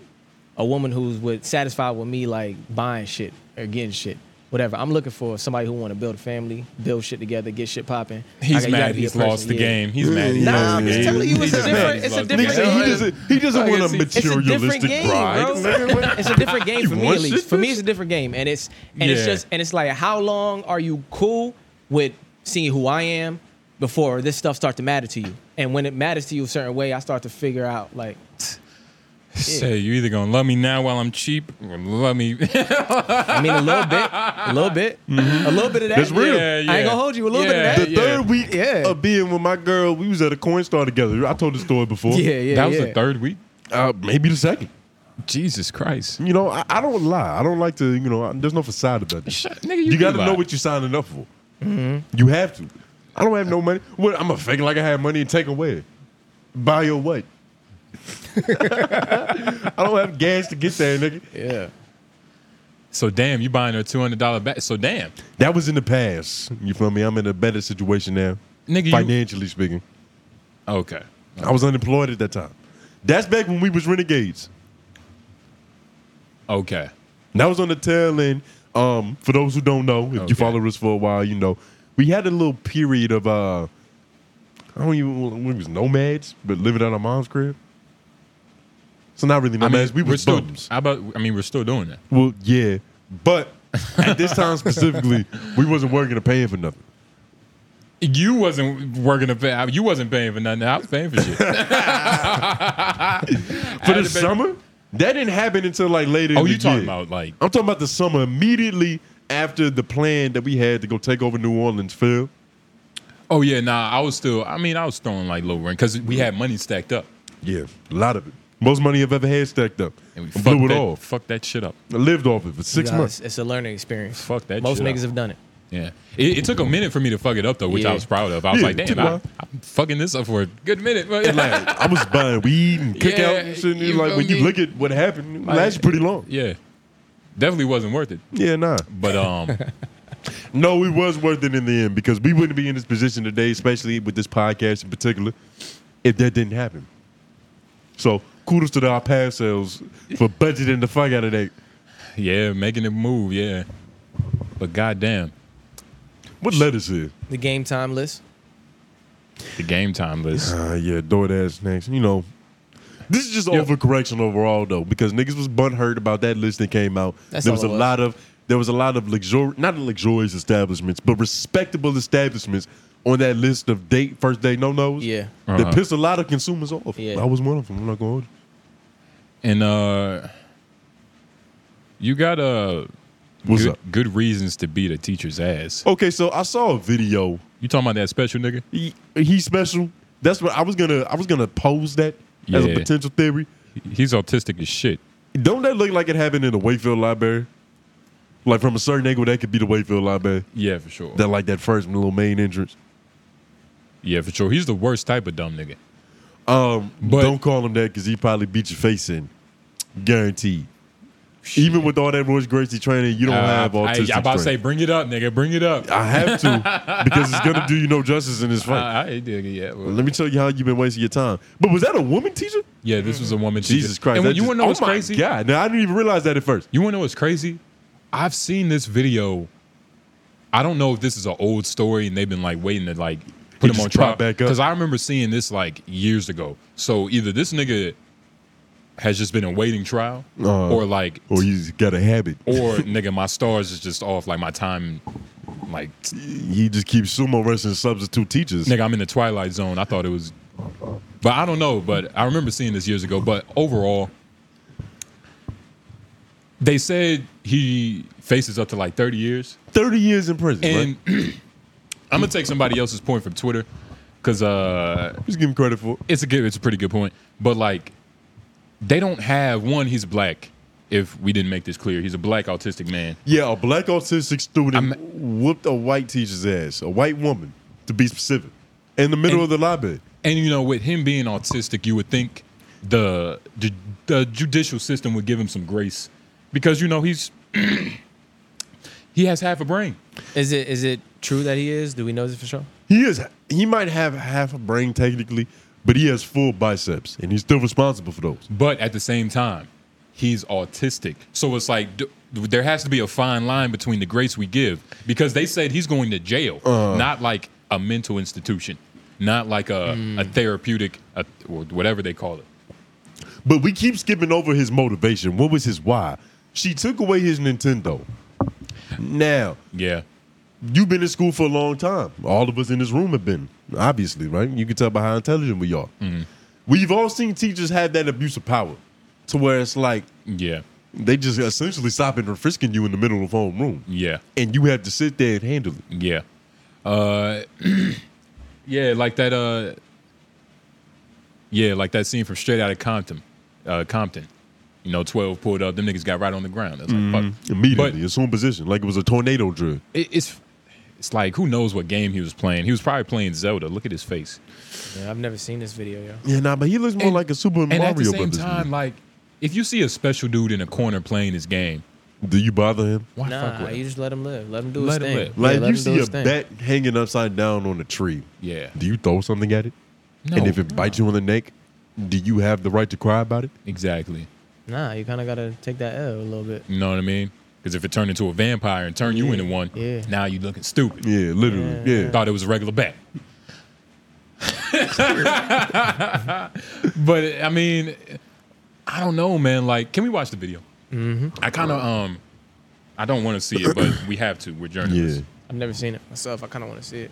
[SPEAKER 5] a woman who's with satisfied with me like buying shit or getting shit. Whatever. I'm looking for somebody who want to build a family, build shit together, get shit popping. I
[SPEAKER 1] He's
[SPEAKER 5] got- you gotta
[SPEAKER 1] mad.
[SPEAKER 5] be a
[SPEAKER 1] He's
[SPEAKER 5] person,
[SPEAKER 1] lost the
[SPEAKER 5] yeah.
[SPEAKER 1] game. He's mad. He
[SPEAKER 5] Nah,
[SPEAKER 1] lost
[SPEAKER 5] I'm
[SPEAKER 1] the
[SPEAKER 5] just
[SPEAKER 1] game.
[SPEAKER 5] telling you, it's
[SPEAKER 1] He's
[SPEAKER 5] a
[SPEAKER 1] just
[SPEAKER 5] different-
[SPEAKER 1] mad he's
[SPEAKER 5] it's a
[SPEAKER 1] lost the
[SPEAKER 5] different
[SPEAKER 2] Nigga,
[SPEAKER 1] game.
[SPEAKER 2] say he doesn't, he doesn't
[SPEAKER 1] I
[SPEAKER 2] want a
[SPEAKER 1] guess he- It's a
[SPEAKER 5] It's a different
[SPEAKER 2] materialistic
[SPEAKER 5] game,
[SPEAKER 2] bride.
[SPEAKER 5] bro. it's a different game for me
[SPEAKER 2] want
[SPEAKER 5] at
[SPEAKER 2] shit,
[SPEAKER 5] least. For me,
[SPEAKER 2] bitch?
[SPEAKER 5] it's a different game, and it's and it's
[SPEAKER 1] Yeah.
[SPEAKER 5] just and it's like, how long are you cool with seeing who I am before this stuff start to matter to you? And when it matters to you a certain way, I start to figure out like,
[SPEAKER 1] Say you either gonna love me now while I'm cheap, or love me.
[SPEAKER 5] I mean, a little bit, a little bit, a little bit of that.
[SPEAKER 2] That's Mm-hmm. real.
[SPEAKER 1] Yeah,
[SPEAKER 5] I
[SPEAKER 1] yeah.
[SPEAKER 5] ain't gonna hold you. A little
[SPEAKER 1] Yeah.
[SPEAKER 5] bit
[SPEAKER 2] The
[SPEAKER 5] of that.
[SPEAKER 2] third week
[SPEAKER 5] Yeah.
[SPEAKER 2] of being with my girl, we was at a coin star together. I told the story before.
[SPEAKER 5] Yeah, yeah,
[SPEAKER 1] that was
[SPEAKER 5] yeah.
[SPEAKER 1] the third week.
[SPEAKER 2] Uh, maybe the second.
[SPEAKER 1] Jesus Christ,
[SPEAKER 2] You know, I, I don't lie. I don't like to, you know, I- there's no facade about this.
[SPEAKER 1] Shut- nigga, you
[SPEAKER 2] you
[SPEAKER 1] do
[SPEAKER 2] got to
[SPEAKER 1] lie. Mm-hmm.
[SPEAKER 2] know what you're signing up for. You have to. I don't have no money. What, I'm going to fake like I have money and take away. Buy your what? I don't have gas to get there, nigga.
[SPEAKER 5] Yeah.
[SPEAKER 1] So damn, you buying her two hundred dollar back. So damn,
[SPEAKER 2] That was in the past. You feel me? I'm in a better situation now,
[SPEAKER 1] nigga, you
[SPEAKER 2] financially speaking.
[SPEAKER 1] okay?
[SPEAKER 2] I was unemployed at that time. That's back when we was renegades.
[SPEAKER 1] Okay,
[SPEAKER 2] And that was on the tail end. Um, for those who don't know, if
[SPEAKER 1] Okay.
[SPEAKER 2] you follow us for a while, you know we had a little period of uh, I don't even we was nomads, but living at our mom's crib. So not really
[SPEAKER 1] I mean,
[SPEAKER 2] nomads. we
[SPEAKER 1] we're
[SPEAKER 2] were
[SPEAKER 1] still.
[SPEAKER 2] bums.
[SPEAKER 1] How about? I mean, we're still doing that.
[SPEAKER 2] Well, yeah, but at this time specifically, we wasn't working or paying for nothing.
[SPEAKER 1] You wasn't working to pay. You wasn't paying for nothing. I was paying for shit.
[SPEAKER 2] For the
[SPEAKER 1] Had to pay-
[SPEAKER 2] summer, that didn't happen until like later.
[SPEAKER 1] Oh,
[SPEAKER 2] in the
[SPEAKER 1] you talking
[SPEAKER 2] year.
[SPEAKER 1] about like?
[SPEAKER 2] I'm talking about the summer immediately after the plan that we had to go take over New Orleans, Phil.
[SPEAKER 1] Oh yeah, nah. I was still. I mean, I was throwing like low rent because we had money stacked up.
[SPEAKER 2] Yeah, a lot of it. Most money I've ever had stacked up.
[SPEAKER 1] And we
[SPEAKER 2] I
[SPEAKER 1] fucked
[SPEAKER 2] blew it
[SPEAKER 1] that,
[SPEAKER 2] off.
[SPEAKER 1] Fucked that shit up.
[SPEAKER 2] I lived off it for six
[SPEAKER 5] Nah,
[SPEAKER 2] months.
[SPEAKER 5] it's, it's a learning experience.
[SPEAKER 1] Fuck that
[SPEAKER 5] Most
[SPEAKER 1] shit
[SPEAKER 5] niggas
[SPEAKER 1] up.
[SPEAKER 5] have done it.
[SPEAKER 1] Yeah, it, it took a minute for me to fuck it up though, which
[SPEAKER 5] Yeah.
[SPEAKER 1] I was proud of. I was
[SPEAKER 2] Yeah,
[SPEAKER 1] like,
[SPEAKER 2] it took
[SPEAKER 1] damn,
[SPEAKER 2] a
[SPEAKER 1] I,
[SPEAKER 2] while.
[SPEAKER 1] I'm fucking this up for a good minute. But
[SPEAKER 2] Like, I was buying weed and cookouts
[SPEAKER 1] Yeah,
[SPEAKER 2] and shit. And
[SPEAKER 1] you
[SPEAKER 2] like when
[SPEAKER 1] feel
[SPEAKER 2] you
[SPEAKER 1] me?
[SPEAKER 2] look at what happened, it lasted pretty long.
[SPEAKER 1] yeah, definitely wasn't worth it.
[SPEAKER 2] Yeah, nah.
[SPEAKER 1] But um,
[SPEAKER 2] No, it was worth it in the end because we wouldn't be in this position today, especially with this podcast in particular, if that didn't happen. So kudos to our past selves for budgeting the fuck out of that.
[SPEAKER 1] yeah, making it move. Yeah, but goddamn,
[SPEAKER 2] What letters is?
[SPEAKER 5] The game time list.
[SPEAKER 1] the game time list.
[SPEAKER 2] Ah, yeah, DoorDash snacks. You know, this is just overcorrection overall though, because niggas was butthurt about that list that came out.
[SPEAKER 5] That's
[SPEAKER 2] there
[SPEAKER 5] all
[SPEAKER 2] was
[SPEAKER 5] it
[SPEAKER 2] a
[SPEAKER 5] was.
[SPEAKER 2] lot of there was a lot of luxur not luxurious establishments, but respectable establishments on that list of date first date no nos.
[SPEAKER 5] Yeah.
[SPEAKER 1] Uh-huh.
[SPEAKER 2] that pissed a lot of consumers off.
[SPEAKER 5] Yeah.
[SPEAKER 2] I was one of them. I'm not going.
[SPEAKER 1] And uh, you got uh,
[SPEAKER 2] What's
[SPEAKER 1] good,
[SPEAKER 2] up?
[SPEAKER 1] good reasons to beat a teacher's ass.
[SPEAKER 2] Okay, so I saw a video.
[SPEAKER 1] You talking about that special nigga?
[SPEAKER 2] He, he's special. That's what I was gonna. I was gonna pose that as a
[SPEAKER 1] Yeah.
[SPEAKER 2] potential theory.
[SPEAKER 1] He's autistic as shit.
[SPEAKER 2] Don't that look like it happened in the Wakefield Library? Like from a certain angle, that could be the Wakefield Library.
[SPEAKER 1] Yeah, for sure.
[SPEAKER 2] that like that first little main entrance.
[SPEAKER 1] yeah, for sure. He's the worst type of dumb nigga.
[SPEAKER 2] Um,
[SPEAKER 1] But-
[SPEAKER 2] don't call him that because he probably beat your face in, guaranteed. Even with all that Royce Gracie training, you don't
[SPEAKER 1] Uh,
[SPEAKER 2] have
[SPEAKER 1] I,
[SPEAKER 2] autistic.
[SPEAKER 1] I about to say,
[SPEAKER 2] strength.
[SPEAKER 1] bring it up, nigga. Bring it up.
[SPEAKER 2] I have to because it's gonna do you no justice in this
[SPEAKER 1] I,
[SPEAKER 2] fight.
[SPEAKER 1] I, dig it, yeah. well,
[SPEAKER 2] Let me tell you how you've been wasting your time. But was that a woman teacher?
[SPEAKER 1] yeah, this was a woman. teacher.
[SPEAKER 2] Jesus Christ!
[SPEAKER 1] And
[SPEAKER 2] that
[SPEAKER 1] you
[SPEAKER 2] just-
[SPEAKER 1] want to know
[SPEAKER 2] oh
[SPEAKER 1] what's
[SPEAKER 2] my
[SPEAKER 1] crazy?
[SPEAKER 2] God! Now I didn't even realize that at first.
[SPEAKER 1] You want to know what's crazy? I've seen this video. I don't know if this is an old story and they've been like waiting to like put him
[SPEAKER 2] It just
[SPEAKER 1] on trial
[SPEAKER 2] popped back up.
[SPEAKER 1] because I remember seeing this like years ago. So either this nigga has just been in waiting trial,
[SPEAKER 2] Uh,
[SPEAKER 1] or like,
[SPEAKER 2] Or he's got a habit.
[SPEAKER 1] or nigga, my stars is just off. Like my time, like
[SPEAKER 2] He just keeps sumo wrestling substitute teachers.
[SPEAKER 1] Nigga, I'm in the twilight zone. I thought it was, but I don't know. But I remember seeing this years ago. But overall, they said he faces up to like 30 years.
[SPEAKER 2] Thirty years in prison.
[SPEAKER 1] And
[SPEAKER 2] right?
[SPEAKER 1] I'm gonna take somebody else's point from Twitter because uh,
[SPEAKER 2] Just give him credit for. it.
[SPEAKER 1] it's a good, it's a pretty good point. But like, they don't have one. He's black. If we didn't make this clear, he's a black autistic man.
[SPEAKER 2] Yeah, a black autistic student
[SPEAKER 1] I'm-
[SPEAKER 2] whooped a white teacher's ass, a white woman, to be specific, in the middle
[SPEAKER 1] And-
[SPEAKER 2] of the lobby.
[SPEAKER 1] And you know, with him being autistic, you would think the the, the judicial system would give him some grace because you know he's he has half a brain.
[SPEAKER 5] Is it is it true that he is? Do we know this for sure?
[SPEAKER 2] He is. He might have half a brain technically, but he has full biceps, and he's still responsible for those.
[SPEAKER 1] but at the same time, he's autistic. So it's like d- there has to be a fine line between the grace we give because they said he's going to jail, not like a mental institution, not like a, a therapeutic a, or whatever they call it.
[SPEAKER 2] But we keep skipping over his motivation. What was his why? She took away his Nintendo. Now
[SPEAKER 1] Yeah,
[SPEAKER 2] you've been in school for a long time. All of us in this room have been, obviously, right? You can tell by how intelligent we are.
[SPEAKER 1] Mm-hmm.
[SPEAKER 2] We've all seen teachers have that abuse of power, to where it's like
[SPEAKER 1] yeah,
[SPEAKER 2] they just essentially stopping and frisking you in the middle of homeroom,
[SPEAKER 1] yeah.
[SPEAKER 2] and you have to sit there and handle it.
[SPEAKER 1] Yeah. Uh yeah, like that uh Yeah, like that scene from Straight Outta Compton. Uh Compton. You know, 12 pulled up, them niggas got right on the ground. That's like
[SPEAKER 2] Mm-hmm.
[SPEAKER 1] fuck.
[SPEAKER 2] Immediately, assume position like it was a tornado drill.
[SPEAKER 1] But it, it's it's like who knows what game he was playing. He was probably playing Zelda. Look at his face.
[SPEAKER 5] Yeah, I've never seen this video, yo.
[SPEAKER 2] Yeah, nah, but he looks more
[SPEAKER 1] And-
[SPEAKER 2] like a Super
[SPEAKER 1] and
[SPEAKER 2] Mario
[SPEAKER 1] at the same
[SPEAKER 2] Brothers.
[SPEAKER 1] time,
[SPEAKER 2] nigga.
[SPEAKER 1] like if you see a special dude in a corner playing his game,
[SPEAKER 2] Do you bother him?
[SPEAKER 1] why fuck
[SPEAKER 5] Nah,
[SPEAKER 1] with
[SPEAKER 5] you
[SPEAKER 1] him?
[SPEAKER 5] just let him live. Let him do
[SPEAKER 1] Let
[SPEAKER 5] his
[SPEAKER 1] him
[SPEAKER 5] thing.
[SPEAKER 1] live.
[SPEAKER 5] Yeah,
[SPEAKER 2] Like
[SPEAKER 5] let
[SPEAKER 2] you
[SPEAKER 5] him do
[SPEAKER 2] see a
[SPEAKER 5] his thing.
[SPEAKER 2] bat hanging upside down on a tree.
[SPEAKER 1] Yeah.
[SPEAKER 2] Do you throw something at it?
[SPEAKER 1] No.
[SPEAKER 2] and if it bites you on the neck, do you have the right to cry about it?
[SPEAKER 1] exactly.
[SPEAKER 5] Nah, you kind of gotta take that L a little bit.
[SPEAKER 1] You know what I mean? Because if it turned into a vampire and turned you into one,
[SPEAKER 5] Yeah.
[SPEAKER 1] now you looking stupid.
[SPEAKER 2] Yeah, literally. Yeah.
[SPEAKER 1] thought it was a regular bat. but I mean, I don't know, man. Like, can we watch the video? Mm-hmm. I kind of um, I don't want to see it, but we have to. We're journalists.
[SPEAKER 2] Yeah.
[SPEAKER 5] I've never seen it myself. I kind of want to see it.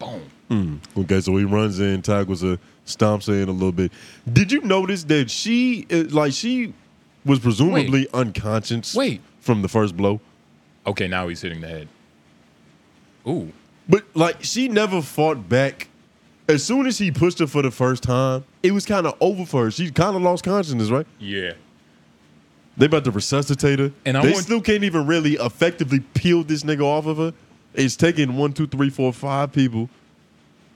[SPEAKER 1] Boom.
[SPEAKER 2] Okay, so he runs in, tackles her, stomps her in a little bit. Did you notice that she, uh, like, she was presumably unconscious
[SPEAKER 1] Wait.
[SPEAKER 2] from the first blow?
[SPEAKER 1] Okay, now he's hitting the head. Ooh.
[SPEAKER 2] But like she never fought back. As soon as he pushed her for the first time, it was kind of over for her. She kind of lost consciousness, right?
[SPEAKER 1] Yeah.
[SPEAKER 2] They about to resuscitate her,
[SPEAKER 1] And I
[SPEAKER 2] they
[SPEAKER 1] want-
[SPEAKER 2] still can't even really effectively peel this nigga off of her. It's taking one, two, three, four, five people.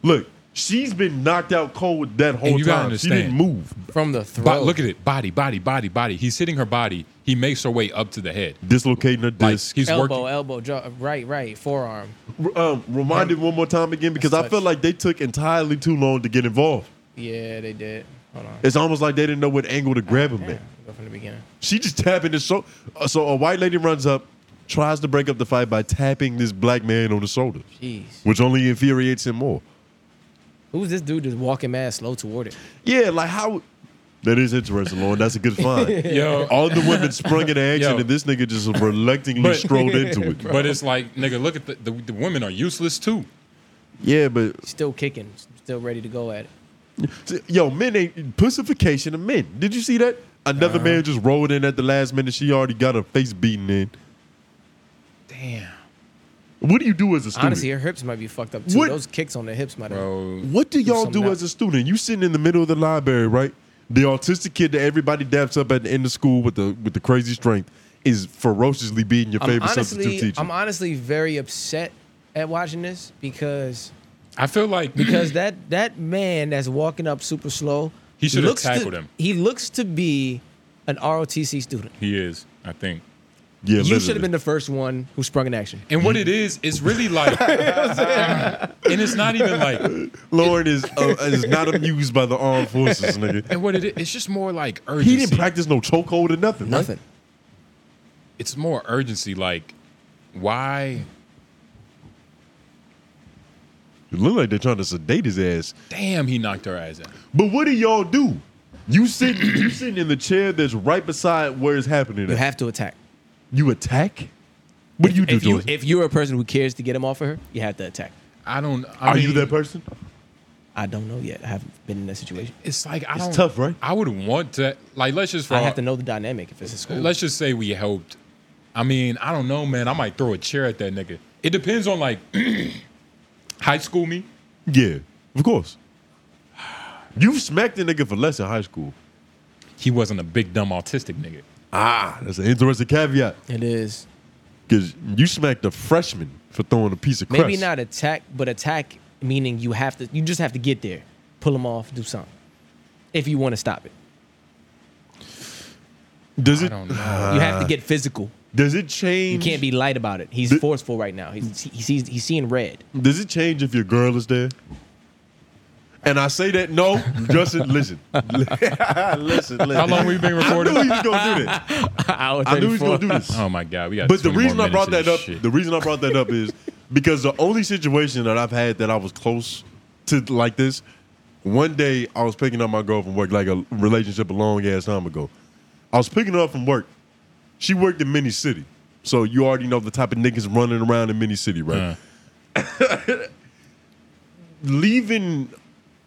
[SPEAKER 2] Look, she's been knocked out cold that whole
[SPEAKER 1] you gotta
[SPEAKER 2] time. She didn't
[SPEAKER 1] understand.
[SPEAKER 2] move.
[SPEAKER 5] From the throat.
[SPEAKER 1] But look at it. Body, body, body, body. He's hitting her body. He makes her way up to the head.
[SPEAKER 2] Dislocating her
[SPEAKER 1] Like
[SPEAKER 2] disc.
[SPEAKER 1] he's
[SPEAKER 5] elbow,
[SPEAKER 1] working.
[SPEAKER 5] elbow, jaw, right, right, forearm.
[SPEAKER 2] um, remind it one more time again because I
[SPEAKER 5] Touch.
[SPEAKER 2] felt like they took entirely too long to get involved.
[SPEAKER 5] Yeah, they did. Hold on.
[SPEAKER 2] It's almost like they didn't know what angle to grab him
[SPEAKER 5] Damn,
[SPEAKER 2] at.
[SPEAKER 5] go from the beginning.
[SPEAKER 2] She just tapping his shoulder. So a white lady runs up, tries to break up the fight by tapping this black man on the shoulder,
[SPEAKER 5] Jeez.
[SPEAKER 2] which only infuriates him more.
[SPEAKER 5] Who's this dude just walking mad slow toward it?
[SPEAKER 2] Yeah, like how. That is interesting, Lauren. That's a good find.
[SPEAKER 1] Yo.
[SPEAKER 2] All the women sprung into action,
[SPEAKER 1] Yo.
[SPEAKER 2] and this nigga just reluctantly
[SPEAKER 1] But-
[SPEAKER 2] strolled into it.
[SPEAKER 1] But it's like, nigga, look at the, the the women are useless too.
[SPEAKER 2] yeah, but
[SPEAKER 5] Still kicking, still ready to go at it.
[SPEAKER 2] yo, men ain't pussification of men. Did you see that? Another man just rolled in at the last minute. She already got her face beaten in.
[SPEAKER 5] Damn.
[SPEAKER 2] What do you do as a student?
[SPEAKER 5] Honestly, her hips might be fucked up too.
[SPEAKER 2] What-
[SPEAKER 5] Those kicks on the hips might have.
[SPEAKER 1] Bro,
[SPEAKER 2] What do y'all
[SPEAKER 5] something
[SPEAKER 2] do
[SPEAKER 5] else.
[SPEAKER 2] as a student? You sitting in the middle of the library, right? The autistic kid that everybody daps up at the end of school with the with the crazy strength is ferociously beating your
[SPEAKER 5] I'm
[SPEAKER 2] favorite
[SPEAKER 5] honestly,
[SPEAKER 2] substitute teacher.
[SPEAKER 5] I'm honestly very upset at watching this because
[SPEAKER 1] I feel like
[SPEAKER 5] because that that man that's walking up super slow.
[SPEAKER 1] He should have
[SPEAKER 5] looks to-
[SPEAKER 1] tackled him.
[SPEAKER 5] He looks to be an ROTC student.
[SPEAKER 1] he is. I think.
[SPEAKER 2] yeah,
[SPEAKER 5] You
[SPEAKER 2] literally.
[SPEAKER 5] should have been the first one who sprung an action.
[SPEAKER 1] And what it is, it's really like, and it's not even like,
[SPEAKER 2] Lauren is uh, is not amused by the armed forces, nigga.
[SPEAKER 1] and what it is, it's just more like urgency.
[SPEAKER 2] He didn't practice no chokehold or nothing. right?
[SPEAKER 5] Nothing.
[SPEAKER 1] It's more urgency. Like, why?
[SPEAKER 2] It look like they're trying to sedate his ass.
[SPEAKER 1] Damn, he knocked her ass out.
[SPEAKER 2] But what do y'all do? You sit you sitting in the chair that's right beside where it's happening.
[SPEAKER 5] You
[SPEAKER 2] at.
[SPEAKER 5] have to attack.
[SPEAKER 2] you attack? What do you do,
[SPEAKER 5] If you
[SPEAKER 2] Jordan?
[SPEAKER 5] if you're a person who cares to get him off of her, you have to attack.
[SPEAKER 1] I don't. I
[SPEAKER 2] Are you
[SPEAKER 1] mean,
[SPEAKER 2] that person?
[SPEAKER 5] I don't know yet. I haven't been in that situation.
[SPEAKER 1] It's like I
[SPEAKER 2] It's
[SPEAKER 1] don't.
[SPEAKER 2] tough, right?
[SPEAKER 1] I would want to. Like, let's just. For,
[SPEAKER 5] I have to know the dynamic if it's a school.
[SPEAKER 1] Let's just say we helped. I mean, I don't know, man. I might throw a chair at that nigga. It depends on like high school me.
[SPEAKER 2] Yeah, of course. You've smacked a nigga for less in high school.
[SPEAKER 1] He wasn't a big dumb autistic nigga.
[SPEAKER 2] Ah, that's an interesting caveat.
[SPEAKER 5] It is
[SPEAKER 2] Because you smacked a freshman for throwing a piece of crust.
[SPEAKER 5] maybe not attack, but attack meaning you have to. You just have to get there, pull him off, do something. if you want to stop it.
[SPEAKER 2] Does
[SPEAKER 1] I
[SPEAKER 2] it
[SPEAKER 1] don't know.
[SPEAKER 5] You have to get physical.
[SPEAKER 2] does it
[SPEAKER 5] You
[SPEAKER 2] change?
[SPEAKER 5] can't be light about it. He's
[SPEAKER 2] Th-
[SPEAKER 5] forceful right now. He's he sees he's seeing red.
[SPEAKER 2] Does it change if your girl is there? And I say that no, Justin. Listen, listen, listen.
[SPEAKER 1] How long we been
[SPEAKER 2] I
[SPEAKER 1] recording?
[SPEAKER 2] knew he was gonna do that. I knew he was gonna do this.
[SPEAKER 1] Oh my god, we got.
[SPEAKER 2] But the
[SPEAKER 1] 20 more
[SPEAKER 2] reason I
[SPEAKER 1] minutes
[SPEAKER 2] brought
[SPEAKER 1] of
[SPEAKER 2] that
[SPEAKER 1] this
[SPEAKER 2] up,
[SPEAKER 1] shit.
[SPEAKER 2] the reason I brought that up is because the only situation that I've had that I was close to like this, one day I was picking up my girl from work, like a relationship a long ass time ago. I was picking her up from work. She worked in Mini City. So you already know the type of niggas running around in Mini City, right?
[SPEAKER 1] Uh,
[SPEAKER 2] leaving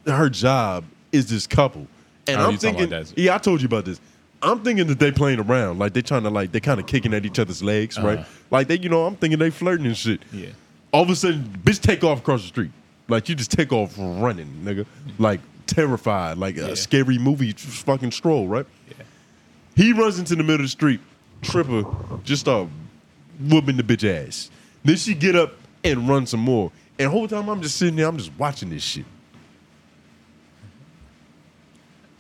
[SPEAKER 2] her job is this couple. And
[SPEAKER 1] Oh,
[SPEAKER 2] I'm
[SPEAKER 1] you talking
[SPEAKER 2] thinking,
[SPEAKER 1] about that.
[SPEAKER 2] yeah, I told you about this. I'm thinking that they playing around, like they trying to like they kind of kicking at each other's legs,
[SPEAKER 5] Uh-huh.
[SPEAKER 2] right? Like they, you know, I'm thinking they flirting and shit.
[SPEAKER 1] Yeah.
[SPEAKER 2] All of a sudden, bitch, take off across the street. Like you just take off running, nigga. Like terrified, like a scary movie fucking stroll, right? Yeah. He runs into the middle of the street. Tripper just start whooping the bitch ass. Then she get up and run some more. And whole time I'm just sitting there, I'm just watching this shit.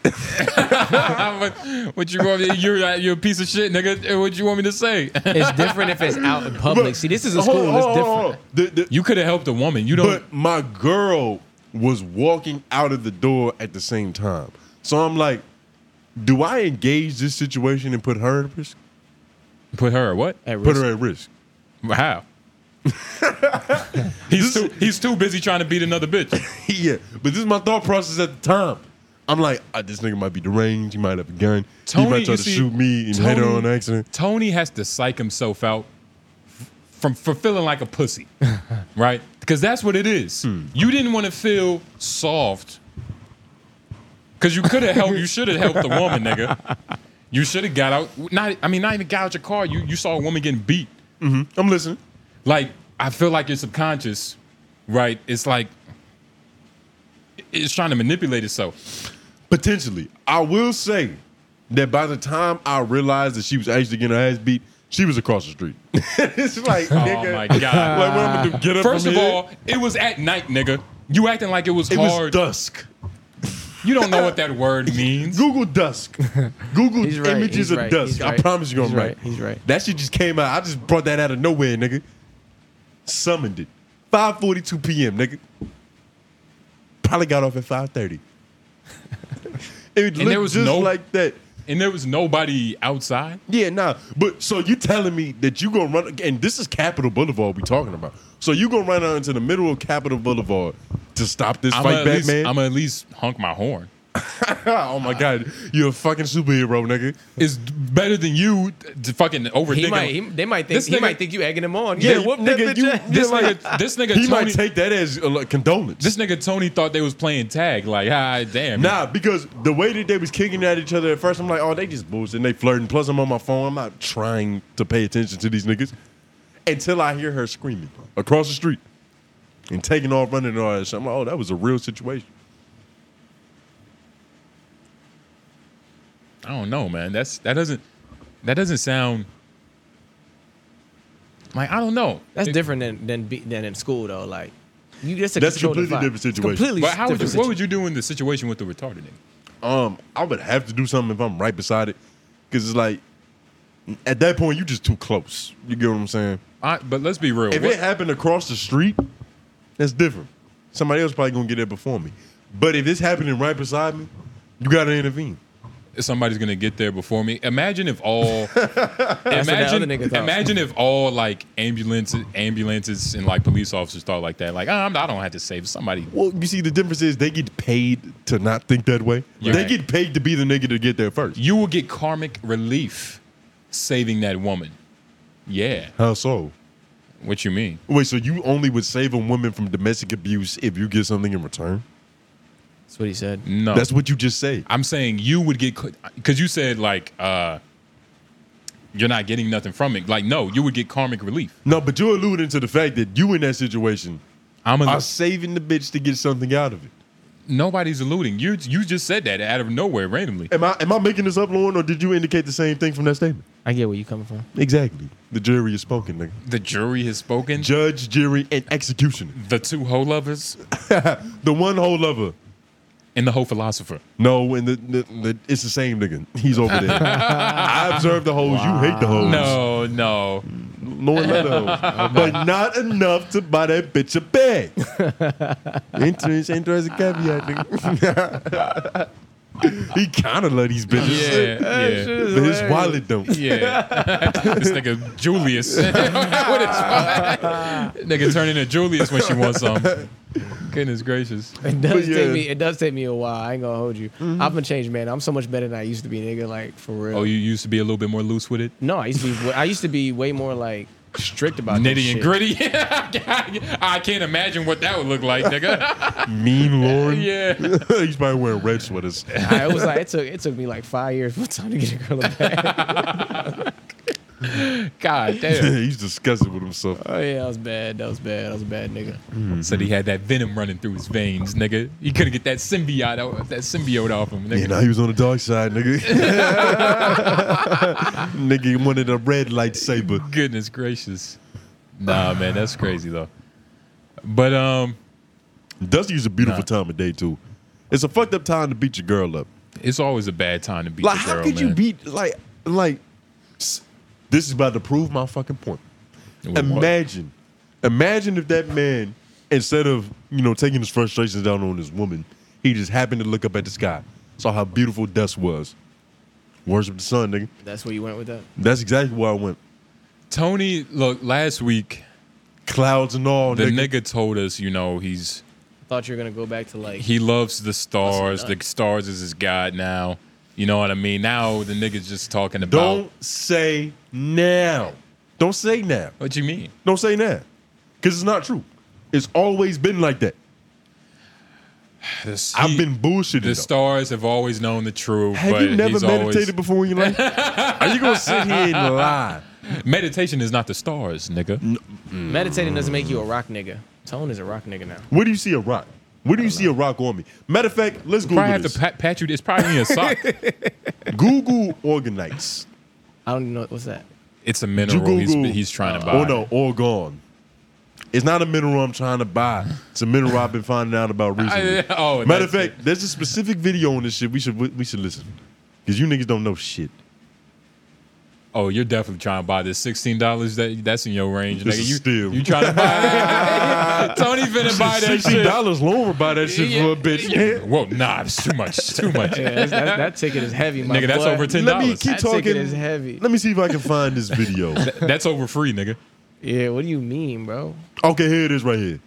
[SPEAKER 1] what, what you want? Me, you're uh, you're a piece of shit, nigga. What you want me to say?
[SPEAKER 5] It's different if it's out in public.
[SPEAKER 2] But-
[SPEAKER 5] See, this is a
[SPEAKER 2] Hold
[SPEAKER 5] school.
[SPEAKER 2] on,
[SPEAKER 5] that's
[SPEAKER 2] hold on,
[SPEAKER 5] different.
[SPEAKER 2] hold on. The- the-
[SPEAKER 1] you could have helped a woman. You don't.
[SPEAKER 2] but my girl was walking out of the door at the same time. So I'm like, do I engage this situation and put her at risk?
[SPEAKER 1] put her at what?
[SPEAKER 5] At
[SPEAKER 2] Put
[SPEAKER 5] risk.
[SPEAKER 2] her at risk.
[SPEAKER 1] How? he's too he's too busy trying to beat another bitch.
[SPEAKER 2] yeah, but this is my thought process at the time. I'm like, ah, this nigga might be deranged. He might have a gun.
[SPEAKER 1] Tony,
[SPEAKER 2] he might try
[SPEAKER 1] you
[SPEAKER 2] to
[SPEAKER 1] see,
[SPEAKER 2] shoot me and hit her
[SPEAKER 1] Tony-
[SPEAKER 2] on accident.
[SPEAKER 1] Tony has to psych himself out f- from for feeling like a pussy, right? Because that's what it is.
[SPEAKER 2] Hmm.
[SPEAKER 1] You didn't want to feel soft because you could have helped. You should have helped the woman, nigga. You should have got out. Not I mean, not even got out your car. You you saw a woman getting beat.
[SPEAKER 2] Hmm? I'm listening.
[SPEAKER 1] Like I feel like your subconscious, right? It's like it's trying to manipulate itself.
[SPEAKER 2] Potentially. I will say that by the time I realized that she was actually getting her ass beat, she was across the street. it's like, oh nigga.
[SPEAKER 1] my God.
[SPEAKER 2] Like, what I'm gonna do? Get up
[SPEAKER 1] First
[SPEAKER 2] from
[SPEAKER 1] of
[SPEAKER 2] here?
[SPEAKER 1] all, it was at night, nigga. You acting like it was
[SPEAKER 2] it was
[SPEAKER 1] hard.
[SPEAKER 2] dusk.
[SPEAKER 1] you don't know what that word means.
[SPEAKER 2] Google dusk. Google
[SPEAKER 5] He's right,
[SPEAKER 2] images
[SPEAKER 5] he's
[SPEAKER 2] of
[SPEAKER 5] right,
[SPEAKER 2] dusk.
[SPEAKER 5] he's
[SPEAKER 2] I
[SPEAKER 5] right.
[SPEAKER 2] promise you, I'm
[SPEAKER 5] He's
[SPEAKER 2] right.
[SPEAKER 5] right, he's right.
[SPEAKER 2] That shit just came out. I just brought that out of nowhere, nigga. Summoned it. 5:42 p.m. Nigga. Probably got off at 5:30. it looked
[SPEAKER 1] there was
[SPEAKER 2] just
[SPEAKER 1] no-
[SPEAKER 2] like that.
[SPEAKER 1] and there was nobody outside.
[SPEAKER 2] Yeah, nah. But so you telling me that you gonna run and this is Capitol Boulevard we talking about. So you gonna run out into the middle of Capitol Boulevard to stop this
[SPEAKER 1] I'm
[SPEAKER 2] fight
[SPEAKER 1] at
[SPEAKER 2] back,
[SPEAKER 1] least,
[SPEAKER 2] man?
[SPEAKER 1] I'm at least honk my horn.
[SPEAKER 2] oh my god, you're a fucking superhero, nigga.
[SPEAKER 1] It's better than you to fucking overthinking.
[SPEAKER 5] He might. He, they might think.
[SPEAKER 1] This
[SPEAKER 5] He
[SPEAKER 1] nigga-
[SPEAKER 5] might think you egging him on.
[SPEAKER 2] Yeah,
[SPEAKER 5] Yeah, whoop
[SPEAKER 2] nigga,
[SPEAKER 5] nigga.
[SPEAKER 2] you-
[SPEAKER 1] this
[SPEAKER 2] Yeah, like-
[SPEAKER 1] nigga, this nigga, Tony,
[SPEAKER 2] He might take that as a like, condolence.
[SPEAKER 1] this nigga Tony thought they was playing tag. Like, ah, damn.
[SPEAKER 2] Nah, because the way that they was kicking at each other at first, I'm like, oh, they just bullshit and they flirting. Plus, I'm on my phone. I'm not trying to pay attention to these niggas until I hear her screaming across the street and taking off running and all that shit. I'm like, oh, that was a real situation.
[SPEAKER 1] I don't know, man. That's that doesn't that doesn't sound like I don't know.
[SPEAKER 5] That's
[SPEAKER 1] It-
[SPEAKER 5] different than than, be, than in school though. Like you just
[SPEAKER 2] That's a
[SPEAKER 5] controlled
[SPEAKER 2] completely
[SPEAKER 5] environment.
[SPEAKER 2] different
[SPEAKER 5] It's
[SPEAKER 2] situation.
[SPEAKER 5] Completely
[SPEAKER 1] But how would you,
[SPEAKER 5] different
[SPEAKER 1] what would you do in the situation with the retarded nigga?
[SPEAKER 2] Um, I would have to do something if I'm right beside it, because it's like at that point you just too close. You get what I'm saying?
[SPEAKER 1] I, but let's be real.
[SPEAKER 2] If
[SPEAKER 1] What-
[SPEAKER 2] it happened across the street, that's different. Somebody else probably gonna get there before me. But if it's happening right beside me, you gotta intervene.
[SPEAKER 1] somebody's gonna get there before me. Imagine if all
[SPEAKER 5] other
[SPEAKER 1] imagine,
[SPEAKER 5] nigga thought.
[SPEAKER 1] imagine if all like ambulances ambulances and like police officers thought like that. Like "Ah, I'm, I don't have to save somebody.
[SPEAKER 2] Well, you see, the difference is they get paid to not think that way.
[SPEAKER 1] Right.
[SPEAKER 2] They get paid to be the nigga to get there first.
[SPEAKER 1] You will get karmic relief saving that woman. Yeah.
[SPEAKER 2] How so?
[SPEAKER 1] What you mean?
[SPEAKER 2] Wait, so you only would save a woman from domestic abuse if you get something in return?
[SPEAKER 5] That's what he said.
[SPEAKER 1] No.
[SPEAKER 2] That's what you just say.
[SPEAKER 1] I'm saying you would get because you said like uh you're not getting nothing from it. Like no, you would get karmic relief.
[SPEAKER 2] No, but you're alluding to the fact that you in that situation
[SPEAKER 1] I'm a,
[SPEAKER 2] are saving the bitch to get something out of it.
[SPEAKER 1] nobody's alluding. You you just said that out of nowhere randomly.
[SPEAKER 2] Am I am I making this up, Lauren, or did you indicate the same thing from that statement?
[SPEAKER 5] I get where you coming from.
[SPEAKER 2] Exactly. The jury is spoken, nigga.
[SPEAKER 1] The jury has spoken.
[SPEAKER 2] Judge, jury, and executioner.
[SPEAKER 1] the two hoe lovers.
[SPEAKER 2] The one whole lover
[SPEAKER 1] and the whole philosopher.
[SPEAKER 2] No, and the, the, the it's the same nigga. He's over there. I observe the hoes. You hate the hoes.
[SPEAKER 1] No, no.
[SPEAKER 2] No one let her. But not enough to buy that bitch a bag. interest, interest, and caveat, nigga. he kind of love these bitches.
[SPEAKER 1] Yeah, yeah,
[SPEAKER 2] But his wallet don't.
[SPEAKER 1] yeah. this nigga Julius. What is wrong? nigga turning to Julius when she wants something. Goodness gracious.
[SPEAKER 5] It does
[SPEAKER 2] But yeah. Mm-hmm.
[SPEAKER 5] take me. It does take me a while. I ain't gonna hold you. I've been changed, man. I'm so much better than I used to be, nigga. Like for real.
[SPEAKER 1] Oh, you used to be a little bit more loose with it,
[SPEAKER 5] No, I used to be. I used to be way more like strict about this
[SPEAKER 1] nitty and
[SPEAKER 5] shit.
[SPEAKER 1] gritty. I can't imagine what that would look like, nigga.
[SPEAKER 2] Mean Lauren.
[SPEAKER 1] Yeah.
[SPEAKER 2] He's probably wearing red sweaters.
[SPEAKER 5] I was like, it took it took me like five years for time to get a girl a bag.
[SPEAKER 1] God damn.
[SPEAKER 2] He's disgusted with himself.
[SPEAKER 5] Oh yeah, that was bad. That was bad. That was a bad, nigga.
[SPEAKER 1] Said he had that venom running through his veins, nigga. He couldn't get that symbiote out, that symbiote off him, nigga.
[SPEAKER 2] Yeah, now he was on the dark side, nigga. nigga wanted a red lightsaber.
[SPEAKER 1] Goodness gracious. Nah, man, that's crazy though. But um,
[SPEAKER 2] Dusty's a beautiful
[SPEAKER 1] Nah.
[SPEAKER 2] time of day too. It's a fucked up time to beat your girl up.
[SPEAKER 1] it's always a bad time to beat
[SPEAKER 2] Like,
[SPEAKER 1] the
[SPEAKER 2] how
[SPEAKER 1] girl,
[SPEAKER 2] could you
[SPEAKER 1] man.
[SPEAKER 2] beat like like? s- This is about to prove my fucking point.
[SPEAKER 1] With what?
[SPEAKER 2] Imagine, imagine if that man, instead of you know taking his frustrations down on this woman, he just happened to look up at the sky, saw how beautiful dust was, worship the sun, nigga.
[SPEAKER 5] That's where you went with that.
[SPEAKER 2] That's exactly where I went.
[SPEAKER 1] Tony? Look, last week
[SPEAKER 2] Clouds and all,
[SPEAKER 1] the
[SPEAKER 2] nigga.
[SPEAKER 1] nigga told us, you know, he's
[SPEAKER 5] Thought you were gonna go back to like.
[SPEAKER 1] he loves the stars. The stars is his god now. You know what I mean? Now the nigga's just talking about.
[SPEAKER 2] Don't say now. Don't say now.
[SPEAKER 1] What you mean?
[SPEAKER 2] Don't say now, because it's not true. It's always been like that.
[SPEAKER 1] This-
[SPEAKER 2] I've
[SPEAKER 1] he-
[SPEAKER 2] been bullshitting.
[SPEAKER 1] The
[SPEAKER 2] though.
[SPEAKER 1] stars have always known the truth.
[SPEAKER 2] Have
[SPEAKER 1] but
[SPEAKER 2] you never
[SPEAKER 1] he's
[SPEAKER 2] meditated
[SPEAKER 1] always,
[SPEAKER 2] before in your life? Are you gonna sit here and lie?
[SPEAKER 1] Meditation is not the stars, nigga.
[SPEAKER 5] Meditating doesn't make you a rock nigga. Tone is a rock nigga now.
[SPEAKER 2] Where do you see a rock? Where do you see a rock on me? Matter of fact, let's Google
[SPEAKER 1] Probably have
[SPEAKER 2] this.
[SPEAKER 1] to pat, pat you. It's probably in a sock.
[SPEAKER 2] Google organites.
[SPEAKER 5] I don't even know what's that.
[SPEAKER 1] It's a
[SPEAKER 2] You
[SPEAKER 1] mineral he's,
[SPEAKER 2] Google.
[SPEAKER 1] he's trying to buy.
[SPEAKER 2] Oh no, orgon. It's not a mineral I'm trying to buy. It's a mineral I've been finding out about recently.
[SPEAKER 1] I- oh,
[SPEAKER 2] Matter of
[SPEAKER 1] that's
[SPEAKER 2] fact, there's a specific video on this shit. We should we should listen because you niggas don't know shit.
[SPEAKER 1] Oh, you're definitely trying to buy this sixteen dollars. That that's in your range,
[SPEAKER 2] This
[SPEAKER 1] nigga.
[SPEAKER 2] is
[SPEAKER 1] You
[SPEAKER 2] steal.
[SPEAKER 1] you trying to buy? Tony finna buy that
[SPEAKER 2] Sixty
[SPEAKER 1] shit.
[SPEAKER 2] dollars loan buy that shit for a bitch.
[SPEAKER 1] Whoa, nah, it's too much. It's Too much.
[SPEAKER 5] Yeah, that's, that, that ticket is heavy, my
[SPEAKER 1] Nigga, that's
[SPEAKER 5] boy.
[SPEAKER 1] over ten
[SPEAKER 2] Let me
[SPEAKER 1] dollars.
[SPEAKER 2] keep
[SPEAKER 5] That ticket
[SPEAKER 2] talking.
[SPEAKER 5] is heavy.
[SPEAKER 2] Let me see if I can find this video.
[SPEAKER 1] That's over free, nigga.
[SPEAKER 5] Yeah, what do you mean, bro?
[SPEAKER 2] Okay, here it is right here.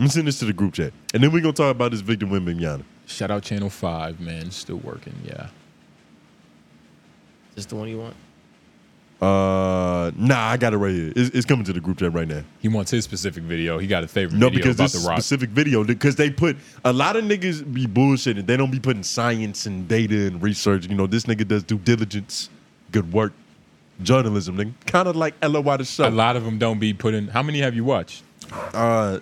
[SPEAKER 2] I'm sending this to the group chat. And then we're going to talk about this Victor Wembanyama.
[SPEAKER 1] Shout out Channel Five, man. Still working. Yeah.
[SPEAKER 5] Is this the one you want?
[SPEAKER 2] Uh, nah, I got it right here. It's, it's coming to the group chat right now.
[SPEAKER 1] He wants his specific video. He got a favorite
[SPEAKER 2] No,
[SPEAKER 1] video
[SPEAKER 2] because
[SPEAKER 1] about
[SPEAKER 2] this
[SPEAKER 1] the
[SPEAKER 2] is
[SPEAKER 1] rock.
[SPEAKER 2] specific video, because they put a lot of niggas be bullshitting. They don't be putting science and data and research. You know, this nigga does due diligence, good work, journalism, nigga. Kind of like LOY the
[SPEAKER 1] a
[SPEAKER 2] show.
[SPEAKER 1] lot of them don't be putting. How many have you watched?
[SPEAKER 2] Uh,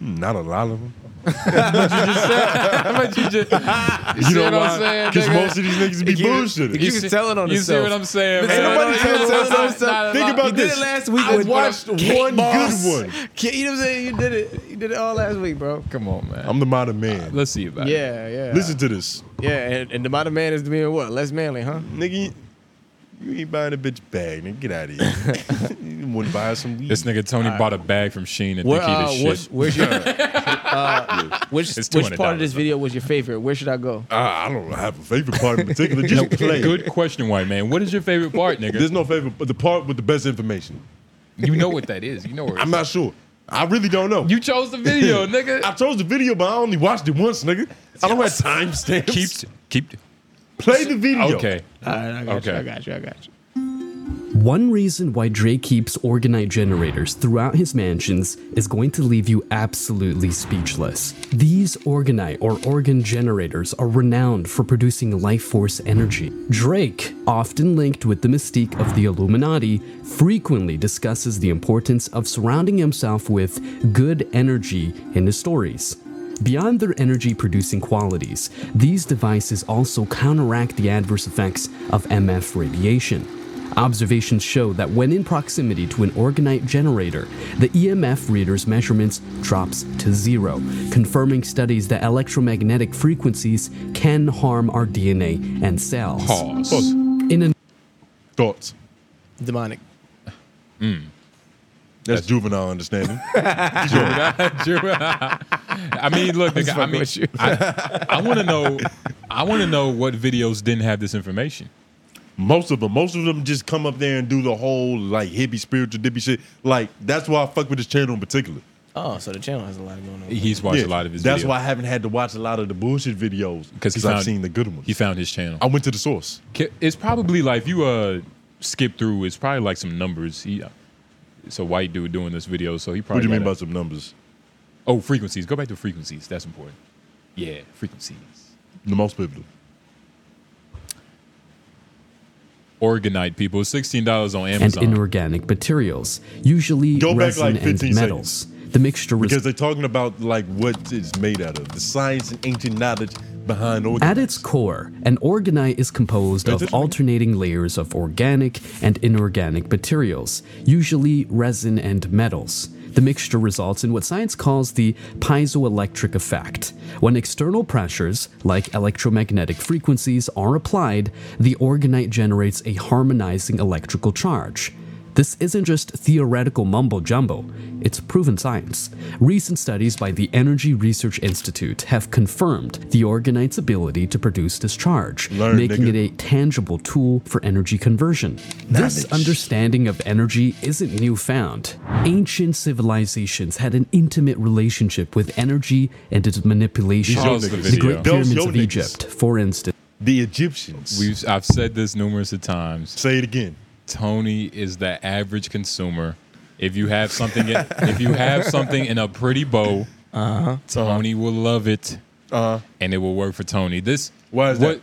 [SPEAKER 2] not a lot of them.
[SPEAKER 1] How much you just? You,
[SPEAKER 2] You
[SPEAKER 1] see
[SPEAKER 2] know
[SPEAKER 1] what I'm
[SPEAKER 2] why?
[SPEAKER 1] saying?
[SPEAKER 2] Because
[SPEAKER 1] nigga?
[SPEAKER 2] most of these niggas be bullshitting.
[SPEAKER 5] You
[SPEAKER 1] see-
[SPEAKER 5] can tell it on
[SPEAKER 1] You see
[SPEAKER 5] yourself.
[SPEAKER 1] what I'm saying?
[SPEAKER 5] But
[SPEAKER 1] man?
[SPEAKER 5] nobody
[SPEAKER 1] Nah,
[SPEAKER 5] can
[SPEAKER 1] nah,
[SPEAKER 5] tell it
[SPEAKER 1] nah,
[SPEAKER 5] on himself.
[SPEAKER 1] nah, nah,
[SPEAKER 2] Think
[SPEAKER 1] nah.
[SPEAKER 2] about
[SPEAKER 5] You did
[SPEAKER 2] this.
[SPEAKER 5] it last week.
[SPEAKER 2] I
[SPEAKER 5] with uh,
[SPEAKER 2] watched
[SPEAKER 5] Kate
[SPEAKER 2] one
[SPEAKER 5] Moss.
[SPEAKER 2] good one.
[SPEAKER 5] Kate- You know what I'm saying? You did it. You did it all last week, bro.
[SPEAKER 1] Come on, man.
[SPEAKER 2] I'm the modern man.
[SPEAKER 1] Let's see about it.
[SPEAKER 5] Yeah, yeah.
[SPEAKER 2] Listen to this.
[SPEAKER 5] Yeah, and, and the amount of man is being what? Less manly, huh?
[SPEAKER 2] Nigga, you ain't buying a bitch bag, nigga. Get out of here. you wouldn't buy some weed.
[SPEAKER 1] This nigga Tony bought a bag from Sheen and
[SPEAKER 5] Where,
[SPEAKER 1] think he the
[SPEAKER 5] uh,
[SPEAKER 1] shit.
[SPEAKER 5] what's- where's your uh, which
[SPEAKER 1] It's
[SPEAKER 5] which part
[SPEAKER 1] $200,
[SPEAKER 5] of this video was your favorite? Where should I go?
[SPEAKER 2] Ah, I don't have a favorite part in particular. Just play.
[SPEAKER 1] Good question, white man. What is your favorite part, nigga?
[SPEAKER 2] There's no favorite, but the part with the best information.
[SPEAKER 1] you know what that is. You know where
[SPEAKER 2] I'm not sure. I really don't know.
[SPEAKER 1] You chose the video,
[SPEAKER 2] I
[SPEAKER 1] nigga.
[SPEAKER 2] chose the video, but I only watched it once, nigga. I don't have timestamps.
[SPEAKER 1] Keep, keep.
[SPEAKER 2] play the video.
[SPEAKER 1] Okay.
[SPEAKER 5] All right, I got
[SPEAKER 1] Okay.
[SPEAKER 5] you. I got you. I got you.
[SPEAKER 6] One reason why Dre keeps organite generators throughout his mansions is going to leave you absolutely speechless. These organite or organ generators are renowned for producing life force energy. Drake, often linked with the mystique of the Illuminati, frequently discusses the importance of surrounding himself with good energy in his stories. Beyond their energy producing qualities, these devices also counteract the adverse effects of MF radiation. Observations show that when in proximity to an organite generator, the EMF reader's measurements drops to zero, confirming studies that electromagnetic frequencies can harm our DNA and cells.
[SPEAKER 1] Pause.
[SPEAKER 6] In an
[SPEAKER 2] Thoughts.
[SPEAKER 5] Demonic.
[SPEAKER 2] That's, juvenile understanding.
[SPEAKER 1] I mean, look, nigga, I mean, I, I want to know, I want to know what videos didn't have this information.
[SPEAKER 2] most of them. Most of them just come up there and do the whole like hippie spiritual dippy shit. Like that's why I fuck with this channel in particular.
[SPEAKER 5] Oh, so the channel has a lot going on.
[SPEAKER 1] He's watched a
[SPEAKER 2] Yeah,
[SPEAKER 1] lot of his.
[SPEAKER 2] That's
[SPEAKER 1] videos.
[SPEAKER 2] why I haven't had to watch a lot of the bullshit videos
[SPEAKER 1] he
[SPEAKER 2] because
[SPEAKER 1] found-
[SPEAKER 2] I've seen the good ones.
[SPEAKER 1] he found his channel.
[SPEAKER 2] I went to the source.
[SPEAKER 1] Ki- It's probably like if you uh skip through, it's probably like some numbers. He, uh, it's a white dude doing this video, so he
[SPEAKER 2] What
[SPEAKER 1] probably.
[SPEAKER 2] do you mean
[SPEAKER 1] got
[SPEAKER 2] by
[SPEAKER 1] a-
[SPEAKER 2] some numbers?
[SPEAKER 1] Oh, frequencies. Go back to frequencies. That's important. Yeah, frequencies.
[SPEAKER 2] The most pivotal.
[SPEAKER 1] Organite people. Sixteen dollars on
[SPEAKER 6] and
[SPEAKER 1] Amazon.
[SPEAKER 6] inorganic materials, usually
[SPEAKER 2] Go back
[SPEAKER 6] resin
[SPEAKER 2] like 15
[SPEAKER 6] and metals. The mixture
[SPEAKER 2] Because
[SPEAKER 6] was
[SPEAKER 2] they're talking about like what it's made out of, the science and ancient knowledge behind all
[SPEAKER 6] At its core, an organite is composed of
[SPEAKER 2] That's me.
[SPEAKER 6] alternating layers of organic and inorganic materials, usually resin and metals. The mixture results in what science calls the piezoelectric effect. When external pressures, like electromagnetic frequencies, are applied, the organite generates a harmonizing electrical charge. This isn't just theoretical mumbo jumbo, it's proven science. Recent studies by the Energy Research Institute have confirmed the organite's ability to produce this charge,
[SPEAKER 2] Learn,
[SPEAKER 6] making
[SPEAKER 2] nigga.
[SPEAKER 6] it a tangible tool for energy conversion. This understanding of energy isn't newfound. Ancient civilizations had an intimate relationship with energy and its manipulation.
[SPEAKER 1] Pause the
[SPEAKER 6] The
[SPEAKER 1] video.
[SPEAKER 6] Great
[SPEAKER 2] Those
[SPEAKER 6] Pyramids
[SPEAKER 2] yo
[SPEAKER 6] of
[SPEAKER 2] niggas.
[SPEAKER 6] Egypt, for instance.
[SPEAKER 2] the Egyptians.
[SPEAKER 1] We've, I've said this numerous of times.
[SPEAKER 2] Say it again.
[SPEAKER 1] Tony is the average consumer. If you have something, in, if you have something in a pretty bow,
[SPEAKER 5] Uh-huh.
[SPEAKER 1] Tony will love it, and it will work for Tony. This
[SPEAKER 2] Uh-huh. Why is that?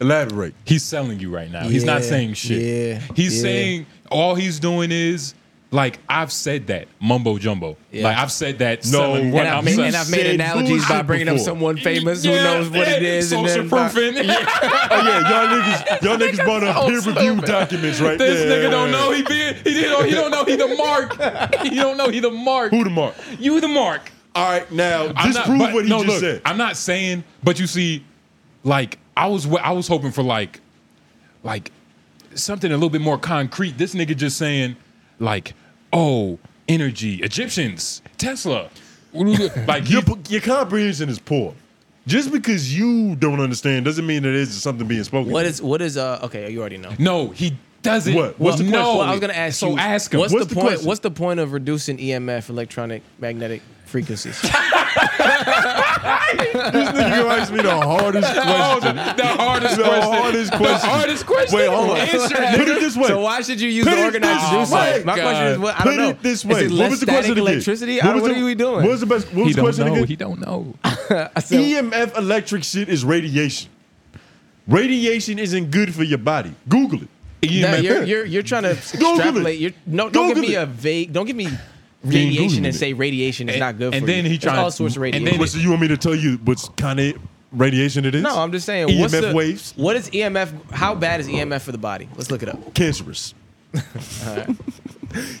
[SPEAKER 2] Elaborate.
[SPEAKER 1] he's selling you right now. He's not
[SPEAKER 5] Yeah,
[SPEAKER 1] saying shit.
[SPEAKER 5] yeah,
[SPEAKER 1] he's
[SPEAKER 5] yeah.
[SPEAKER 1] saying all he's doing is like I've said that mumbo jumbo.
[SPEAKER 5] Yeah.
[SPEAKER 1] Like I've said that.
[SPEAKER 2] No,
[SPEAKER 1] selling what
[SPEAKER 2] and
[SPEAKER 5] And
[SPEAKER 1] I'm
[SPEAKER 5] I've made,
[SPEAKER 1] selling.
[SPEAKER 5] and I've made
[SPEAKER 2] said
[SPEAKER 5] analogies by
[SPEAKER 2] bullshit
[SPEAKER 5] bringing up
[SPEAKER 2] before.
[SPEAKER 5] someone famous who
[SPEAKER 1] Yeah,
[SPEAKER 5] knows what it
[SPEAKER 1] yeah,
[SPEAKER 5] is. And
[SPEAKER 1] Social
[SPEAKER 5] then
[SPEAKER 1] proofing.
[SPEAKER 2] Oh yeah, y'all niggas, y'all niggas brought up peer review
[SPEAKER 1] stupid.
[SPEAKER 2] documents right
[SPEAKER 1] This
[SPEAKER 2] there.
[SPEAKER 1] nigga don't know he being he don't he don't know he the mark. He don't know he the mark.
[SPEAKER 2] Who the mark?
[SPEAKER 1] You the mark.
[SPEAKER 2] All right, now
[SPEAKER 1] I'm not-
[SPEAKER 2] disprove
[SPEAKER 1] but-
[SPEAKER 2] what he
[SPEAKER 1] no,
[SPEAKER 2] just
[SPEAKER 1] look,
[SPEAKER 2] said.
[SPEAKER 1] I'm not saying, but you see, like I was, wa- I was hoping for like, like something a little bit more concrete. This nigga just saying, like, oh, energy, Egyptians, Tesla, like
[SPEAKER 2] your,
[SPEAKER 1] you.
[SPEAKER 2] your comprehension is poor. Just because you don't understand doesn't mean that there's something being spoken.
[SPEAKER 5] What is what is uh okay, you already know.
[SPEAKER 1] No, he doesn't.
[SPEAKER 2] What? What's the
[SPEAKER 1] no.
[SPEAKER 2] question?
[SPEAKER 5] Well, I was gonna ask
[SPEAKER 1] So
[SPEAKER 5] you.
[SPEAKER 1] ask him.
[SPEAKER 5] What's,
[SPEAKER 2] What's
[SPEAKER 5] the,
[SPEAKER 2] the
[SPEAKER 5] point?
[SPEAKER 2] question?
[SPEAKER 5] What's the point of reducing EMF, electronic magnetic frequencies?
[SPEAKER 2] This nigga gonna ask me the hardest
[SPEAKER 1] Oh, the,
[SPEAKER 2] question.
[SPEAKER 1] the hardest
[SPEAKER 2] The
[SPEAKER 1] question.
[SPEAKER 2] hardest
[SPEAKER 1] The
[SPEAKER 2] question.
[SPEAKER 1] hardest question.
[SPEAKER 2] Wait, hold on.
[SPEAKER 1] Answer it,
[SPEAKER 2] Put it this way.
[SPEAKER 5] so why should you use
[SPEAKER 2] Put
[SPEAKER 5] the
[SPEAKER 2] it
[SPEAKER 5] organizer to do
[SPEAKER 2] this
[SPEAKER 5] something?
[SPEAKER 2] way.
[SPEAKER 5] My question is, what I don't
[SPEAKER 2] Put
[SPEAKER 5] know.
[SPEAKER 2] it this
[SPEAKER 5] Is
[SPEAKER 2] way.
[SPEAKER 5] it
[SPEAKER 2] What was the
[SPEAKER 5] static
[SPEAKER 2] question again?
[SPEAKER 5] Electricity? I don't
[SPEAKER 2] was
[SPEAKER 5] know, what
[SPEAKER 2] the-
[SPEAKER 5] are we doing?
[SPEAKER 2] What was the best? What
[SPEAKER 1] He
[SPEAKER 2] was the
[SPEAKER 1] don't
[SPEAKER 2] question
[SPEAKER 1] know.
[SPEAKER 2] again?
[SPEAKER 1] He don't know.
[SPEAKER 2] EMF electric shit is radiation. Radiation isn't good for your body. Google it.
[SPEAKER 1] E
[SPEAKER 5] Nah,
[SPEAKER 2] EMF.
[SPEAKER 5] you're, you're you're trying to
[SPEAKER 2] Google it.
[SPEAKER 5] extrapolate. You're, no, don't give
[SPEAKER 2] Google
[SPEAKER 5] me
[SPEAKER 2] it.
[SPEAKER 5] a vague. Don't give me radiation
[SPEAKER 2] Google
[SPEAKER 5] and
[SPEAKER 2] it.
[SPEAKER 5] say radiation is
[SPEAKER 1] And-
[SPEAKER 5] not good
[SPEAKER 1] and
[SPEAKER 5] for
[SPEAKER 1] then
[SPEAKER 5] you.
[SPEAKER 1] he
[SPEAKER 5] It's
[SPEAKER 1] trying-
[SPEAKER 5] all sorts of
[SPEAKER 1] and then-
[SPEAKER 5] radiation.
[SPEAKER 2] What, so you want me to tell you what's kind of radiation it is?
[SPEAKER 5] no, I'm just saying.
[SPEAKER 2] EMF
[SPEAKER 5] what's the,
[SPEAKER 2] waves,
[SPEAKER 5] What is EMF? How bad is EMF for the body? Let's look it up.
[SPEAKER 2] cancerous.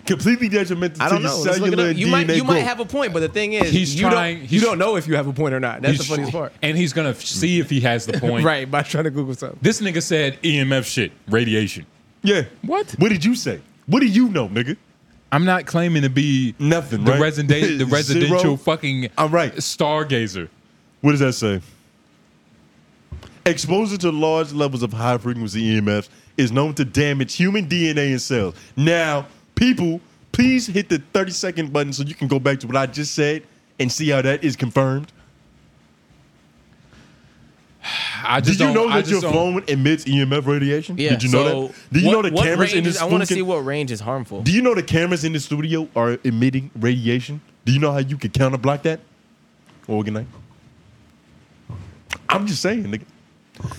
[SPEAKER 2] Completely detrimental
[SPEAKER 5] I don't
[SPEAKER 2] to
[SPEAKER 5] know.
[SPEAKER 2] your
[SPEAKER 5] Let's look it
[SPEAKER 2] cellular
[SPEAKER 5] up.
[SPEAKER 2] and
[SPEAKER 5] You
[SPEAKER 2] DNA
[SPEAKER 5] might you might
[SPEAKER 2] growth.
[SPEAKER 5] have a point, but the thing is,
[SPEAKER 1] He's
[SPEAKER 5] you
[SPEAKER 1] trying-
[SPEAKER 5] Don't,
[SPEAKER 1] he's-
[SPEAKER 5] you don't know if you have a point or not. That's the
[SPEAKER 1] He's-
[SPEAKER 5] funniest part.
[SPEAKER 1] And he's gonna f- see if he has the point.
[SPEAKER 5] Right, by trying to Google something.
[SPEAKER 1] This nigga said EMF shit, radiation.
[SPEAKER 2] yeah.
[SPEAKER 1] What?
[SPEAKER 2] What did you say? What do you know, nigga?
[SPEAKER 1] I'm not claiming to be
[SPEAKER 2] Nothing,
[SPEAKER 1] The,
[SPEAKER 2] right?
[SPEAKER 1] resida- the
[SPEAKER 2] Zero.
[SPEAKER 1] residential fucking
[SPEAKER 2] I'm right.
[SPEAKER 1] stargazer.
[SPEAKER 2] What does that say? Exposure to large levels of high frequency EMFs is known to damage human DNA and cells. Now, people, please hit the 30 second button so you can go back to what I just said and see how that is confirmed.
[SPEAKER 1] I just
[SPEAKER 2] Did you
[SPEAKER 1] don't-
[SPEAKER 2] know
[SPEAKER 1] I
[SPEAKER 2] that
[SPEAKER 1] just
[SPEAKER 2] your
[SPEAKER 1] don't-
[SPEAKER 2] phone emits EMF radiation?
[SPEAKER 5] Yeah.
[SPEAKER 2] Did you know
[SPEAKER 5] so
[SPEAKER 2] that? Did you
[SPEAKER 5] what,
[SPEAKER 2] know the
[SPEAKER 5] what
[SPEAKER 2] cameras in
[SPEAKER 5] range-
[SPEAKER 2] the
[SPEAKER 5] I
[SPEAKER 2] studio?
[SPEAKER 5] want to see what range is harmful.
[SPEAKER 2] do you know the cameras in the studio are emitting radiation? Do you know how you can counterblock that? Organite. I'm just saying, nigga.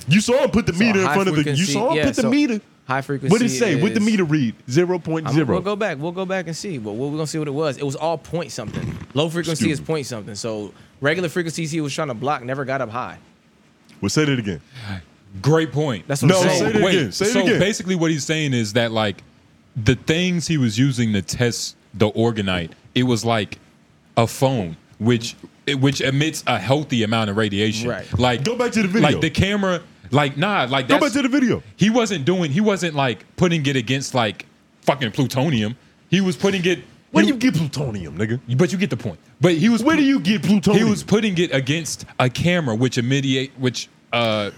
[SPEAKER 2] You saw him put the
[SPEAKER 5] So
[SPEAKER 2] meter in
[SPEAKER 5] high
[SPEAKER 2] front of the. You
[SPEAKER 5] frequency-
[SPEAKER 2] saw him
[SPEAKER 5] yeah,
[SPEAKER 2] put the
[SPEAKER 5] so
[SPEAKER 2] meter.
[SPEAKER 5] High frequency.
[SPEAKER 2] What did it say? What the
[SPEAKER 5] is-
[SPEAKER 2] meter read? 0.0.
[SPEAKER 5] I'm- We'll go back. We'll go back and see. But we're gonna see what it was. It was all point something. Low frequency
[SPEAKER 2] Excuse
[SPEAKER 5] is
[SPEAKER 2] me.
[SPEAKER 5] point something. So regular frequencies he was trying to block never got up high.
[SPEAKER 2] Well, say that again.
[SPEAKER 1] Great point.
[SPEAKER 3] That's what
[SPEAKER 2] No,
[SPEAKER 3] I'm saying.
[SPEAKER 2] say it again. Say it
[SPEAKER 1] so
[SPEAKER 2] again.
[SPEAKER 1] basically, what he's saying is that like the things he was using to test the organite, it was like a phone, which it- which emits a healthy amount of radiation.
[SPEAKER 5] Right.
[SPEAKER 1] Like
[SPEAKER 2] Go back to the video.
[SPEAKER 1] Like the camera. Like nah. Like
[SPEAKER 2] Go
[SPEAKER 1] that's,
[SPEAKER 2] back to the video.
[SPEAKER 1] He wasn't doing. He wasn't like putting it against like fucking plutonium. He was putting it.
[SPEAKER 2] Where do
[SPEAKER 1] he-
[SPEAKER 2] you get plutonium, nigga?
[SPEAKER 1] But you get the point. But he was.
[SPEAKER 2] Where do you get plutonium?
[SPEAKER 1] He was putting it against a camera, which immediate, which uh,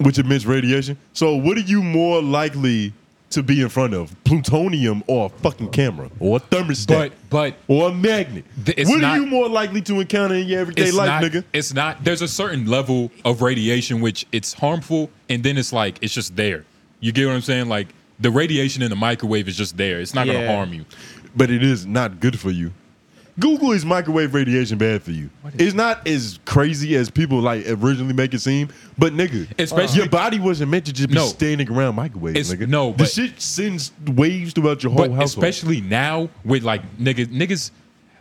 [SPEAKER 2] which emits radiation. So, what are you more likely to be in front of? Plutonium or a fucking camera or a thermostat
[SPEAKER 1] but but
[SPEAKER 2] or a magnet?
[SPEAKER 1] Th- it's
[SPEAKER 2] what
[SPEAKER 1] not-
[SPEAKER 2] are you more likely to encounter in your everyday life,
[SPEAKER 1] not,
[SPEAKER 2] nigga?
[SPEAKER 1] It's not. There's a certain level of radiation which it's harmful, and then it's like it's just there. You get what I'm saying? Like the radiation in the microwave is just there. It's not going to
[SPEAKER 5] Yeah.
[SPEAKER 1] harm you.
[SPEAKER 2] But it is not good for you. Google is microwave radiation bad for you. It's not as crazy as people like originally make it seem, but nigga,
[SPEAKER 1] Especially-
[SPEAKER 2] your body wasn't meant to just be
[SPEAKER 1] No.
[SPEAKER 2] standing around microwaves,
[SPEAKER 1] It's-
[SPEAKER 2] nigga.
[SPEAKER 1] no,
[SPEAKER 2] the
[SPEAKER 1] but-
[SPEAKER 2] shit sends waves throughout your whole
[SPEAKER 1] But
[SPEAKER 2] house.
[SPEAKER 1] especially now with like niggas, niggas,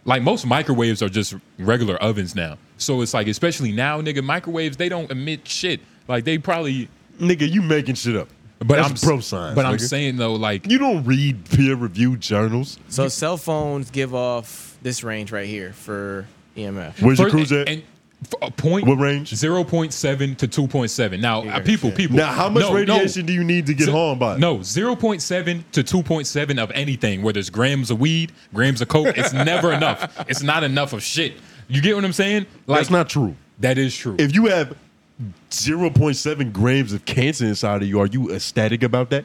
[SPEAKER 1] like most microwaves are just regular ovens now. So it's like especially now, nigga, microwaves they don't emit shit. Like they probably.
[SPEAKER 2] nigga, you making shit up.
[SPEAKER 1] But
[SPEAKER 2] That's
[SPEAKER 1] I'm s-
[SPEAKER 2] pro science.
[SPEAKER 1] But I'm
[SPEAKER 2] nigga.
[SPEAKER 1] saying though, like
[SPEAKER 2] You don't read peer reviewed journals.
[SPEAKER 5] So cell phones give off this range right here for E EMF.
[SPEAKER 2] Where's your
[SPEAKER 1] First-
[SPEAKER 2] cruise at?
[SPEAKER 1] And f- a point
[SPEAKER 2] What range?
[SPEAKER 1] Zero point seven to two point seven. Now, uh, people, people.
[SPEAKER 2] now, how much
[SPEAKER 1] no,
[SPEAKER 2] radiation
[SPEAKER 1] no.
[SPEAKER 2] do you need to get
[SPEAKER 1] Ze-
[SPEAKER 2] harmed by? it?
[SPEAKER 1] No, zero point seven to two point seven of anything, whether it's grams of weed, grams of coke. It's never enough. It's not enough of shit. You get what I'm saying? Like
[SPEAKER 2] that's not true.
[SPEAKER 1] That is true.
[SPEAKER 2] If you have 0.7 grams of cancer inside of you, are you ecstatic about that?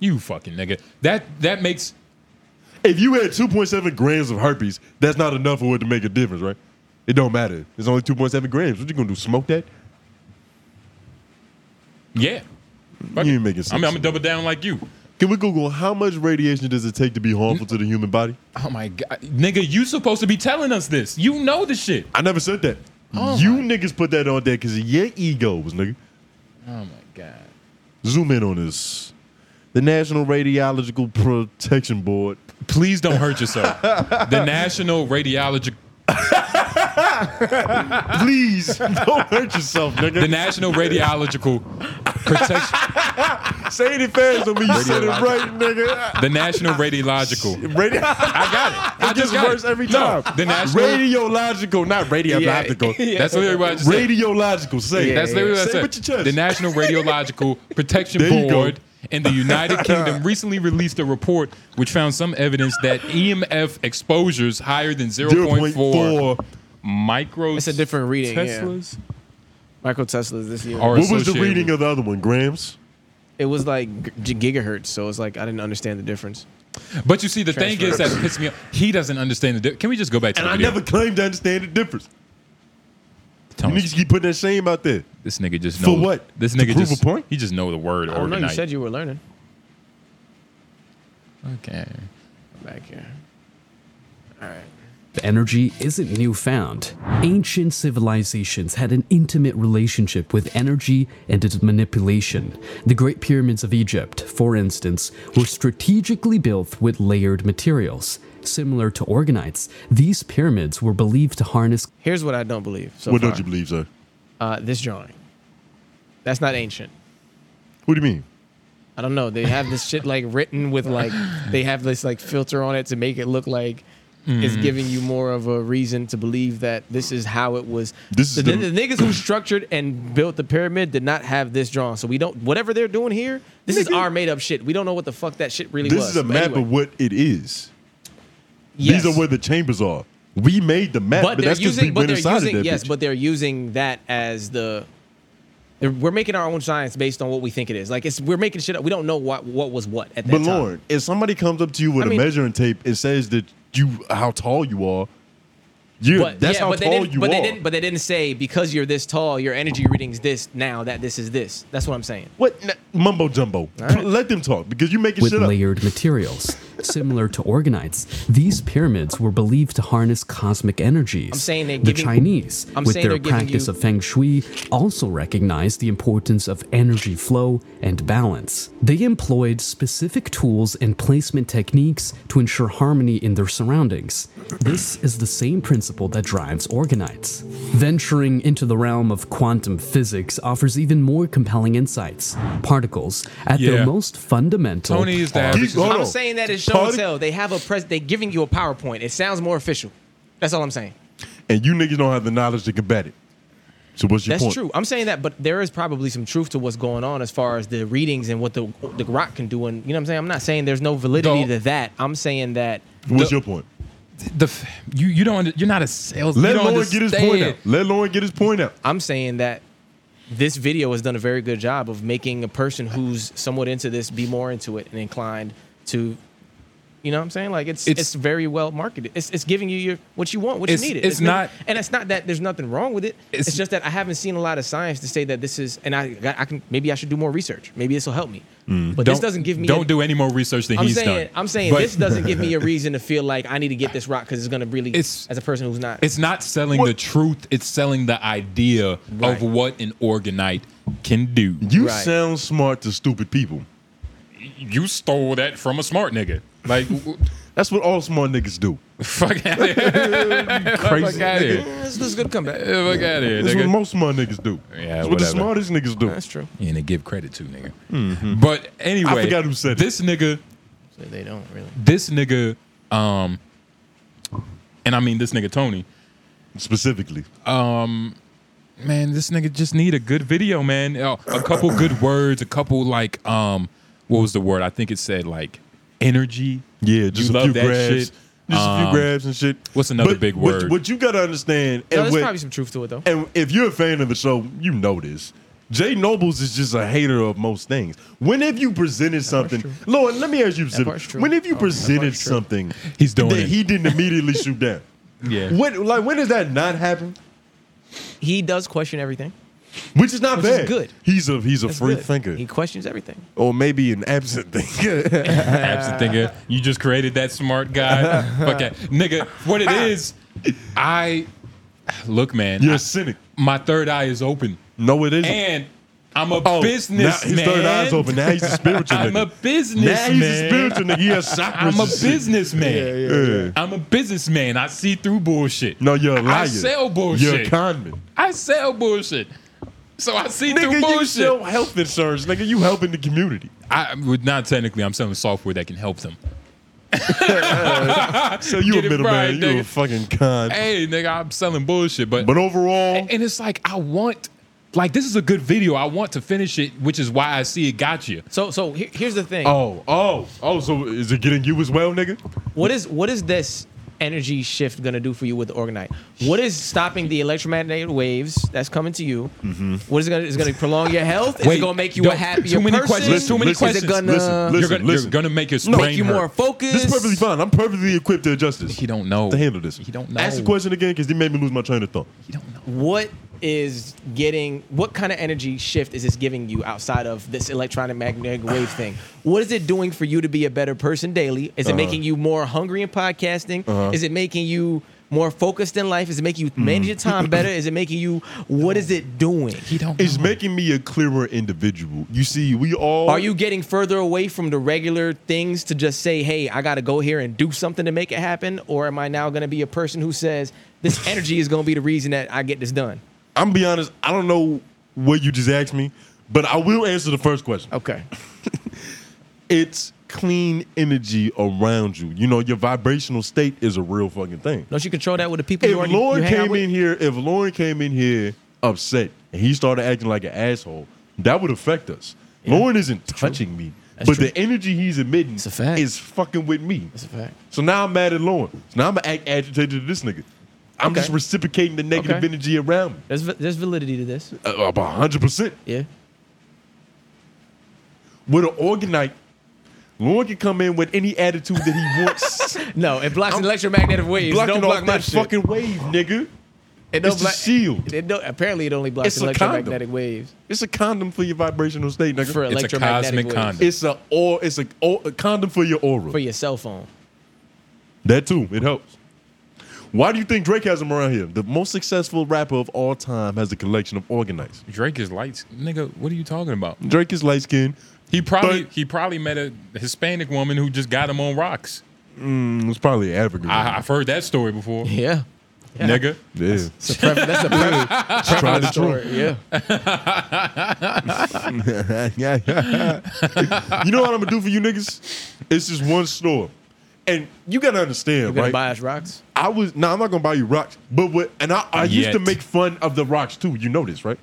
[SPEAKER 1] you fucking nigga. That that makes
[SPEAKER 2] If you had 2.7 grams of herpes, that's not enough for it to make a difference, right? It don't matter. It's only 2.7 grams. What you gonna do? Smoke that?
[SPEAKER 1] yeah. Fuck
[SPEAKER 2] You
[SPEAKER 1] it.
[SPEAKER 2] ain't making sense.
[SPEAKER 1] I mean, I'm gonna double down like you.
[SPEAKER 2] Can we Google how much radiation does it take to be harmful to the human body?
[SPEAKER 1] Oh my god, nigga, you supposed to be telling us this. You know the shit.
[SPEAKER 2] I never said that. you niggas put that on there because of your egos, nigga.
[SPEAKER 1] Oh my god.
[SPEAKER 2] Zoom in on this. The National Radiological Protection Board.
[SPEAKER 1] Please don't hurt yourself. the National Radiological
[SPEAKER 2] Please don't hurt yourself, nigga.
[SPEAKER 1] the National Radiological Protection,
[SPEAKER 2] Say it fast on me. You said it right, nigga.
[SPEAKER 1] the National Radiological.
[SPEAKER 2] Radio.
[SPEAKER 1] I got it. I
[SPEAKER 2] It
[SPEAKER 1] just
[SPEAKER 2] gets
[SPEAKER 1] got
[SPEAKER 2] worse
[SPEAKER 1] it.
[SPEAKER 2] every
[SPEAKER 1] No,
[SPEAKER 2] time.
[SPEAKER 1] the National.
[SPEAKER 2] Radiological, not radiological.
[SPEAKER 1] That's literally what I just said.
[SPEAKER 2] Radiological. Say it.
[SPEAKER 1] That's literally what I
[SPEAKER 2] Say
[SPEAKER 1] said.
[SPEAKER 2] it with your chest.
[SPEAKER 1] The National Radiological Protection
[SPEAKER 2] There you go.
[SPEAKER 1] Board in the United Kingdom recently released a report which found some evidence that EMF exposures higher than 0.4,
[SPEAKER 2] 0.4.
[SPEAKER 1] micros.
[SPEAKER 5] It's a different reading, yeah.
[SPEAKER 1] Teslas
[SPEAKER 5] Michael Tesla's this year.
[SPEAKER 1] are
[SPEAKER 2] What was the
[SPEAKER 1] associated
[SPEAKER 2] reading
[SPEAKER 1] with-
[SPEAKER 2] of the other one? Grams?
[SPEAKER 5] It was like g- gigahertz, so it's like I didn't understand the difference.
[SPEAKER 1] But you see, the thing is
[SPEAKER 5] Transfer.
[SPEAKER 1] that pissed me off. He doesn't understand the. Di- Can we just go back to
[SPEAKER 2] And
[SPEAKER 1] the
[SPEAKER 2] I
[SPEAKER 1] video?
[SPEAKER 2] never claimed to understand the difference. You
[SPEAKER 1] Tell me-
[SPEAKER 2] niggas keep putting that shame out there.
[SPEAKER 1] This nigga just
[SPEAKER 2] For
[SPEAKER 1] knows
[SPEAKER 2] what?
[SPEAKER 1] This
[SPEAKER 2] To
[SPEAKER 1] nigga
[SPEAKER 2] prove
[SPEAKER 1] just
[SPEAKER 2] a point?
[SPEAKER 1] He just know the word
[SPEAKER 5] I don't know. You
[SPEAKER 1] organite.
[SPEAKER 5] said you were learning
[SPEAKER 1] okay.
[SPEAKER 5] back here.
[SPEAKER 6] Energy isn't newfound. Ancient civilizations had an intimate relationship with energy and its manipulation. The Great Pyramids of Egypt, for instance, were strategically built with layered materials. Similar to organites, these pyramids were believed to harness
[SPEAKER 5] Here's what I don't believe. So
[SPEAKER 2] what
[SPEAKER 5] far.
[SPEAKER 2] don't you believe, sir?
[SPEAKER 5] Uh, this drawing. That's not ancient.
[SPEAKER 2] What do you mean?
[SPEAKER 5] I don't know. They have this shit like written with like they have this like filter on it to make it look like it's giving you more of a reason to believe that this is how it was.
[SPEAKER 2] This is
[SPEAKER 5] the,
[SPEAKER 2] the-
[SPEAKER 5] the niggas who structured and built the pyramid did not have this drawn. So we don't whatever they're doing here. This is our made up shit. We don't know what the fuck that shit really
[SPEAKER 2] This
[SPEAKER 5] was.
[SPEAKER 2] is a
[SPEAKER 5] But
[SPEAKER 2] map
[SPEAKER 5] anyway,
[SPEAKER 2] of what it is.
[SPEAKER 5] yes.
[SPEAKER 2] These are where the chambers are. We made the map,
[SPEAKER 5] but
[SPEAKER 2] but,
[SPEAKER 5] they're
[SPEAKER 2] that's because we
[SPEAKER 5] using, but
[SPEAKER 2] went
[SPEAKER 5] they're
[SPEAKER 2] inside
[SPEAKER 5] using,
[SPEAKER 2] of that
[SPEAKER 5] yes,
[SPEAKER 2] bitch.
[SPEAKER 5] but they're using that as the. they're- We're making our own science based on what we think it is. Like it's, we're making shit up. We don't know what what was what at that
[SPEAKER 2] But
[SPEAKER 5] time.
[SPEAKER 2] Lauren, if somebody comes up to you with
[SPEAKER 5] I mean-
[SPEAKER 2] a measuring tape and says that you how tall you are, you
[SPEAKER 5] But
[SPEAKER 2] that's
[SPEAKER 5] yeah,
[SPEAKER 2] how
[SPEAKER 5] but they
[SPEAKER 2] tall
[SPEAKER 5] didn't-
[SPEAKER 2] you
[SPEAKER 5] but
[SPEAKER 2] are.
[SPEAKER 5] They didn't, but they didn't say because you're this tall, your energy reading's this now that this is this. That's what I'm saying.
[SPEAKER 2] what n- mumbo jumbo?
[SPEAKER 5] right.
[SPEAKER 2] Let them talk because you're making
[SPEAKER 6] with
[SPEAKER 2] shit up.
[SPEAKER 6] layered materials. Similar to Organites, these pyramids were believed to harness cosmic energies. I'm
[SPEAKER 5] saying they're
[SPEAKER 6] the
[SPEAKER 5] giving-
[SPEAKER 6] Chinese,
[SPEAKER 5] I'm
[SPEAKER 6] with
[SPEAKER 5] saying
[SPEAKER 6] their
[SPEAKER 5] they're giving
[SPEAKER 6] practice
[SPEAKER 5] you-
[SPEAKER 6] of feng shui, also recognized the importance of energy flow and balance. They employed specific tools and placement techniques to ensure harmony in their surroundings. This is the same principle that drives Organites. Venturing into the realm of quantum physics offers even more compelling insights. Particles, at
[SPEAKER 1] Yeah.
[SPEAKER 6] their most fundamental,
[SPEAKER 1] Tony is the
[SPEAKER 6] are
[SPEAKER 1] average.
[SPEAKER 2] Hold
[SPEAKER 5] I'm
[SPEAKER 2] on.
[SPEAKER 5] saying that it's show
[SPEAKER 2] Party-
[SPEAKER 5] and tell. They have a press. They giving you a PowerPoint. It sounds more official. That's all I'm saying.
[SPEAKER 2] and you niggas don't have the knowledge to combat it. So what's your
[SPEAKER 5] That's
[SPEAKER 2] point?
[SPEAKER 5] true. I'm saying that, but there is probably some truth to what's going on as far as the readings and what the the rock can do. And you know what I'm saying. I'm not saying there's no validity
[SPEAKER 1] Don't-
[SPEAKER 5] to that. I'm saying that
[SPEAKER 2] What's
[SPEAKER 1] The-
[SPEAKER 2] your point?
[SPEAKER 1] The f- you you don't under- you're not a sales.
[SPEAKER 2] Let
[SPEAKER 1] you don't
[SPEAKER 2] Lauren get his point out.
[SPEAKER 1] understand.
[SPEAKER 2] Let Lauren get his point out.
[SPEAKER 5] I'm saying that this video has done a very good job of making a person who's somewhat into this be more into it and inclined to. You know what I'm saying? Like it's it's,
[SPEAKER 1] It's-
[SPEAKER 5] very well marketed. It's, it's giving you your what you want, what
[SPEAKER 1] It's-
[SPEAKER 5] you needed.
[SPEAKER 1] it's not-
[SPEAKER 5] and it's not that there's nothing wrong with it. It's,
[SPEAKER 1] It's-
[SPEAKER 5] just that I haven't seen a lot of science to say that this is. And I got- I can maybe I should do more research. Maybe this will help me. But this
[SPEAKER 1] Mm. Don't-
[SPEAKER 5] doesn't give me.
[SPEAKER 1] Don't
[SPEAKER 5] a-
[SPEAKER 1] do any more research than
[SPEAKER 5] I'm
[SPEAKER 1] he's
[SPEAKER 5] saying
[SPEAKER 1] done.
[SPEAKER 5] I'm saying
[SPEAKER 1] But
[SPEAKER 5] this doesn't give me a reason to feel like I need to get this rock because it's gonna really.
[SPEAKER 1] It's-
[SPEAKER 5] as a person who's not.
[SPEAKER 1] It's not selling the truth. It's selling the idea
[SPEAKER 5] Right.
[SPEAKER 1] of what an organite can do.
[SPEAKER 2] You
[SPEAKER 5] Right.
[SPEAKER 2] sound smart to stupid people.
[SPEAKER 1] You stole that from a smart nigga. Like, w- w-
[SPEAKER 2] That's what all smart niggas do.
[SPEAKER 1] fuck out of here.
[SPEAKER 2] Crazy
[SPEAKER 1] Fuck out of
[SPEAKER 2] nigga.
[SPEAKER 1] here.
[SPEAKER 5] this is a good comeback.
[SPEAKER 1] Fuck out of here,
[SPEAKER 2] That's what
[SPEAKER 1] nigga.
[SPEAKER 2] most smart niggas do.
[SPEAKER 1] Yeah,
[SPEAKER 2] That's what the
[SPEAKER 1] whatever.
[SPEAKER 2] smartest niggas do.
[SPEAKER 5] That's true.
[SPEAKER 1] And to give credit to, nigga. But anyway,
[SPEAKER 2] forgot who said it.
[SPEAKER 1] this nigga
[SPEAKER 5] They don't really.
[SPEAKER 1] this nigga, um, and I mean this nigga Tony,
[SPEAKER 2] Specifically.
[SPEAKER 1] man, this nigga just need a good video, man. Uh, A couple good words, a couple like, um, what was the word? I think it said like energy.
[SPEAKER 2] Yeah, just
[SPEAKER 1] You
[SPEAKER 2] a
[SPEAKER 1] love
[SPEAKER 2] few
[SPEAKER 1] that
[SPEAKER 2] grabs.
[SPEAKER 1] shit.
[SPEAKER 2] Just a
[SPEAKER 1] Um,
[SPEAKER 2] few grabs and shit.
[SPEAKER 1] what's another big
[SPEAKER 2] what-
[SPEAKER 1] word?
[SPEAKER 2] What, you gotta understand,
[SPEAKER 5] No,
[SPEAKER 2] and,
[SPEAKER 5] there's
[SPEAKER 2] what-
[SPEAKER 5] probably some truth to it though.
[SPEAKER 2] and if you're a fan of the show, you know this. Jay Nobles is just a hater of most things. When have you presented something, Lauren? Let me ask you something.
[SPEAKER 5] part's true.
[SPEAKER 2] When have you
[SPEAKER 5] Oh, that
[SPEAKER 2] presented
[SPEAKER 5] part's true.
[SPEAKER 2] something
[SPEAKER 1] He's doing
[SPEAKER 2] that
[SPEAKER 1] it.
[SPEAKER 2] he didn't immediately shoot down?
[SPEAKER 1] Yeah.
[SPEAKER 2] When, like, when does that not happen?
[SPEAKER 5] He does question everything.
[SPEAKER 2] Which is not
[SPEAKER 5] Which is
[SPEAKER 2] bad.
[SPEAKER 5] good.
[SPEAKER 2] He's a he's a
[SPEAKER 5] That's
[SPEAKER 2] free
[SPEAKER 5] good.
[SPEAKER 2] thinker,
[SPEAKER 5] He questions everything.
[SPEAKER 2] or maybe an absent thinker.
[SPEAKER 1] Absent thinker. You just created that smart guy. Fuck that. Nigga, what it is, I look, man.
[SPEAKER 2] you're
[SPEAKER 1] I-
[SPEAKER 2] a cynic.
[SPEAKER 1] my third eye is open,
[SPEAKER 2] No, it isn't.
[SPEAKER 1] and I'm a
[SPEAKER 2] Oh,
[SPEAKER 1] business
[SPEAKER 2] Now his
[SPEAKER 1] man.
[SPEAKER 2] third eye's open. Now he's a spiritual
[SPEAKER 1] I'm
[SPEAKER 2] nigga.
[SPEAKER 1] a business
[SPEAKER 2] now he's a
[SPEAKER 1] man.
[SPEAKER 2] spiritual nigga. He has chakras.
[SPEAKER 1] I'm a
[SPEAKER 2] and shit.
[SPEAKER 1] businessman.
[SPEAKER 2] Yeah.
[SPEAKER 1] I'm a businessman. I see through bullshit.
[SPEAKER 2] No, you're a liar.
[SPEAKER 1] I sell
[SPEAKER 2] You're a
[SPEAKER 1] bullshit.
[SPEAKER 2] conman.
[SPEAKER 1] I sell bullshit. So I see
[SPEAKER 2] Nigga,
[SPEAKER 1] through
[SPEAKER 2] you
[SPEAKER 1] bullshit.
[SPEAKER 2] sell health insurance. Nigga, you helping the community.
[SPEAKER 1] I would not technically. I'm selling software that can help them.
[SPEAKER 2] So you a
[SPEAKER 1] Get it
[SPEAKER 2] middleman.
[SPEAKER 1] right,
[SPEAKER 2] you a
[SPEAKER 1] nigga.
[SPEAKER 2] fucking con.
[SPEAKER 1] Hey, nigga, I'm selling bullshit. But
[SPEAKER 2] But overall,
[SPEAKER 1] and it's like I want, like this is a good video. I want to finish it, which is why I see it got you.
[SPEAKER 5] So, so here- here's the thing.
[SPEAKER 2] oh, oh, oh. So is it getting you as well, nigga?
[SPEAKER 5] What is what is this energy shift gonna do for you with the organite? What is stopping the electromagnetic waves that's coming to you? What is it gonna is it gonna prolong your health? Is it
[SPEAKER 1] Wait,
[SPEAKER 5] gonna make you a
[SPEAKER 1] don't-
[SPEAKER 5] happier
[SPEAKER 1] too many
[SPEAKER 5] person?
[SPEAKER 1] questions, too many
[SPEAKER 5] Is
[SPEAKER 1] questions.
[SPEAKER 5] it gonna
[SPEAKER 2] Listen, listen.
[SPEAKER 1] you're, gonna, you're gonna make your
[SPEAKER 5] make
[SPEAKER 1] brain
[SPEAKER 5] you
[SPEAKER 1] hurt.
[SPEAKER 5] more focused?
[SPEAKER 2] This is perfectly fine. I'm perfectly equipped to adjust this.
[SPEAKER 1] He don't know
[SPEAKER 2] to handle this.
[SPEAKER 1] He don't know.
[SPEAKER 2] Ask the question again because he made me lose my train of thought.
[SPEAKER 1] He don't know.
[SPEAKER 5] What is getting what kind of energy shift is this giving you outside of this electronic magnetic wave thing? What is it doing for you to be a better person daily? Is it making you more hungry in podcasting? Is it making you more focused in life? Is it making you manage your time better? Is it making you what is it doing?
[SPEAKER 1] He don't.
[SPEAKER 2] It's
[SPEAKER 1] know.
[SPEAKER 2] making me a clearer individual. You see, we all
[SPEAKER 5] Are you getting further away from the regular things to just say, hey, I got to go here and do something to make it happen? Or am I now going to be a person who says, this energy is going to be the reason that I get this done?
[SPEAKER 2] I'm gonna be honest. I don't know what you just asked me, but I will answer the first question.
[SPEAKER 5] Okay.
[SPEAKER 2] It's clean energy around you. You know, your vibrational state is a real fucking thing.
[SPEAKER 5] Don't you control that with the people
[SPEAKER 2] If
[SPEAKER 5] you already you
[SPEAKER 2] Lauren
[SPEAKER 5] hang out
[SPEAKER 2] came
[SPEAKER 5] with?
[SPEAKER 2] in here, if Lauren came in here upset and he started acting like an asshole, that would affect us. Lauren isn't touching me, but
[SPEAKER 5] true.
[SPEAKER 2] the energy he's emitting
[SPEAKER 5] a fact.
[SPEAKER 2] is fucking with me.
[SPEAKER 5] That's a fact.
[SPEAKER 2] So now I'm mad at Lauren. So now I'm gonna act agitated to this nigga. I'm
[SPEAKER 5] Okay.
[SPEAKER 2] just reciprocating the negative
[SPEAKER 5] Okay.
[SPEAKER 2] energy around me.
[SPEAKER 5] There's, va- there's validity to this.
[SPEAKER 2] Uh, About 100 percent.
[SPEAKER 5] Yeah.
[SPEAKER 2] with an organite, Lauren can come in with any attitude that he wants.
[SPEAKER 5] No, it blocks electromagnetic waves. Don't block
[SPEAKER 2] off
[SPEAKER 5] my
[SPEAKER 2] that
[SPEAKER 5] shit.
[SPEAKER 2] fucking wave, nigga.
[SPEAKER 5] It don't
[SPEAKER 2] It's the
[SPEAKER 5] block-
[SPEAKER 2] shield.
[SPEAKER 5] It don't, apparently, it only blocks
[SPEAKER 2] It's a
[SPEAKER 5] electromagnetic
[SPEAKER 2] condom.
[SPEAKER 5] waves
[SPEAKER 2] It's a condom for your vibrational state, nigga.
[SPEAKER 5] for
[SPEAKER 1] It's a
[SPEAKER 5] electromagnetic
[SPEAKER 1] cosmic
[SPEAKER 5] waves
[SPEAKER 1] condom.
[SPEAKER 2] it's a or it's a, or, a condom for your aura.
[SPEAKER 5] for your cell phone.
[SPEAKER 2] That too, it helps. Why do you think Drake has them around here? The most successful rapper of all time has a collection of organites.
[SPEAKER 1] Drake is lights, nigga. What are you talking about?
[SPEAKER 2] Drake is light skinned.
[SPEAKER 1] He probably
[SPEAKER 2] But-
[SPEAKER 1] he probably met a Hispanic woman who just got him on rocks.
[SPEAKER 2] It's probably an African.
[SPEAKER 5] Ah.
[SPEAKER 1] I, I've heard that story before,
[SPEAKER 5] Yeah,
[SPEAKER 1] nigga.
[SPEAKER 2] yeah.
[SPEAKER 5] It's a pref- that's a pref-
[SPEAKER 2] Try to
[SPEAKER 5] story. Yeah,
[SPEAKER 2] yeah, yeah. you know what I'm gonna do for you niggas? It's just one store, and you gotta understand,
[SPEAKER 5] gonna
[SPEAKER 2] right?
[SPEAKER 5] buy us rocks.
[SPEAKER 2] I was no, nah, I'm not gonna buy you rocks, but what? And I, I used to
[SPEAKER 1] Yet.
[SPEAKER 2] make fun of the rocks too. You know this, right?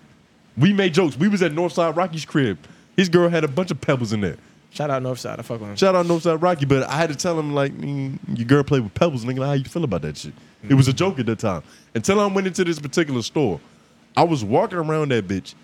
[SPEAKER 2] We made jokes. We was at Northside Rocky's crib. His girl had a bunch of pebbles in there.
[SPEAKER 5] Shout out Northside. I fuck with him.
[SPEAKER 2] Shout out Northside Rocky, but I had to tell him like, mm, your girl played with pebbles, nigga. How you feel about that shit? It was a joke at that time. Until I went into this particular store, I was walking around that bitch,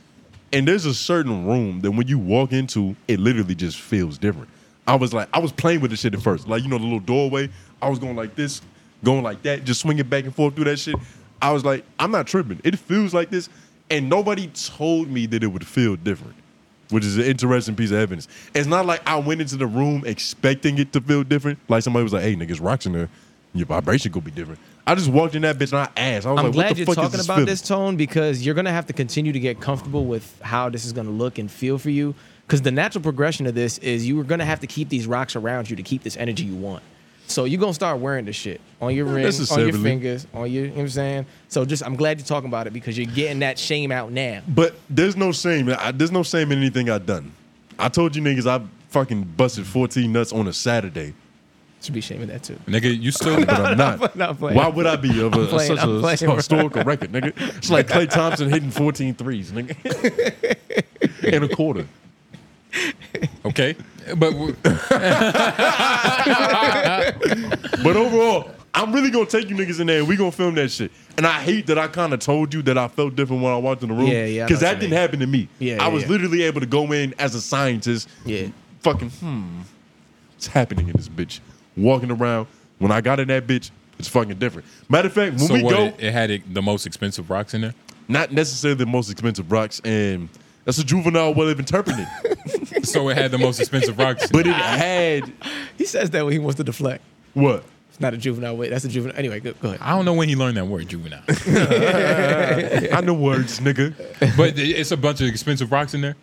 [SPEAKER 2] and there's a certain room that when you walk into, it literally just feels different. I was like, I was playing with the shit at first, like you know the little doorway. I was going like this, going like that, just swinging back and forth through that shit. I was like, I'm not tripping. It feels like this, and nobody told me that it would feel different which is an interesting piece of evidence. It's not like I went into the room expecting it to feel different. Like somebody was like, "Hey, niggas, rocks in there. Your vibration could be different." I just walked in that bitch and I asked. I was like,
[SPEAKER 5] I'm
[SPEAKER 2] "What
[SPEAKER 5] glad
[SPEAKER 2] the
[SPEAKER 5] you're
[SPEAKER 2] fuck
[SPEAKER 5] talking
[SPEAKER 2] is this
[SPEAKER 5] about
[SPEAKER 2] feeling?"
[SPEAKER 5] this tone because you're gonna have to continue to get comfortable with how this is gonna look and feel for you. Because the natural progression of this is you are gonna have to keep these rocks around you to keep this energy you want. So you're gonna start wearing this shit on your ring, on your
[SPEAKER 2] necessarily.
[SPEAKER 5] fingers, on your. You know what I'm saying? So just I'm glad you're talking about it because you're getting that shame out now.
[SPEAKER 2] But there's no shame. I, there's no shame in anything I've done. I told you niggas I fucking busted 14 nuts on a Saturday,
[SPEAKER 5] Should be shaming that too.
[SPEAKER 1] Nigga, you still
[SPEAKER 2] but I'm not.
[SPEAKER 5] I'm playing.
[SPEAKER 2] Why would I be of a,
[SPEAKER 5] playing,
[SPEAKER 2] such
[SPEAKER 5] I'm
[SPEAKER 2] a
[SPEAKER 5] playing, bro.
[SPEAKER 2] historical record, nigga? It's like Clay Thompson hitting 14 threes, nigga, in a quarter.
[SPEAKER 1] okay, but w-
[SPEAKER 2] But overall, I'm really gonna take you niggas in there and we gonna film that shit. And I hate that I kind of told you that I felt different when I walked in the room.
[SPEAKER 5] Yeah, yeah, I know
[SPEAKER 2] Because
[SPEAKER 5] what
[SPEAKER 2] that
[SPEAKER 5] you
[SPEAKER 2] didn't
[SPEAKER 5] mean.
[SPEAKER 2] happen to me.
[SPEAKER 5] Yeah,
[SPEAKER 2] I
[SPEAKER 5] yeah,
[SPEAKER 2] was
[SPEAKER 5] yeah.
[SPEAKER 2] literally able to go in as a scientist.
[SPEAKER 5] Yeah.
[SPEAKER 2] Fucking, hmm. What's happening in this bitch? Walking around. When I got in that bitch, it's fucking different. Matter of fact, when
[SPEAKER 1] so
[SPEAKER 2] we
[SPEAKER 1] what?
[SPEAKER 2] go,
[SPEAKER 1] It, it had it, the most expensive rocks in there.
[SPEAKER 2] not necessarily the most expensive rocks, and that's a juvenile way of interpreting it.
[SPEAKER 1] So it had the most expensive rocks. in
[SPEAKER 2] but
[SPEAKER 1] there.
[SPEAKER 2] it had
[SPEAKER 5] He says that when he wants to deflect.
[SPEAKER 2] what?
[SPEAKER 5] It's not a juvenile. Wait, that's a juvenile. Anyway, go, go ahead.
[SPEAKER 1] I don't know when he learned that word, juvenile.
[SPEAKER 2] I know words, nigga.
[SPEAKER 1] but it- it's a bunch of expensive rocks in there.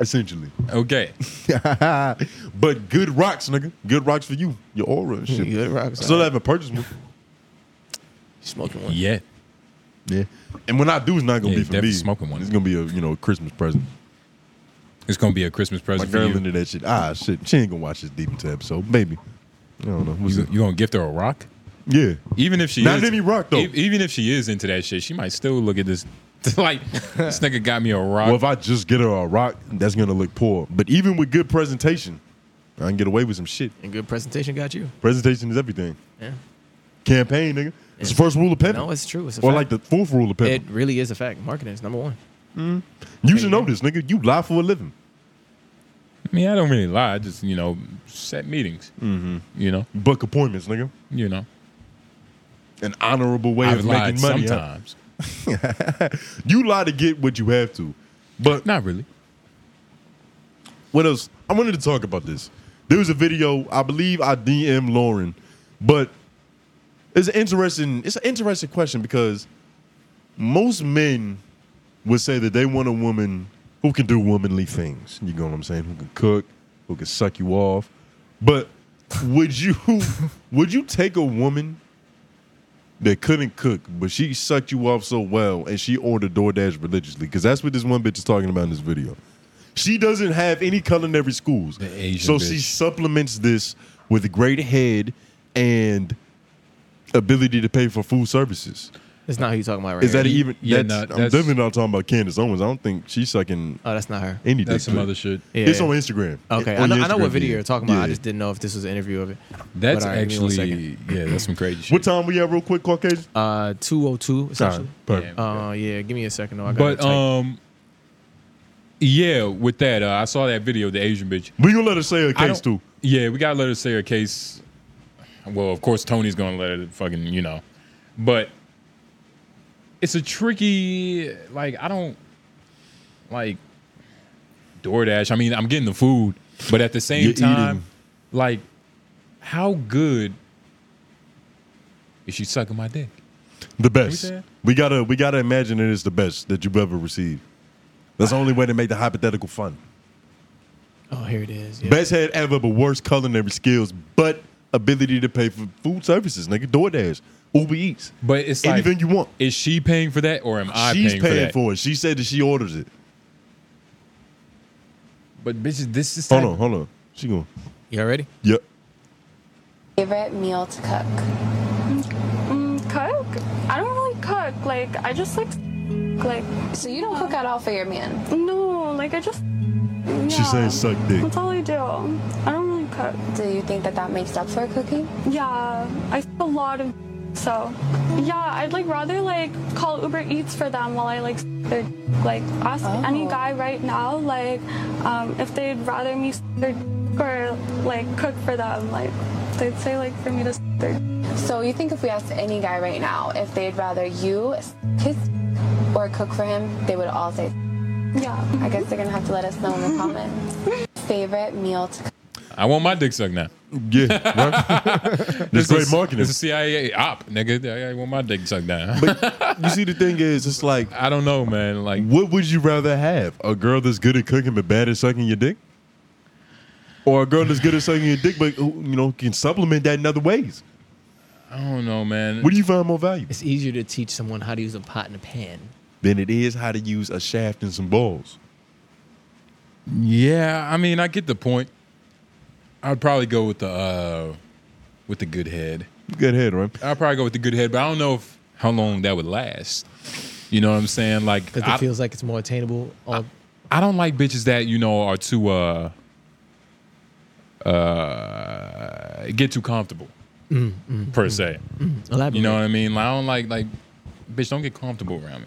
[SPEAKER 2] Essentially.
[SPEAKER 1] Okay,
[SPEAKER 2] but good rocks, nigga. Good rocks for you. Your aura and shit.
[SPEAKER 5] Good rocks.
[SPEAKER 2] I still haven't purchased one.
[SPEAKER 5] Smoking one.
[SPEAKER 1] yeah.
[SPEAKER 2] Yeah. And when I do, it's not gonna
[SPEAKER 1] Yeah,
[SPEAKER 2] be for me.
[SPEAKER 1] definitely smoking one.
[SPEAKER 2] It's gonna be a you know a Christmas present.
[SPEAKER 1] It's gonna be a Christmas
[SPEAKER 2] My
[SPEAKER 1] present for
[SPEAKER 2] girl
[SPEAKER 1] you.
[SPEAKER 2] into that shit. Ah, shit. She ain't gonna watch this deep into episode. Maybe. I don't know. What's
[SPEAKER 1] You,
[SPEAKER 2] it?
[SPEAKER 1] you gonna gift her a rock?
[SPEAKER 2] Yeah.
[SPEAKER 1] Even if she
[SPEAKER 2] Not
[SPEAKER 1] is,
[SPEAKER 2] any rock, though.
[SPEAKER 1] e- even if she is into that shit, she might still look at this like this nigga got me a rock.
[SPEAKER 2] Well, if I just get her a rock, that's gonna look poor. But even with good presentation, I can get away with some shit.
[SPEAKER 5] And good presentation got you.
[SPEAKER 2] Presentation is everything.
[SPEAKER 5] Yeah.
[SPEAKER 2] Campaign, nigga. It's the first rule of pimping.
[SPEAKER 5] No, it's true. It's a
[SPEAKER 2] or
[SPEAKER 5] fact.
[SPEAKER 2] like the fourth rule of
[SPEAKER 5] it
[SPEAKER 2] pimping.
[SPEAKER 5] really is a fact. Marketing is number one.
[SPEAKER 2] You should know this, nigga. You lie for a living.
[SPEAKER 1] I mean, I don't really lie. I just you know set meetings.
[SPEAKER 2] Mm-hmm.
[SPEAKER 1] You know,
[SPEAKER 2] Book appointments, nigga.
[SPEAKER 1] you know.
[SPEAKER 2] an honorable way
[SPEAKER 1] I've
[SPEAKER 2] of
[SPEAKER 1] lied
[SPEAKER 2] making money. huh?
[SPEAKER 1] sometimes.
[SPEAKER 2] You lie to get what you have to. But
[SPEAKER 1] Not really.
[SPEAKER 2] what else? I wanted to talk about this. There was a video, I believe I DM Lauren, but it's an interesting, it's an interesting question because most men would say that they want a woman who can do womanly things. You know what I'm saying? Who can cook, who can suck you off. But would you would you take a woman that couldn't cook, but she sucked you off so well and she ordered DoorDash religiously? Because that's what this one bitch is talking about in this video. She doesn't have any culinary schools.
[SPEAKER 1] The Asian
[SPEAKER 2] so she
[SPEAKER 1] bitch.
[SPEAKER 2] supplements this with great head and ability to pay for food services.
[SPEAKER 5] That's not who you're talking about right
[SPEAKER 2] Is
[SPEAKER 5] here.
[SPEAKER 2] that even?
[SPEAKER 1] Yeah,
[SPEAKER 2] that's,
[SPEAKER 1] nah,
[SPEAKER 2] I'm
[SPEAKER 1] that's-
[SPEAKER 2] definitely not talking about Candace Owens. I don't think she's sucking
[SPEAKER 5] Oh, that's not her.
[SPEAKER 2] any dick.
[SPEAKER 1] That's some
[SPEAKER 2] pic.
[SPEAKER 1] other shit.
[SPEAKER 5] Yeah.
[SPEAKER 2] It's on Instagram.
[SPEAKER 5] Okay,
[SPEAKER 2] On
[SPEAKER 5] I know,
[SPEAKER 2] your
[SPEAKER 5] I know
[SPEAKER 2] Instagram
[SPEAKER 5] what video
[SPEAKER 2] feed.
[SPEAKER 5] you're talking about. I
[SPEAKER 2] Yeah.
[SPEAKER 5] just didn't know if this was an interview of it.
[SPEAKER 1] That's
[SPEAKER 5] But all right, give me one second.
[SPEAKER 1] actually yeah. That's some crazy shit.
[SPEAKER 2] What time we at, real quick, Caucasian?
[SPEAKER 5] uh
[SPEAKER 2] Sorry.
[SPEAKER 5] 202 essentially.
[SPEAKER 2] Perfect.
[SPEAKER 1] Yeah.
[SPEAKER 5] Uh yeah, give me a second though. I got
[SPEAKER 1] But um, yeah. With that, uh, I saw that video. The Asian bitch.
[SPEAKER 2] We gonna let her say her
[SPEAKER 1] I
[SPEAKER 2] case
[SPEAKER 1] don't-
[SPEAKER 2] too.
[SPEAKER 1] Yeah, we gotta let her say her case. Well, of course Tony's gonna let her fucking you know, but it's a tricky like I don't like DoorDash. I mean, I'm getting the food, but at the same
[SPEAKER 2] You're
[SPEAKER 1] time,
[SPEAKER 2] eating.
[SPEAKER 1] like how good is she sucking my dick?
[SPEAKER 2] The best.
[SPEAKER 1] saying?
[SPEAKER 2] We gotta we gotta imagine it is the best that you've ever received. That's the only way to make the hypothetical fun.
[SPEAKER 5] Oh, here it is. Yeah.
[SPEAKER 2] Best head ever, but worst culinary skills, but ability to pay for food services, nigga. DoorDash, Uber Eats,
[SPEAKER 1] But it's like
[SPEAKER 2] anything you want.
[SPEAKER 1] is she paying for that or am I
[SPEAKER 2] She's
[SPEAKER 1] paying,
[SPEAKER 2] paying,
[SPEAKER 1] for that?
[SPEAKER 2] for, it. She said that she orders it.
[SPEAKER 1] but bitches, this is
[SPEAKER 2] Hold
[SPEAKER 1] type-
[SPEAKER 2] on, hold on. She going.
[SPEAKER 5] You all ready?
[SPEAKER 2] Yep.
[SPEAKER 7] Favorite meal to cook?
[SPEAKER 8] Mm, cook? I don't really cook. Like, I just like, like,
[SPEAKER 7] So you don't cook at all for your man.
[SPEAKER 8] no, like, I just. Yeah.
[SPEAKER 2] She's saying suck dick.
[SPEAKER 8] That's all I do. I don't really cook.
[SPEAKER 7] Do you think that that makes up for cooking?
[SPEAKER 8] Yeah, I a lot of. So, yeah, I'd like rather like call Uber Eats for them while I like their like ask any
[SPEAKER 7] Oh.
[SPEAKER 8] guy right now like um, if they'd rather me their or like cook for them like they'd say like for me to their
[SPEAKER 7] So you think if we asked any guy right now if they'd rather you kiss or cook for him, they would all say.
[SPEAKER 8] yeah
[SPEAKER 7] I guess they're gonna have to let us know in the comments. Favorite meal to cook?
[SPEAKER 1] I want my dick sucked now.
[SPEAKER 2] Yeah. Right? That's great
[SPEAKER 1] is-
[SPEAKER 2] marketing.
[SPEAKER 1] This is CIA op, nigga. I want my dick sucked down.
[SPEAKER 2] But you see, the thing is, it's like,
[SPEAKER 1] I don't know, man. Like
[SPEAKER 2] what would you rather have? A girl that's good at cooking but bad at sucking your dick? Or a girl that's good at sucking your dick but, who, you know, can supplement that in other ways?
[SPEAKER 1] I don't know, man.
[SPEAKER 2] What do you find more valuable?
[SPEAKER 5] It's easier to teach someone how to use a pot and a pan.
[SPEAKER 2] Than it is how to use a shaft and some balls.
[SPEAKER 1] Yeah, I mean, I get the point. I'd probably go with the uh with the good head.
[SPEAKER 2] Good head, right?
[SPEAKER 1] I'd probably go with the good head, but I don't know if how long that would last. You know what I'm saying? Like
[SPEAKER 5] Because it
[SPEAKER 1] I,
[SPEAKER 5] feels like it's more attainable. On,
[SPEAKER 1] I don't like bitches that, you know, are too uh uh get too comfortable.
[SPEAKER 2] Mm,
[SPEAKER 1] per se.
[SPEAKER 5] elaborate.
[SPEAKER 1] You know what I mean? Like, I don't like like bitch, don't get comfortable around me.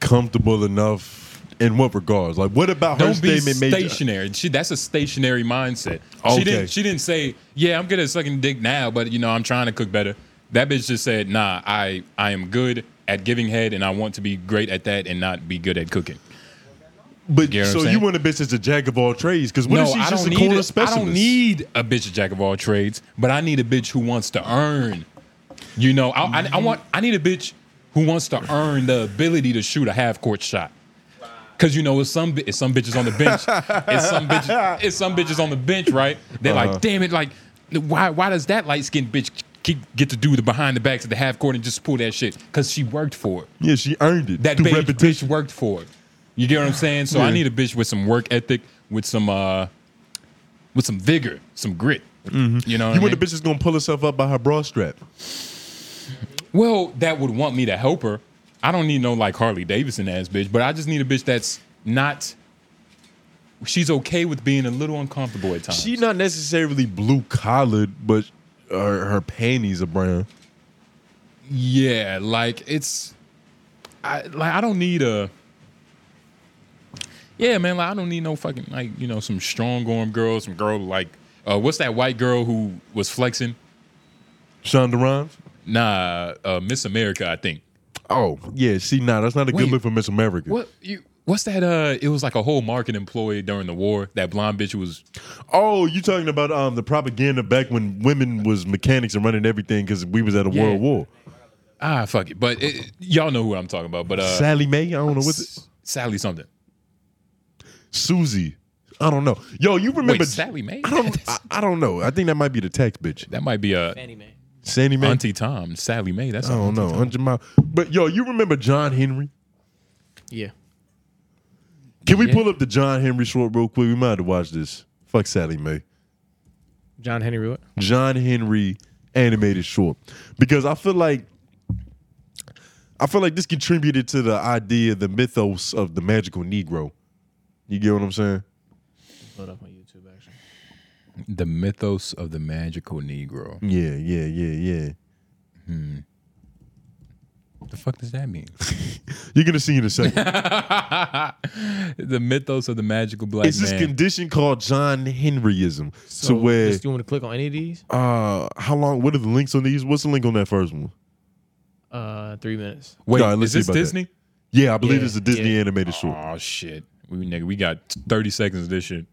[SPEAKER 2] Comfortable enough in what regards? Like, what about her
[SPEAKER 1] Don't be
[SPEAKER 2] statement made you-
[SPEAKER 1] stationary. She, that's a stationary mindset.
[SPEAKER 2] Okay.
[SPEAKER 1] She didn't. She didn't say, "Yeah, I'm good at sucking dick now, but you know, I'm trying to cook better." That bitch just said, "Nah, I I am good at giving head, and I want to be great at that, and not be good at cooking."
[SPEAKER 2] But
[SPEAKER 1] You know what I'm
[SPEAKER 2] so you
[SPEAKER 1] saying?
[SPEAKER 2] want a bitch that's a jack of all trades? Because what
[SPEAKER 1] no,
[SPEAKER 2] if she's
[SPEAKER 1] I
[SPEAKER 2] just
[SPEAKER 1] don't
[SPEAKER 2] a
[SPEAKER 1] need.
[SPEAKER 2] corner
[SPEAKER 1] A, I
[SPEAKER 2] specialist?
[SPEAKER 1] don't need a bitch a jack of all trades, but I need a bitch who wants to earn. You know, I, I, I want. I need a bitch who wants to earn the ability to shoot a half court shot. Cause you know it's some bi- it's some bitches on the bench, it's some bitches it's some bitches on the bench, right? They're
[SPEAKER 2] Uh-huh.
[SPEAKER 1] like, damn it, like why why does that light skinned bitch keep, get to do the behind the backs of the half court and just pull that shit? Cause she worked for it.
[SPEAKER 2] Yeah, she earned it
[SPEAKER 1] That
[SPEAKER 2] through
[SPEAKER 1] bitch,
[SPEAKER 2] repetition.
[SPEAKER 1] bitch worked for it. You get what I'm saying? So
[SPEAKER 2] Yeah.
[SPEAKER 1] I need a bitch with some work ethic, with some uh, with some vigor, some grit. You know, what
[SPEAKER 2] Mm-hmm. You
[SPEAKER 1] I
[SPEAKER 2] want a
[SPEAKER 1] mean?
[SPEAKER 2] bitch that's gonna pull herself up by her bra strap?
[SPEAKER 1] Well, that would want me to help her. I don't need no like Harley Davidson ass bitch, but I just need a bitch that's not. She's okay with being a little uncomfortable at times.
[SPEAKER 2] She not necessarily blue collared, but her, her panties are brown.
[SPEAKER 1] yeah, like it's, I like I don't need a. Yeah, man, like I don't need no fucking like you know some strong arm girl, some girl like uh, what's that white girl who was flexing?
[SPEAKER 2] Shonda Rhimes.
[SPEAKER 1] Nah, uh, Miss America, I think.
[SPEAKER 2] Oh yeah, she not. That's not a good
[SPEAKER 1] Wait.
[SPEAKER 2] look for Miss America.
[SPEAKER 1] What you? What's that? Uh, it was like a whole market employee during the war. That blonde bitch who was
[SPEAKER 2] Oh, you talking about um the propaganda back when women was mechanics and running everything because we was at a
[SPEAKER 1] Yeah.
[SPEAKER 2] world war.
[SPEAKER 1] Ah, fuck it. But it, y'all know who I'm talking about. But uh,
[SPEAKER 2] Sally Mae, I don't know what's it.
[SPEAKER 1] S- Sally something.
[SPEAKER 2] Susie, I don't know. Yo, you remember?
[SPEAKER 1] Wait, Sally Mae?
[SPEAKER 2] I don't. I, I don't know. I think that might be the tax bitch,
[SPEAKER 1] that might be a
[SPEAKER 2] Sandy Mae.
[SPEAKER 1] Auntie Tom, Sally Mae. That's
[SPEAKER 2] I don't know, hundred mile. But yo, you remember John Henry?
[SPEAKER 5] Yeah.
[SPEAKER 2] Can we
[SPEAKER 1] Yeah.
[SPEAKER 2] pull up the John Henry short real quick? We might have to watch this. Fuck Sally Mae.
[SPEAKER 5] John Henry what?
[SPEAKER 2] John Henry animated short because I feel like I feel like this contributed to the idea, the mythos of the magical Negro. You get what I'm saying?
[SPEAKER 5] Load up on YouTube actually.
[SPEAKER 1] the mythos of the magical Negro.
[SPEAKER 2] Yeah, yeah, yeah, yeah.
[SPEAKER 1] The fuck does that mean?
[SPEAKER 2] You're gonna see in a second.
[SPEAKER 1] the mythos of the magical black
[SPEAKER 2] it's this
[SPEAKER 1] man.
[SPEAKER 2] condition called John Henryism. So, where
[SPEAKER 5] just, you want to click on any of these?
[SPEAKER 2] uh how long what are the links on these? What's the link on that first one?
[SPEAKER 5] uh, three minutes.
[SPEAKER 1] Wait,
[SPEAKER 2] Nah, let's
[SPEAKER 1] is
[SPEAKER 2] see
[SPEAKER 1] this
[SPEAKER 2] about that.
[SPEAKER 1] Disney?
[SPEAKER 2] Yeah, I believe
[SPEAKER 5] Yeah,
[SPEAKER 2] it's a Disney animated short.
[SPEAKER 1] Oh shit, we nigga, we got thirty seconds of this shit.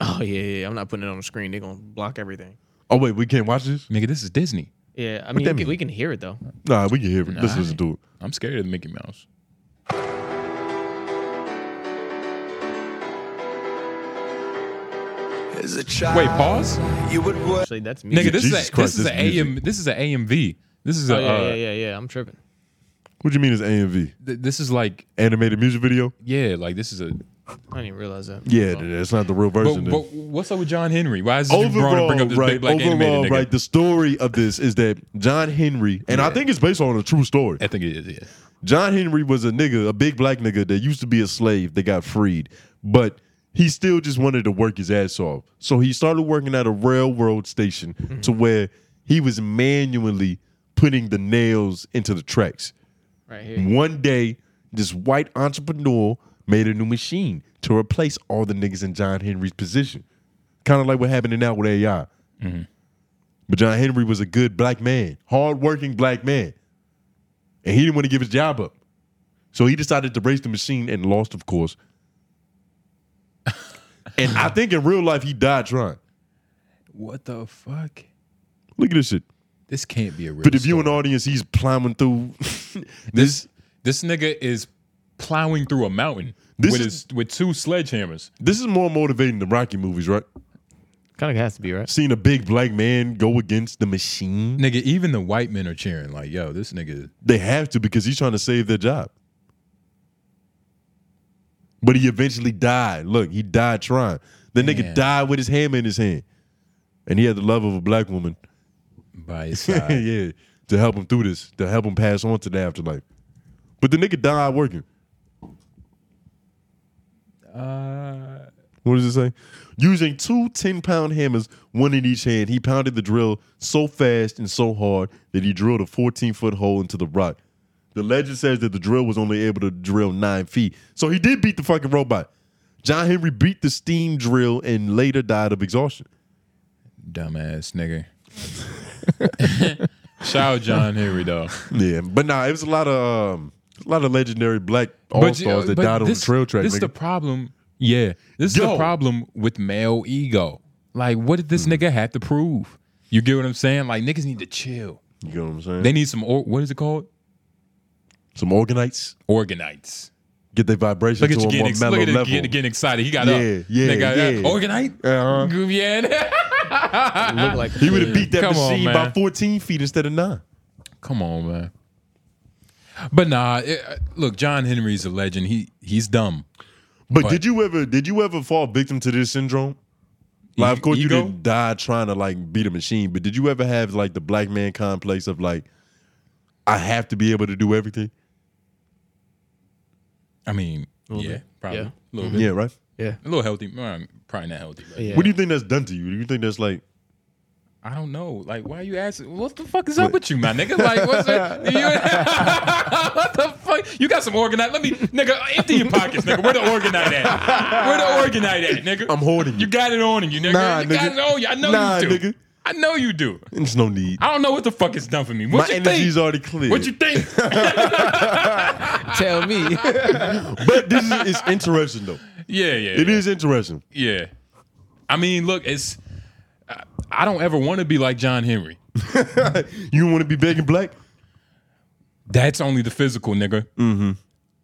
[SPEAKER 5] Oh yeah, yeah. I'm not putting it on the screen. They're gonna block everything.
[SPEAKER 2] Oh wait, we can't watch this.
[SPEAKER 1] Nigga, this is Disney.
[SPEAKER 5] Yeah, I mean,
[SPEAKER 2] that
[SPEAKER 5] we can,
[SPEAKER 2] mean?
[SPEAKER 5] we can hear it though.
[SPEAKER 2] Nah, we can hear it. Let's listen to it.
[SPEAKER 1] I'm scared of Mickey Mouse.
[SPEAKER 9] As a child,
[SPEAKER 1] Wait, pause,
[SPEAKER 9] you would work
[SPEAKER 5] Actually, that's me.
[SPEAKER 1] nigga. This
[SPEAKER 2] Jesus
[SPEAKER 1] is a,
[SPEAKER 2] Christ,
[SPEAKER 1] this is
[SPEAKER 2] this
[SPEAKER 1] an AM.
[SPEAKER 2] music.
[SPEAKER 1] This is an AMV. This is a.
[SPEAKER 5] oh, yeah,
[SPEAKER 1] uh,
[SPEAKER 5] yeah, yeah, yeah. I'm tripping.
[SPEAKER 2] What do you mean it's AMV?
[SPEAKER 1] th- this is like
[SPEAKER 2] Animated music video?
[SPEAKER 1] yeah, like this is a.
[SPEAKER 5] I didn't even realize that.
[SPEAKER 2] Yeah, that's not the real version.
[SPEAKER 1] But,
[SPEAKER 2] then.
[SPEAKER 1] but what's up with John Henry? Why is this wrong to
[SPEAKER 2] overall,
[SPEAKER 1] bring up this
[SPEAKER 2] right,
[SPEAKER 1] big black
[SPEAKER 2] overall
[SPEAKER 1] animated nigga?
[SPEAKER 2] right, the story of this is that John Henry, and I think it's based on a true story.
[SPEAKER 1] I think it is. Yeah.
[SPEAKER 2] John Henry was a nigga, a big black nigga that used to be a slave that got freed, but he still just wanted to work his ass off. So he started working at a railroad station
[SPEAKER 5] Mm-hmm.
[SPEAKER 2] to where he was manually putting the nails into the tracks.
[SPEAKER 5] Right here.
[SPEAKER 2] One day, this white entrepreneur made a new machine to replace all the niggas in John Henry's position. Kind of like what happening now with AI.
[SPEAKER 5] Mm-hmm.
[SPEAKER 2] But John Henry was a good black man, hardworking black man. And he didn't want to give his job up. So he decided to race the machine and lost, of course. and I think in real life, he died trying.
[SPEAKER 1] What the fuck?
[SPEAKER 2] Look at this shit.
[SPEAKER 1] This can't be a real.
[SPEAKER 2] For the viewing
[SPEAKER 1] story.
[SPEAKER 2] audience, he's plowing through this.
[SPEAKER 1] this nigga is plowing through a mountain
[SPEAKER 2] This
[SPEAKER 1] with
[SPEAKER 2] is-
[SPEAKER 1] his, with two sledgehammers.
[SPEAKER 2] This is more motivating than Rocky movies, right?
[SPEAKER 5] Kind of has to be right.
[SPEAKER 2] Seeing a big black man go against the machine.
[SPEAKER 1] Nigga, even the white men are cheering. Like, yo, this nigga.
[SPEAKER 2] They have to because he's trying to save their job. But he eventually died. Look, he died trying. The
[SPEAKER 1] Man.
[SPEAKER 2] nigga died with his hammer in his hand. And he had the love of a black woman.
[SPEAKER 1] By his side.
[SPEAKER 2] yeah. To help him through this, to help him pass on to the afterlife. But the nigga died working.
[SPEAKER 1] uh,
[SPEAKER 2] What does it say? Using two 10 pound hammers, one in each hand, he pounded the drill so fast and so hard that he drilled a 14 foot hole into the rock. The legend says that the drill was only able to drill nine feet. So he did beat the fucking robot. John Henry beat the steam drill and later died of exhaustion.
[SPEAKER 1] dumbass nigga. Shout out John Henry though.
[SPEAKER 2] Yeah, but nah, it was a lot of um, a lot of legendary black all stars that
[SPEAKER 1] but
[SPEAKER 2] died on
[SPEAKER 1] this-
[SPEAKER 2] the trail track.
[SPEAKER 1] This is
[SPEAKER 2] nigga.
[SPEAKER 1] the problem. Yeah, this is
[SPEAKER 2] Yo. Hmm.
[SPEAKER 1] the problem with male ego. Like, what did this nigga have to prove? You get what I'm saying? Like, niggas need to chill.
[SPEAKER 2] you know what I'm saying?
[SPEAKER 1] They need some. Or, what is it called?
[SPEAKER 2] Some organites
[SPEAKER 1] Organites.
[SPEAKER 2] get their vibrations
[SPEAKER 1] Look at
[SPEAKER 2] to
[SPEAKER 1] you
[SPEAKER 2] a
[SPEAKER 1] getting,
[SPEAKER 2] more
[SPEAKER 1] ex-
[SPEAKER 2] mellow
[SPEAKER 1] look at it
[SPEAKER 2] level.
[SPEAKER 1] getting, getting excited. He got
[SPEAKER 2] Yeah,
[SPEAKER 1] up.
[SPEAKER 2] yeah,
[SPEAKER 1] Nigga,
[SPEAKER 2] yeah.
[SPEAKER 1] uh, Organite.
[SPEAKER 2] Uh-huh.
[SPEAKER 1] Yeah.
[SPEAKER 5] Look like
[SPEAKER 2] He would have beat that
[SPEAKER 1] Come on,
[SPEAKER 2] machine by
[SPEAKER 1] man.
[SPEAKER 2] 14 feet instead of nine.
[SPEAKER 1] Come on, man. But nah, it, uh, look, John Henry's a legend. He he's dumb.
[SPEAKER 2] But,
[SPEAKER 1] But-
[SPEAKER 2] did you ever did you ever fall victim to this syndrome? Like, of course, you
[SPEAKER 1] E- Ego?
[SPEAKER 2] didn't die trying to like beat a machine, but did you ever have like the black man complex of like, I have to be able to do everything?
[SPEAKER 1] I mean, yeah, probably
[SPEAKER 5] Yeah.
[SPEAKER 1] a little bit,
[SPEAKER 2] Yeah, right.
[SPEAKER 1] a little healthy. well, Probably not healthy. But
[SPEAKER 5] Yeah.
[SPEAKER 2] What do you think that's done to you? Do you think that's like
[SPEAKER 1] I don't know. Like, why are you asking? What the fuck is up with you, my nigga? Like, what's it? You, what the fuck? You got some organite? Let me, nigga, empty your pockets, nigga. Where the organite at? Where the organite at, nigga?
[SPEAKER 2] I'm hoarding
[SPEAKER 1] You
[SPEAKER 2] it.
[SPEAKER 1] got it on in you, nigga.
[SPEAKER 2] Nah,
[SPEAKER 1] you got
[SPEAKER 2] nigga.
[SPEAKER 1] it on you. I know
[SPEAKER 2] Nah,
[SPEAKER 1] you do.
[SPEAKER 2] nigga.
[SPEAKER 1] I know you do.
[SPEAKER 2] There's no need.
[SPEAKER 1] I don't know what the fuck is done for me. What
[SPEAKER 2] My
[SPEAKER 1] you
[SPEAKER 2] energy's
[SPEAKER 1] think?
[SPEAKER 2] already clear.
[SPEAKER 1] What you think?
[SPEAKER 5] tell me.
[SPEAKER 2] but this is it's interesting though.
[SPEAKER 1] yeah, yeah.
[SPEAKER 2] It is interesting.
[SPEAKER 1] Yeah. I mean, look, it's. I- I don't ever want to be like John Henry.
[SPEAKER 2] You want to be big and black?
[SPEAKER 1] That's only the physical, nigga. Mm-hmm.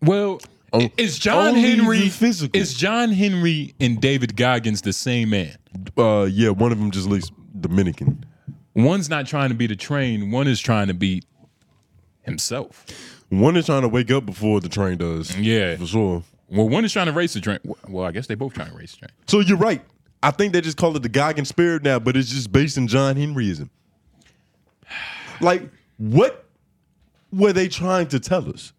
[SPEAKER 1] Well, i- is John
[SPEAKER 2] Oh. only
[SPEAKER 1] Henry
[SPEAKER 2] the physical.
[SPEAKER 1] Is John Henry and David Goggins the same man?
[SPEAKER 2] Uh, yeah. One of them just looks Dominican.
[SPEAKER 1] One's not trying to be the train. One is trying to be himself.
[SPEAKER 2] One is trying to wake up before the train does.
[SPEAKER 1] Yeah.
[SPEAKER 2] for sure.
[SPEAKER 1] Well, one is trying to race the train. Well, I guess they both trying to race the train.
[SPEAKER 2] So you're right. I think they just call it the Goggin spirit now, but it's just based in John Henryism. Like, what were they trying to tell us?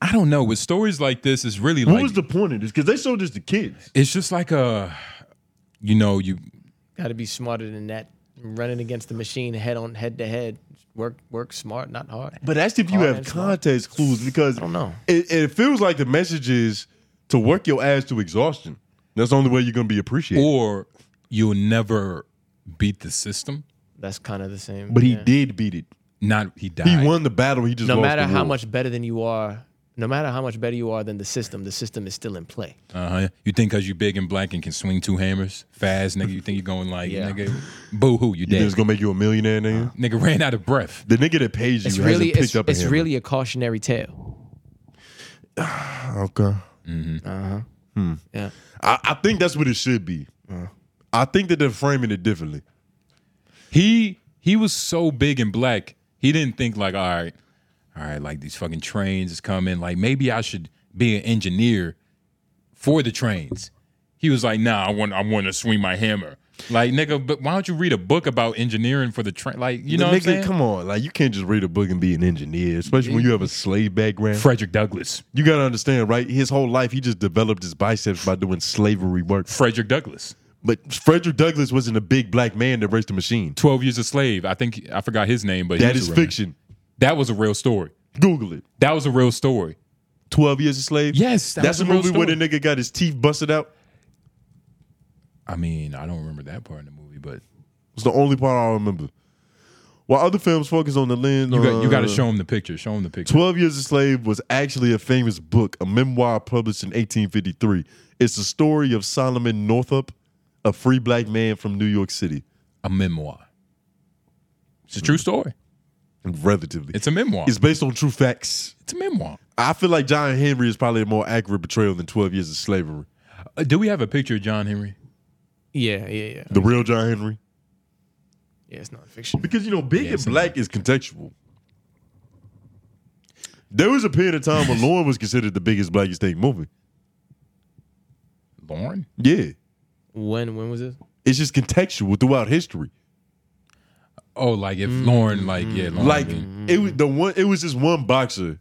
[SPEAKER 1] I don't know. With stories like this, it's really
[SPEAKER 2] What
[SPEAKER 1] like
[SPEAKER 2] was the point of this? Because they showed this to kids.
[SPEAKER 1] it's just like a, you know, you
[SPEAKER 5] Got to be smarter than that. Running against the machine head on head to head. Work work smart, not hard.
[SPEAKER 2] But that's if you
[SPEAKER 5] Oh,
[SPEAKER 2] have
[SPEAKER 5] that's not-
[SPEAKER 2] context clues because I
[SPEAKER 5] don't know.
[SPEAKER 2] It, it feels like the message is to work your ass to exhaustion. That's the only way you're gonna be appreciated.
[SPEAKER 1] or you'll never beat the system.
[SPEAKER 5] That's kind of the same.
[SPEAKER 2] But he
[SPEAKER 5] yeah.
[SPEAKER 2] did beat it.
[SPEAKER 1] Not he died.
[SPEAKER 2] He won the battle. He just
[SPEAKER 5] No
[SPEAKER 2] lost
[SPEAKER 5] matter
[SPEAKER 2] the
[SPEAKER 5] how
[SPEAKER 2] war.
[SPEAKER 5] much better than you are, no matter how much better you are than the system, the system is still in play.
[SPEAKER 1] Uh-huh. You think because you big and black and can swing two hammers fast, nigga, you think you're going like,
[SPEAKER 5] Yeah.
[SPEAKER 1] nigga, boo hoo, you
[SPEAKER 2] You think
[SPEAKER 1] dead.
[SPEAKER 2] it's gonna make you a millionaire, nigga.
[SPEAKER 1] nigga ran out of breath.
[SPEAKER 2] The nigga that pays you
[SPEAKER 5] It's
[SPEAKER 2] hasn't
[SPEAKER 5] really,
[SPEAKER 2] picked
[SPEAKER 5] it's,
[SPEAKER 2] up a
[SPEAKER 5] it's
[SPEAKER 2] hammer.
[SPEAKER 5] really a cautionary tale.
[SPEAKER 2] okay.
[SPEAKER 5] Yeah.
[SPEAKER 2] I, I think that's what it should be. I think that they're framing it differently.
[SPEAKER 1] He he was so big and black, he didn't think like, all right, all right, like these fucking trains is coming. Like maybe I should be an engineer for the trains. He was like, nah, I want I want to swing my hammer. Like nigga, but why don't you read a book about engineering for the train? Like you know,
[SPEAKER 2] nigga,
[SPEAKER 1] what I'm saying?
[SPEAKER 2] come on, like you can't just read a book and be an engineer, especially when you have a slave background.
[SPEAKER 1] Frederick Douglass.
[SPEAKER 2] You gotta understand, right? His whole life, he just developed his biceps by doing slavery work.
[SPEAKER 1] Frederick Douglass.
[SPEAKER 2] But Frederick Douglass wasn't a big black man that raced a machine.
[SPEAKER 1] Twelve Years a Slave. I think I forgot his name, but he
[SPEAKER 2] That
[SPEAKER 1] was
[SPEAKER 2] is
[SPEAKER 1] a real man.
[SPEAKER 2] fiction.
[SPEAKER 1] That was a real story.
[SPEAKER 2] Google it.
[SPEAKER 1] That was a real story.
[SPEAKER 2] Twelve Years a Slave.
[SPEAKER 1] Yes, that
[SPEAKER 2] that's
[SPEAKER 1] was
[SPEAKER 2] a
[SPEAKER 1] a real
[SPEAKER 2] movie where the
[SPEAKER 1] story.
[SPEAKER 2] nigga got his teeth busted out.
[SPEAKER 1] I mean, I don't remember that part in the movie, but
[SPEAKER 2] It's the only part I remember. While other films focus on the lens,
[SPEAKER 1] you got, you got to
[SPEAKER 2] uh,
[SPEAKER 1] show him the picture. Show him the picture.
[SPEAKER 2] 12 Years a Slave was actually a famous book, a memoir published in 1853. It's the story of Solomon Northup, a free black man from New York City,
[SPEAKER 1] a memoir. It's a
[SPEAKER 2] Mm.
[SPEAKER 1] true story.
[SPEAKER 2] relatively. It's,
[SPEAKER 1] It's a memoir. It's,
[SPEAKER 2] based on true facts.
[SPEAKER 1] a memoir.
[SPEAKER 2] I feel like John Henry is probably a more accurate portrayal than 12 Years of Slavery.
[SPEAKER 1] Uh, do we have a picture of John Henry?
[SPEAKER 5] Yeah, yeah, yeah.
[SPEAKER 2] The real John Henry.
[SPEAKER 5] Yeah, it's not fiction.
[SPEAKER 2] Because, you know, being
[SPEAKER 1] Yeah,
[SPEAKER 2] and
[SPEAKER 1] it's
[SPEAKER 2] black is contextual. There was a period of time when Lauren was considered the biggest blackest thing movie.
[SPEAKER 1] Lauren?
[SPEAKER 2] Yeah.
[SPEAKER 5] When when was it?
[SPEAKER 2] It's just contextual throughout history.
[SPEAKER 1] Oh, like if Lauren, like yeah, Lauren
[SPEAKER 2] Mm. Like
[SPEAKER 1] being-
[SPEAKER 2] it was the one. It was this one boxer.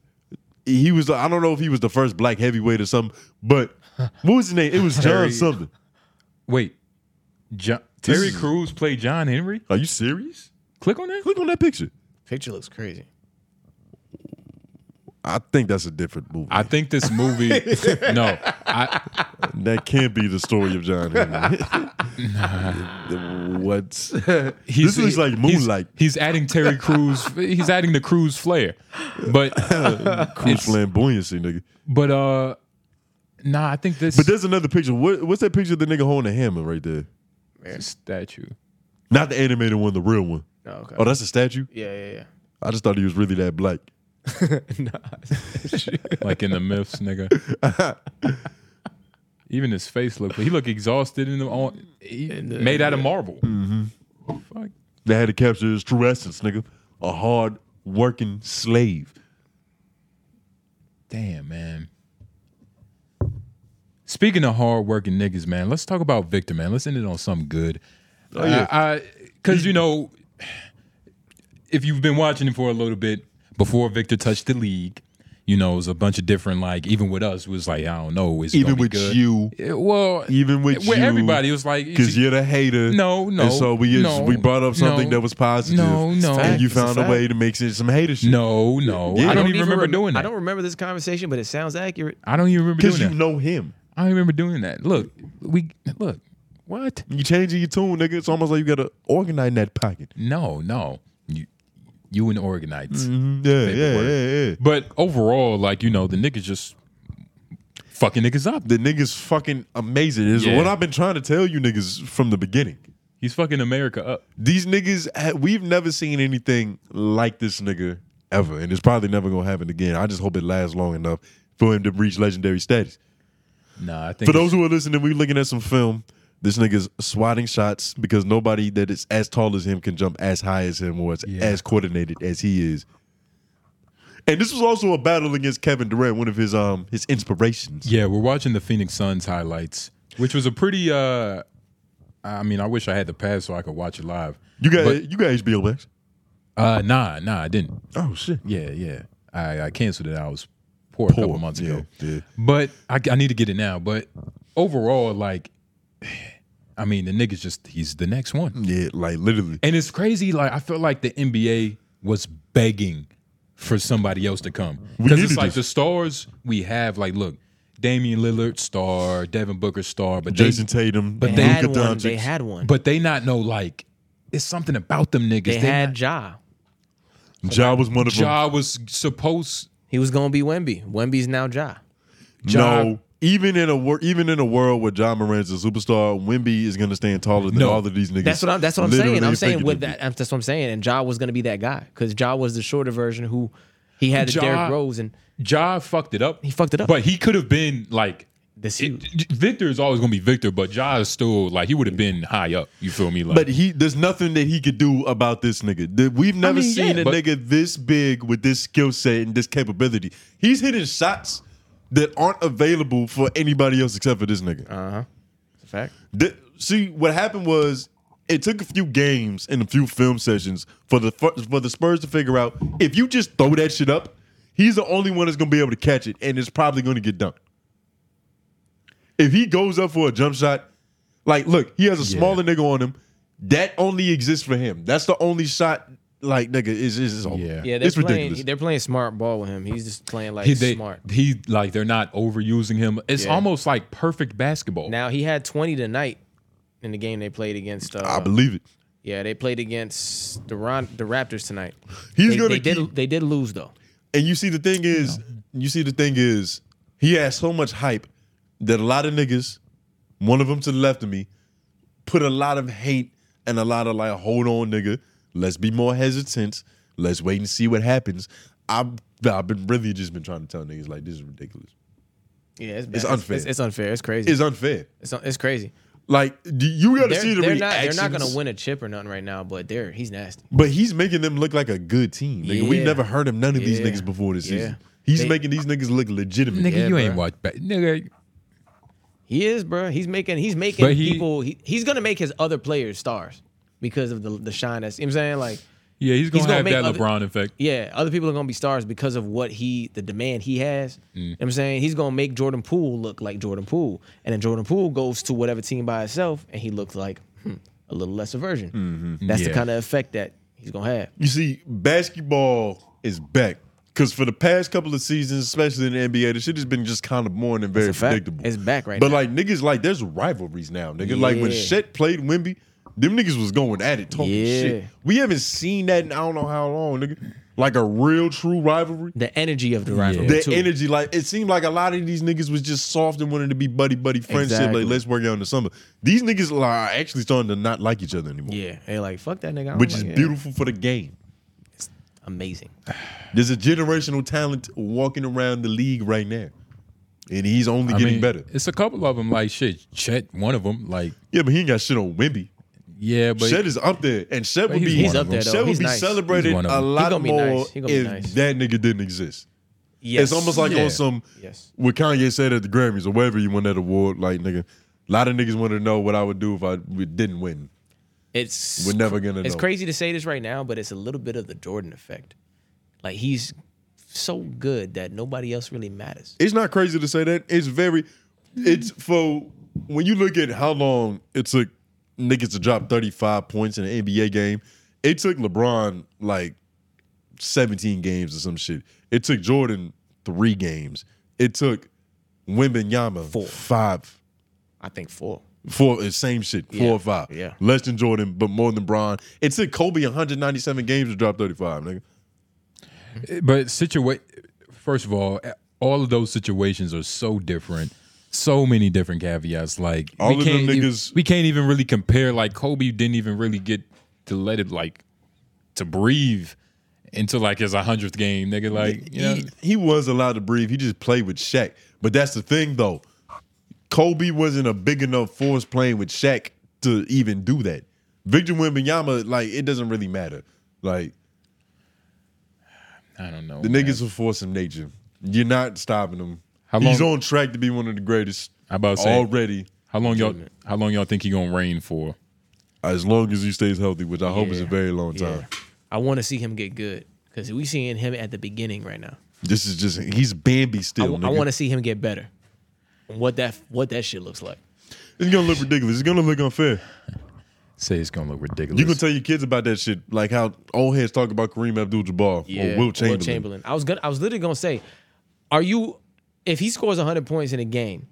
[SPEAKER 2] He was. I don't know if he was the first black heavyweight or something. But what was his name? It was John
[SPEAKER 1] Terry-
[SPEAKER 2] something.
[SPEAKER 1] wait, John, Terry
[SPEAKER 2] is-
[SPEAKER 1] Crews played John Henry.
[SPEAKER 2] Are you serious?
[SPEAKER 1] Click on that.
[SPEAKER 2] Click on that picture.
[SPEAKER 5] Picture looks crazy.
[SPEAKER 2] I think that's a different movie.
[SPEAKER 1] I think this movie. no, I,
[SPEAKER 2] that can't be the story of John Henry. what?
[SPEAKER 1] he's,
[SPEAKER 2] this looks like
[SPEAKER 1] he's-
[SPEAKER 2] Moonlight.
[SPEAKER 1] He's, adding Terry Crews. He's adding the Crews flair, but
[SPEAKER 2] Cruz
[SPEAKER 1] it's-
[SPEAKER 2] flamboyancy, nigga.
[SPEAKER 1] but uh, nah. I think this.
[SPEAKER 2] But there's another picture. What, what's that picture of the nigga holding a hammer right there?
[SPEAKER 1] statue.
[SPEAKER 2] Not the animated one, the real one.
[SPEAKER 5] No, okay.
[SPEAKER 2] Oh, that's a statue.
[SPEAKER 5] yeah, yeah,
[SPEAKER 2] I just thought he was really that black.
[SPEAKER 5] yeah.
[SPEAKER 1] like in the myths, nigga. Even his face looked. He looked exhausted and all, he made out of marble. Fuck.
[SPEAKER 2] They had to capture his true essence, nigga. A hard working slave.
[SPEAKER 1] Damn, man. Speaking of hardworking niggas, man, let's talk about Victor, man. Let's end it on something good. Oh,
[SPEAKER 2] yeah.
[SPEAKER 1] Because, you know, if you've been watching him for a little bit, before Victor touched the league, you know, it was a bunch of different, like, even with us, it was like, I don't know. Is he gonna
[SPEAKER 2] Even
[SPEAKER 1] be
[SPEAKER 2] with
[SPEAKER 1] good?
[SPEAKER 2] you.
[SPEAKER 1] Yeah, Well,
[SPEAKER 2] Even with
[SPEAKER 1] well,
[SPEAKER 2] you.
[SPEAKER 1] everybody, it was like, is
[SPEAKER 2] Cause
[SPEAKER 1] he-
[SPEAKER 2] you're the hater.
[SPEAKER 1] No, no,
[SPEAKER 2] And so we
[SPEAKER 1] no,
[SPEAKER 2] we brought up something
[SPEAKER 1] no,
[SPEAKER 2] that was positive.
[SPEAKER 1] no, no. It's a
[SPEAKER 2] And
[SPEAKER 1] fact,
[SPEAKER 2] you
[SPEAKER 5] it's a
[SPEAKER 2] found a,
[SPEAKER 5] fact.
[SPEAKER 2] way to make some hater shit.
[SPEAKER 1] No, no.
[SPEAKER 2] Yeah.
[SPEAKER 1] I don't even
[SPEAKER 5] even
[SPEAKER 1] remember
[SPEAKER 5] rem-
[SPEAKER 1] doing that.
[SPEAKER 5] I don't remember this conversation, but it sounds accurate.
[SPEAKER 1] I don't even remember doing
[SPEAKER 2] Because you
[SPEAKER 1] that.
[SPEAKER 2] know him.
[SPEAKER 1] I don't remember doing that. Look, we look. What?
[SPEAKER 2] You changing your tune, nigga. It's almost like you gotta organize in that pocket.
[SPEAKER 1] No, no. You you and organites.
[SPEAKER 2] Mm-hmm. Yeah, yeah,
[SPEAKER 1] word.
[SPEAKER 2] yeah, yeah.
[SPEAKER 1] But overall, like, you know, the niggas just fucking niggas up.
[SPEAKER 2] The nigga's fucking amazing. Is
[SPEAKER 1] Yeah.
[SPEAKER 2] what I've been trying to tell you niggas from the beginning.
[SPEAKER 1] He's fucking America up.
[SPEAKER 2] These niggas, ha- we've never seen anything like this nigga ever, and it's probably never gonna happen again. I just hope it lasts long enough for him to reach legendary status.
[SPEAKER 1] Nah, I think
[SPEAKER 2] For
[SPEAKER 1] it's-
[SPEAKER 2] those who are listening, we're looking at some film. This nigga's swatting shots because nobody that is as tall as him can jump as high as him or is
[SPEAKER 1] Yeah.
[SPEAKER 2] as coordinated as he is. And this was also a battle against Kevin Durant, one of his um his inspirations.
[SPEAKER 1] Yeah, we're watching the Phoenix Suns highlights, which was a pretty uh I mean, I wish I had the pass so I could watch it live.
[SPEAKER 2] You got
[SPEAKER 1] But-
[SPEAKER 2] you got HBO Max.
[SPEAKER 1] Uh nah, nah, I didn't.
[SPEAKER 2] Oh shit.
[SPEAKER 1] Yeah, yeah. I, I canceled it. I was poor, a couple months
[SPEAKER 2] yeah,
[SPEAKER 1] ago.
[SPEAKER 2] yeah.
[SPEAKER 1] But I, I need to get it now. But overall, like, I mean, the nigga's just, he's the next one.
[SPEAKER 2] Yeah, like literally.
[SPEAKER 1] And it's crazy. Like, I feel like the NBA was begging for somebody else to come. Because
[SPEAKER 2] needed
[SPEAKER 1] it's like
[SPEAKER 2] this.
[SPEAKER 1] the stars we have, like, look, Damian Lillard, star, Devin Booker, star, but
[SPEAKER 2] Jason
[SPEAKER 1] they,
[SPEAKER 2] Tatum,
[SPEAKER 1] but
[SPEAKER 5] They
[SPEAKER 1] Luka
[SPEAKER 5] had one.
[SPEAKER 2] Doncic.
[SPEAKER 5] They had one.
[SPEAKER 1] but they not know like it's something about them niggas.
[SPEAKER 5] They had Ja.
[SPEAKER 2] Ja was one of them.
[SPEAKER 1] Ja was supposed.
[SPEAKER 5] He was gonna be Wemby. Wemby's now Ja.
[SPEAKER 1] Ja-
[SPEAKER 2] No, even in a wor- even in a world where John Moran's a superstar, Wimby is gonna stand taller than
[SPEAKER 1] No.
[SPEAKER 2] all of these niggas.
[SPEAKER 5] That's what I'm. That's what I'm saying.
[SPEAKER 2] Literally
[SPEAKER 5] I'm
[SPEAKER 2] and
[SPEAKER 5] saying with
[SPEAKER 2] figuratively.
[SPEAKER 5] that. That's what I'm saying. And Ja was gonna be that guy because Ja was the shorter version who he had
[SPEAKER 1] Ja-
[SPEAKER 5] Derrick Rose and
[SPEAKER 1] Ja fucked it up.
[SPEAKER 5] He fucked it up.
[SPEAKER 1] But he could have been like.
[SPEAKER 5] this. huge.
[SPEAKER 1] It, Victor is always gonna be Victor, but Ja is still like he would have been high up. You feel me? Like,
[SPEAKER 2] But he, there's nothing that he could do about this nigga. That We've never
[SPEAKER 1] mean,
[SPEAKER 2] seen
[SPEAKER 1] yeah,
[SPEAKER 2] a
[SPEAKER 1] but-
[SPEAKER 2] nigga this big with this skill set and this capability. He's hitting shots that aren't available for anybody else except for this nigga.
[SPEAKER 5] It's a fact.
[SPEAKER 2] The- see, what happened was it took a few games and a few film sessions for the fir- for the Spurs to figure out if you just throw that shit up, he's the only one that's gonna be able to catch it, and it's probably gonna get dunked. If he goes up for a jump shot, like look, he has a smaller nigga on him. That only exists for him. That's the only shot. Like nigga, is is over.
[SPEAKER 1] Yeah.
[SPEAKER 5] Yeah, they're
[SPEAKER 2] it's
[SPEAKER 5] playing.
[SPEAKER 2] ridiculous.
[SPEAKER 5] They're playing smart ball with him. He's just playing like
[SPEAKER 1] he, they,
[SPEAKER 5] smart.
[SPEAKER 1] he like they're not overusing him. It's
[SPEAKER 5] Yeah.
[SPEAKER 1] almost like perfect basketball.
[SPEAKER 5] Now he had 20 tonight in the game they played against. Uh,
[SPEAKER 2] I believe it.
[SPEAKER 5] yeah, they played against the Ron, the Raptors tonight.
[SPEAKER 2] He's
[SPEAKER 5] they,
[SPEAKER 2] gonna
[SPEAKER 5] they
[SPEAKER 2] keep-
[SPEAKER 5] did they did lose though.
[SPEAKER 2] And you see the thing is, you see the thing is, he has so much hype that a lot of niggas, one of them to the left of me, put a lot of hate and a lot of like, hold on, nigga, let's be more hesitant. Let's wait and see what happens. I've I've been really just been trying to tell niggas like this is ridiculous.
[SPEAKER 5] Yeah, it's, bad.
[SPEAKER 2] It's unfair.
[SPEAKER 5] It's, it's unfair. It's crazy.
[SPEAKER 2] It's
[SPEAKER 5] It's
[SPEAKER 2] unfair.
[SPEAKER 5] it's, crazy.
[SPEAKER 2] Like do- you got to
[SPEAKER 5] They're,
[SPEAKER 2] see the
[SPEAKER 5] they're not they're
[SPEAKER 2] reactions.
[SPEAKER 5] not gonna win a chip or nothing right now. But they're he's nasty.
[SPEAKER 2] But he's making them look like a good team. Nigga, we
[SPEAKER 5] Yeah.
[SPEAKER 2] never heard of none of these
[SPEAKER 5] Yeah.
[SPEAKER 2] niggas before this
[SPEAKER 5] Yeah.
[SPEAKER 2] season. He's
[SPEAKER 5] They-
[SPEAKER 2] making these niggas look legitimate.
[SPEAKER 1] nigga, you ain't
[SPEAKER 5] bruh.
[SPEAKER 1] watch back. Nigga,
[SPEAKER 5] He is, bro. He's making he's making
[SPEAKER 1] But he-
[SPEAKER 5] people. He, he's gonna make his other players stars because of the the shine. That's you know what I'm saying like.
[SPEAKER 1] yeah, he's gonna
[SPEAKER 5] gonna
[SPEAKER 1] have
[SPEAKER 5] make
[SPEAKER 1] that
[SPEAKER 5] other-
[SPEAKER 1] LeBron effect.
[SPEAKER 5] Yeah, other people are gonna be stars because of what he, the demand he
[SPEAKER 1] Mm.
[SPEAKER 5] has. You know what I'm saying he's gonna make Jordan Poole look like Jordan Poole, and then Jordan Poole goes to whatever team by himself, and he looks like hmm, a little lesser version. That's
[SPEAKER 1] Mm-hmm. Yeah.
[SPEAKER 5] the kind of effect that he's gonna have.
[SPEAKER 2] You see, basketball is back. Because for the past couple of seasons, especially in the NBA, the shit has been just kind of boring and very
[SPEAKER 5] It's a fact.
[SPEAKER 2] predictable.
[SPEAKER 5] It's back right
[SPEAKER 2] But
[SPEAKER 5] now.
[SPEAKER 2] like niggas, like there's rivalries now, nigga. Like when
[SPEAKER 5] Yeah.
[SPEAKER 2] Shet played Wimby, them niggas was going at it, talking
[SPEAKER 5] Yeah.
[SPEAKER 2] shit. We haven't seen that in I don't know how long, nigga. Like a real true rivalry.
[SPEAKER 5] The energy of the rivalry.
[SPEAKER 2] That
[SPEAKER 5] too.
[SPEAKER 2] energy, like it seemed like a lot of these niggas was just soft and wanted to be buddy buddy friendship.
[SPEAKER 5] Exactly.
[SPEAKER 2] Like let's work out in the summer. These niggas like, are actually starting to not like each other anymore,
[SPEAKER 5] Yeah, Oh they like fuck that nigga. I don't
[SPEAKER 2] which
[SPEAKER 5] like
[SPEAKER 2] is
[SPEAKER 5] it.
[SPEAKER 2] beautiful for the game.
[SPEAKER 5] Amazing.
[SPEAKER 2] There's a generational talent walking around the league right now, and he's only getting
[SPEAKER 1] mean,
[SPEAKER 2] better.
[SPEAKER 1] It's a couple of them. Like shit, Chet, one of them. Like
[SPEAKER 2] Yeah, but he ain't got shit on Wimby.
[SPEAKER 1] yeah, but
[SPEAKER 2] Shed is up there, and Shed
[SPEAKER 1] But
[SPEAKER 2] would be
[SPEAKER 1] he's
[SPEAKER 5] one of He's up them. there, though.
[SPEAKER 2] Shed would
[SPEAKER 5] He's
[SPEAKER 2] be
[SPEAKER 5] nice.
[SPEAKER 2] celebrated
[SPEAKER 1] He's one of
[SPEAKER 2] a
[SPEAKER 1] them.
[SPEAKER 2] lot
[SPEAKER 5] He gonna be
[SPEAKER 2] more
[SPEAKER 5] nice. He gonna be
[SPEAKER 2] if
[SPEAKER 5] nice.
[SPEAKER 2] that nigga didn't exist.
[SPEAKER 5] Yes.
[SPEAKER 2] It's almost like
[SPEAKER 1] Yeah.
[SPEAKER 2] on some
[SPEAKER 5] Yes.
[SPEAKER 2] what Kanye said at the Grammys or wherever you won that award. Like nigga, a lot of niggas want to know what I would do if I w- didn't win.
[SPEAKER 5] it's
[SPEAKER 2] We're never gonna
[SPEAKER 5] It's
[SPEAKER 2] know.
[SPEAKER 5] crazy to say this right now, but it's a little bit of the Jordan effect. Like he's so good that nobody else really matters.
[SPEAKER 2] It's not crazy to say that. It's very. It's
[SPEAKER 5] Mm-hmm.
[SPEAKER 2] for when you look at how long it took niggas to drop 35 points in an NBA game. It took LeBron like 17 games or some shit. It took Jordan three games. It took Wimbenyama
[SPEAKER 5] Four.
[SPEAKER 2] five.
[SPEAKER 5] I think four.
[SPEAKER 2] Four, uh, same shit, four
[SPEAKER 5] Yeah,
[SPEAKER 2] or five.
[SPEAKER 5] yeah.
[SPEAKER 2] Less than Jordan, but more than Bron. It took Kobe 197 games to drop 35, nigga.
[SPEAKER 1] but situate. First of all, all of those situations are so different. So many different caveats. Like
[SPEAKER 2] All of them
[SPEAKER 1] e-
[SPEAKER 2] niggas-
[SPEAKER 1] we can't even really compare. Like Kobe didn't even really get to let it like to breathe until like his hundredth game, nigga. Like you know,
[SPEAKER 2] he, he was allowed to breathe. He just played with Shaq. But that's the thing, though. Kobe wasn't a big enough force playing with Shaq to even do that. Victor Wembanyama, like it doesn't really matter. Like
[SPEAKER 1] I don't know.
[SPEAKER 2] the
[SPEAKER 1] man.
[SPEAKER 2] niggas are forcing nature. You're not stopping him.
[SPEAKER 1] How
[SPEAKER 2] He's
[SPEAKER 1] long-
[SPEAKER 2] on track to be one of the greatest.
[SPEAKER 1] How about say-
[SPEAKER 2] already?
[SPEAKER 1] How long y'all? How long y'all think he gonna reign for?
[SPEAKER 2] As long as he stays healthy, which I hope is a
[SPEAKER 5] Yeah.
[SPEAKER 2] very long
[SPEAKER 5] Yeah.
[SPEAKER 2] time.
[SPEAKER 5] I want to see him get good because we seeing him at the beginning right now.
[SPEAKER 2] This is just he's Bambi
[SPEAKER 5] I,
[SPEAKER 2] still.
[SPEAKER 5] want
[SPEAKER 2] to.
[SPEAKER 5] to see him get better. And What that what that shit looks like.
[SPEAKER 2] It's gonna look ridiculous. It's gonna look unfair.
[SPEAKER 1] Say it's gonna look ridiculous.
[SPEAKER 2] You can tell your kids about that shit, like how old heads talk about Kareem Abdul-Jabbar or Will Chamberlain.
[SPEAKER 5] I was gonna I was literally gonna say, are you if he scores hundred points in a game,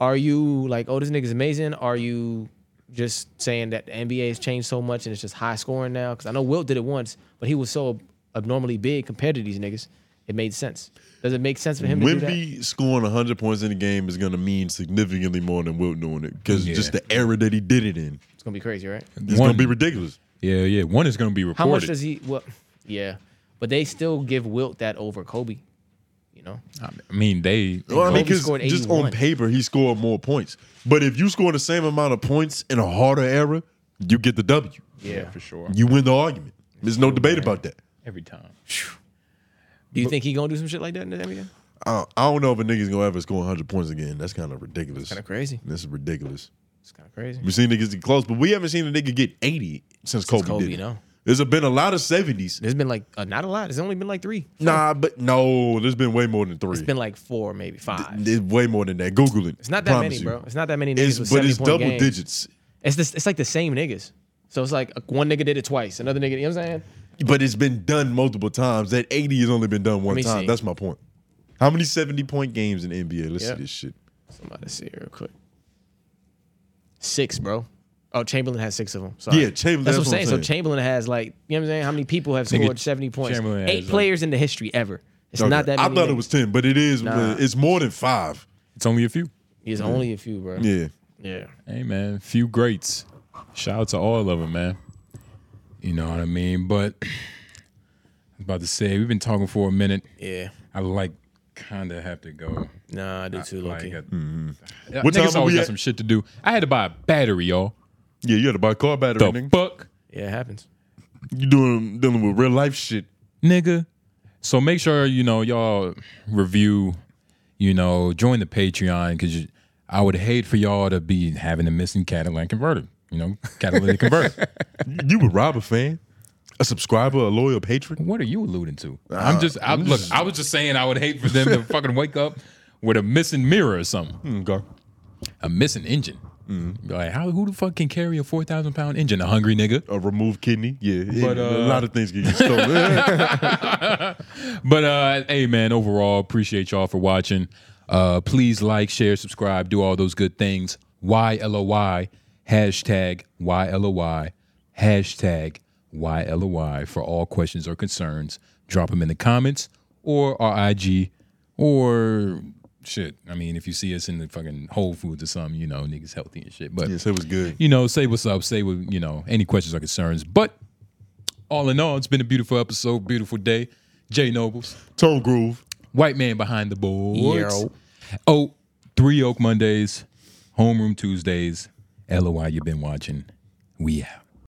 [SPEAKER 5] are you like, oh, this nigga's amazing? Are you just saying that the NBA has changed so much and it's just high scoring now. Because I know Wilt did it once, but he was so abnormally big compared to these niggas. It made sense. Does it make sense for him to do that?
[SPEAKER 2] Wimby scoring 100 points in the game is going to mean significantly more than Wilt doing it because
[SPEAKER 1] Yeah.
[SPEAKER 2] just the era that he did it in
[SPEAKER 5] It's gonna be crazy, right?
[SPEAKER 2] is going to be ridiculous.
[SPEAKER 1] Yeah, yeah. One is going to be reported.
[SPEAKER 5] How much does he? Well, yeah, but they still give Wilt that over Kobe. You know,
[SPEAKER 1] I mean, they.
[SPEAKER 2] Well, I mean,
[SPEAKER 5] Kobe
[SPEAKER 2] 'cause
[SPEAKER 5] scored
[SPEAKER 2] just
[SPEAKER 5] 81.
[SPEAKER 2] on paper, he scored more points. But if you score the same amount of points in a harder era, you get the W.
[SPEAKER 5] yeah.
[SPEAKER 1] for sure.
[SPEAKER 2] You win the argument. There's no debate about that.
[SPEAKER 1] Every time.
[SPEAKER 5] Do you think he gonna do some shit like that in the NBA?
[SPEAKER 2] I, I don't know if a nigga's going to ever score 100 points again. That's kind of ridiculous.
[SPEAKER 5] Kind of crazy.
[SPEAKER 2] This is ridiculous.
[SPEAKER 5] It's kind of crazy.
[SPEAKER 2] We've seen niggas get close, but we haven't seen a nigga get 80 since Kobe,
[SPEAKER 5] Kobe,
[SPEAKER 2] did it.
[SPEAKER 5] no.
[SPEAKER 2] There's been a lot of 70s.
[SPEAKER 5] There's been like uh, not a lot. It's only been like three.
[SPEAKER 2] Nah, but no, there's been way more than three.
[SPEAKER 5] It's been like four, maybe five.
[SPEAKER 2] There's way more than that. Google it.
[SPEAKER 5] It's not that
[SPEAKER 2] Promise
[SPEAKER 5] many,
[SPEAKER 2] you.
[SPEAKER 5] bro. It's not that many niggas.
[SPEAKER 2] It's,
[SPEAKER 5] with
[SPEAKER 2] but it's
[SPEAKER 5] 70-point
[SPEAKER 2] double
[SPEAKER 5] games.
[SPEAKER 2] digits.
[SPEAKER 5] It's this, it's like the same niggas. So it's like uh, one nigga did it twice, another nigga. You know what I'm saying?
[SPEAKER 2] But it's been done multiple times. That 80 has only been done one
[SPEAKER 5] me
[SPEAKER 2] time.
[SPEAKER 5] see.
[SPEAKER 2] That's my point. How many 70 point games in the NBA? Let's
[SPEAKER 5] Yep.
[SPEAKER 2] see this shit.
[SPEAKER 5] Somebody see it real quick. Six, bro. Oh, Chamberlain has six of them.
[SPEAKER 2] Yeah, Chamberlain-
[SPEAKER 5] That's,
[SPEAKER 2] that's
[SPEAKER 5] what I'm saying.
[SPEAKER 2] saying.
[SPEAKER 5] So Chamberlain has like, you know what I'm saying? How many people have
[SPEAKER 1] Nigga,
[SPEAKER 5] scored 70 points?
[SPEAKER 1] Chamberlain has,
[SPEAKER 5] Eight
[SPEAKER 1] like-
[SPEAKER 5] players in the history ever. It's
[SPEAKER 2] Okay.
[SPEAKER 5] not that. Many
[SPEAKER 2] I thought it
[SPEAKER 5] niggas.
[SPEAKER 2] was 10, but it is.
[SPEAKER 5] Nah.
[SPEAKER 2] It's more than five.
[SPEAKER 1] It's only a few.
[SPEAKER 5] It's only a few, bro.
[SPEAKER 2] Yeah.
[SPEAKER 5] yeah.
[SPEAKER 1] Hey, man. Few greats. Shout out to all of them, man. You know what I mean? But I was about to say, we've been talking for a minute.
[SPEAKER 5] Yeah.
[SPEAKER 1] I like kind of have to go.
[SPEAKER 5] Nah, I do too,
[SPEAKER 1] Like,
[SPEAKER 5] Loki.
[SPEAKER 1] I,
[SPEAKER 2] Mm-hmm. What time
[SPEAKER 1] niggas
[SPEAKER 2] are we
[SPEAKER 1] always got
[SPEAKER 2] at?
[SPEAKER 1] some shit to do. I had to buy a battery, y'all.
[SPEAKER 2] Yeah, you had to buy a car battery.
[SPEAKER 1] The
[SPEAKER 2] nigga.
[SPEAKER 1] fuck?
[SPEAKER 5] Yeah, it happens.
[SPEAKER 2] You doing dealing with real life shit.
[SPEAKER 1] nigga. So make sure you know y'all review, you know, join the Patreon because I would hate for y'all to be having a missing Catalan converter. You know, catalytic converter.
[SPEAKER 2] You- You would rob a fan, a subscriber, a loyal patron.
[SPEAKER 1] What are you alluding to? I'm just, I, look. I was just saying I would hate for them to fucking wake up with a missing mirror or something,
[SPEAKER 2] Okay.
[SPEAKER 1] a missing engine. Be Like, how who the fuck can carry a four thousand pound engine? A hungry nigga.
[SPEAKER 2] A removed kidney. Yeah.
[SPEAKER 1] But,
[SPEAKER 2] But,
[SPEAKER 1] uh,
[SPEAKER 2] a lot of things get stolen.
[SPEAKER 1] But uh, hey, man, overall, appreciate y'all for watching. Uh, please like, share, subscribe, do all those good things. Y L O Y hashtag Y L O Y hashtag Y L O Y for all questions or concerns. Drop them in the comments or our IG or shit. I mean, if you see us in the fucking Whole Foods or something, you know, niggas healthy and shit. But
[SPEAKER 2] yes, it was good.
[SPEAKER 1] you know, say what's up, say what you know, any questions or concerns. But all in all, it's been a beautiful episode, beautiful day. Jay Nobles,
[SPEAKER 2] Tone Groove.
[SPEAKER 1] White Man Behind the Boards. Oh, Three Oak Mondays, Homeroom Tuesdays, LOI you've been watching. We out.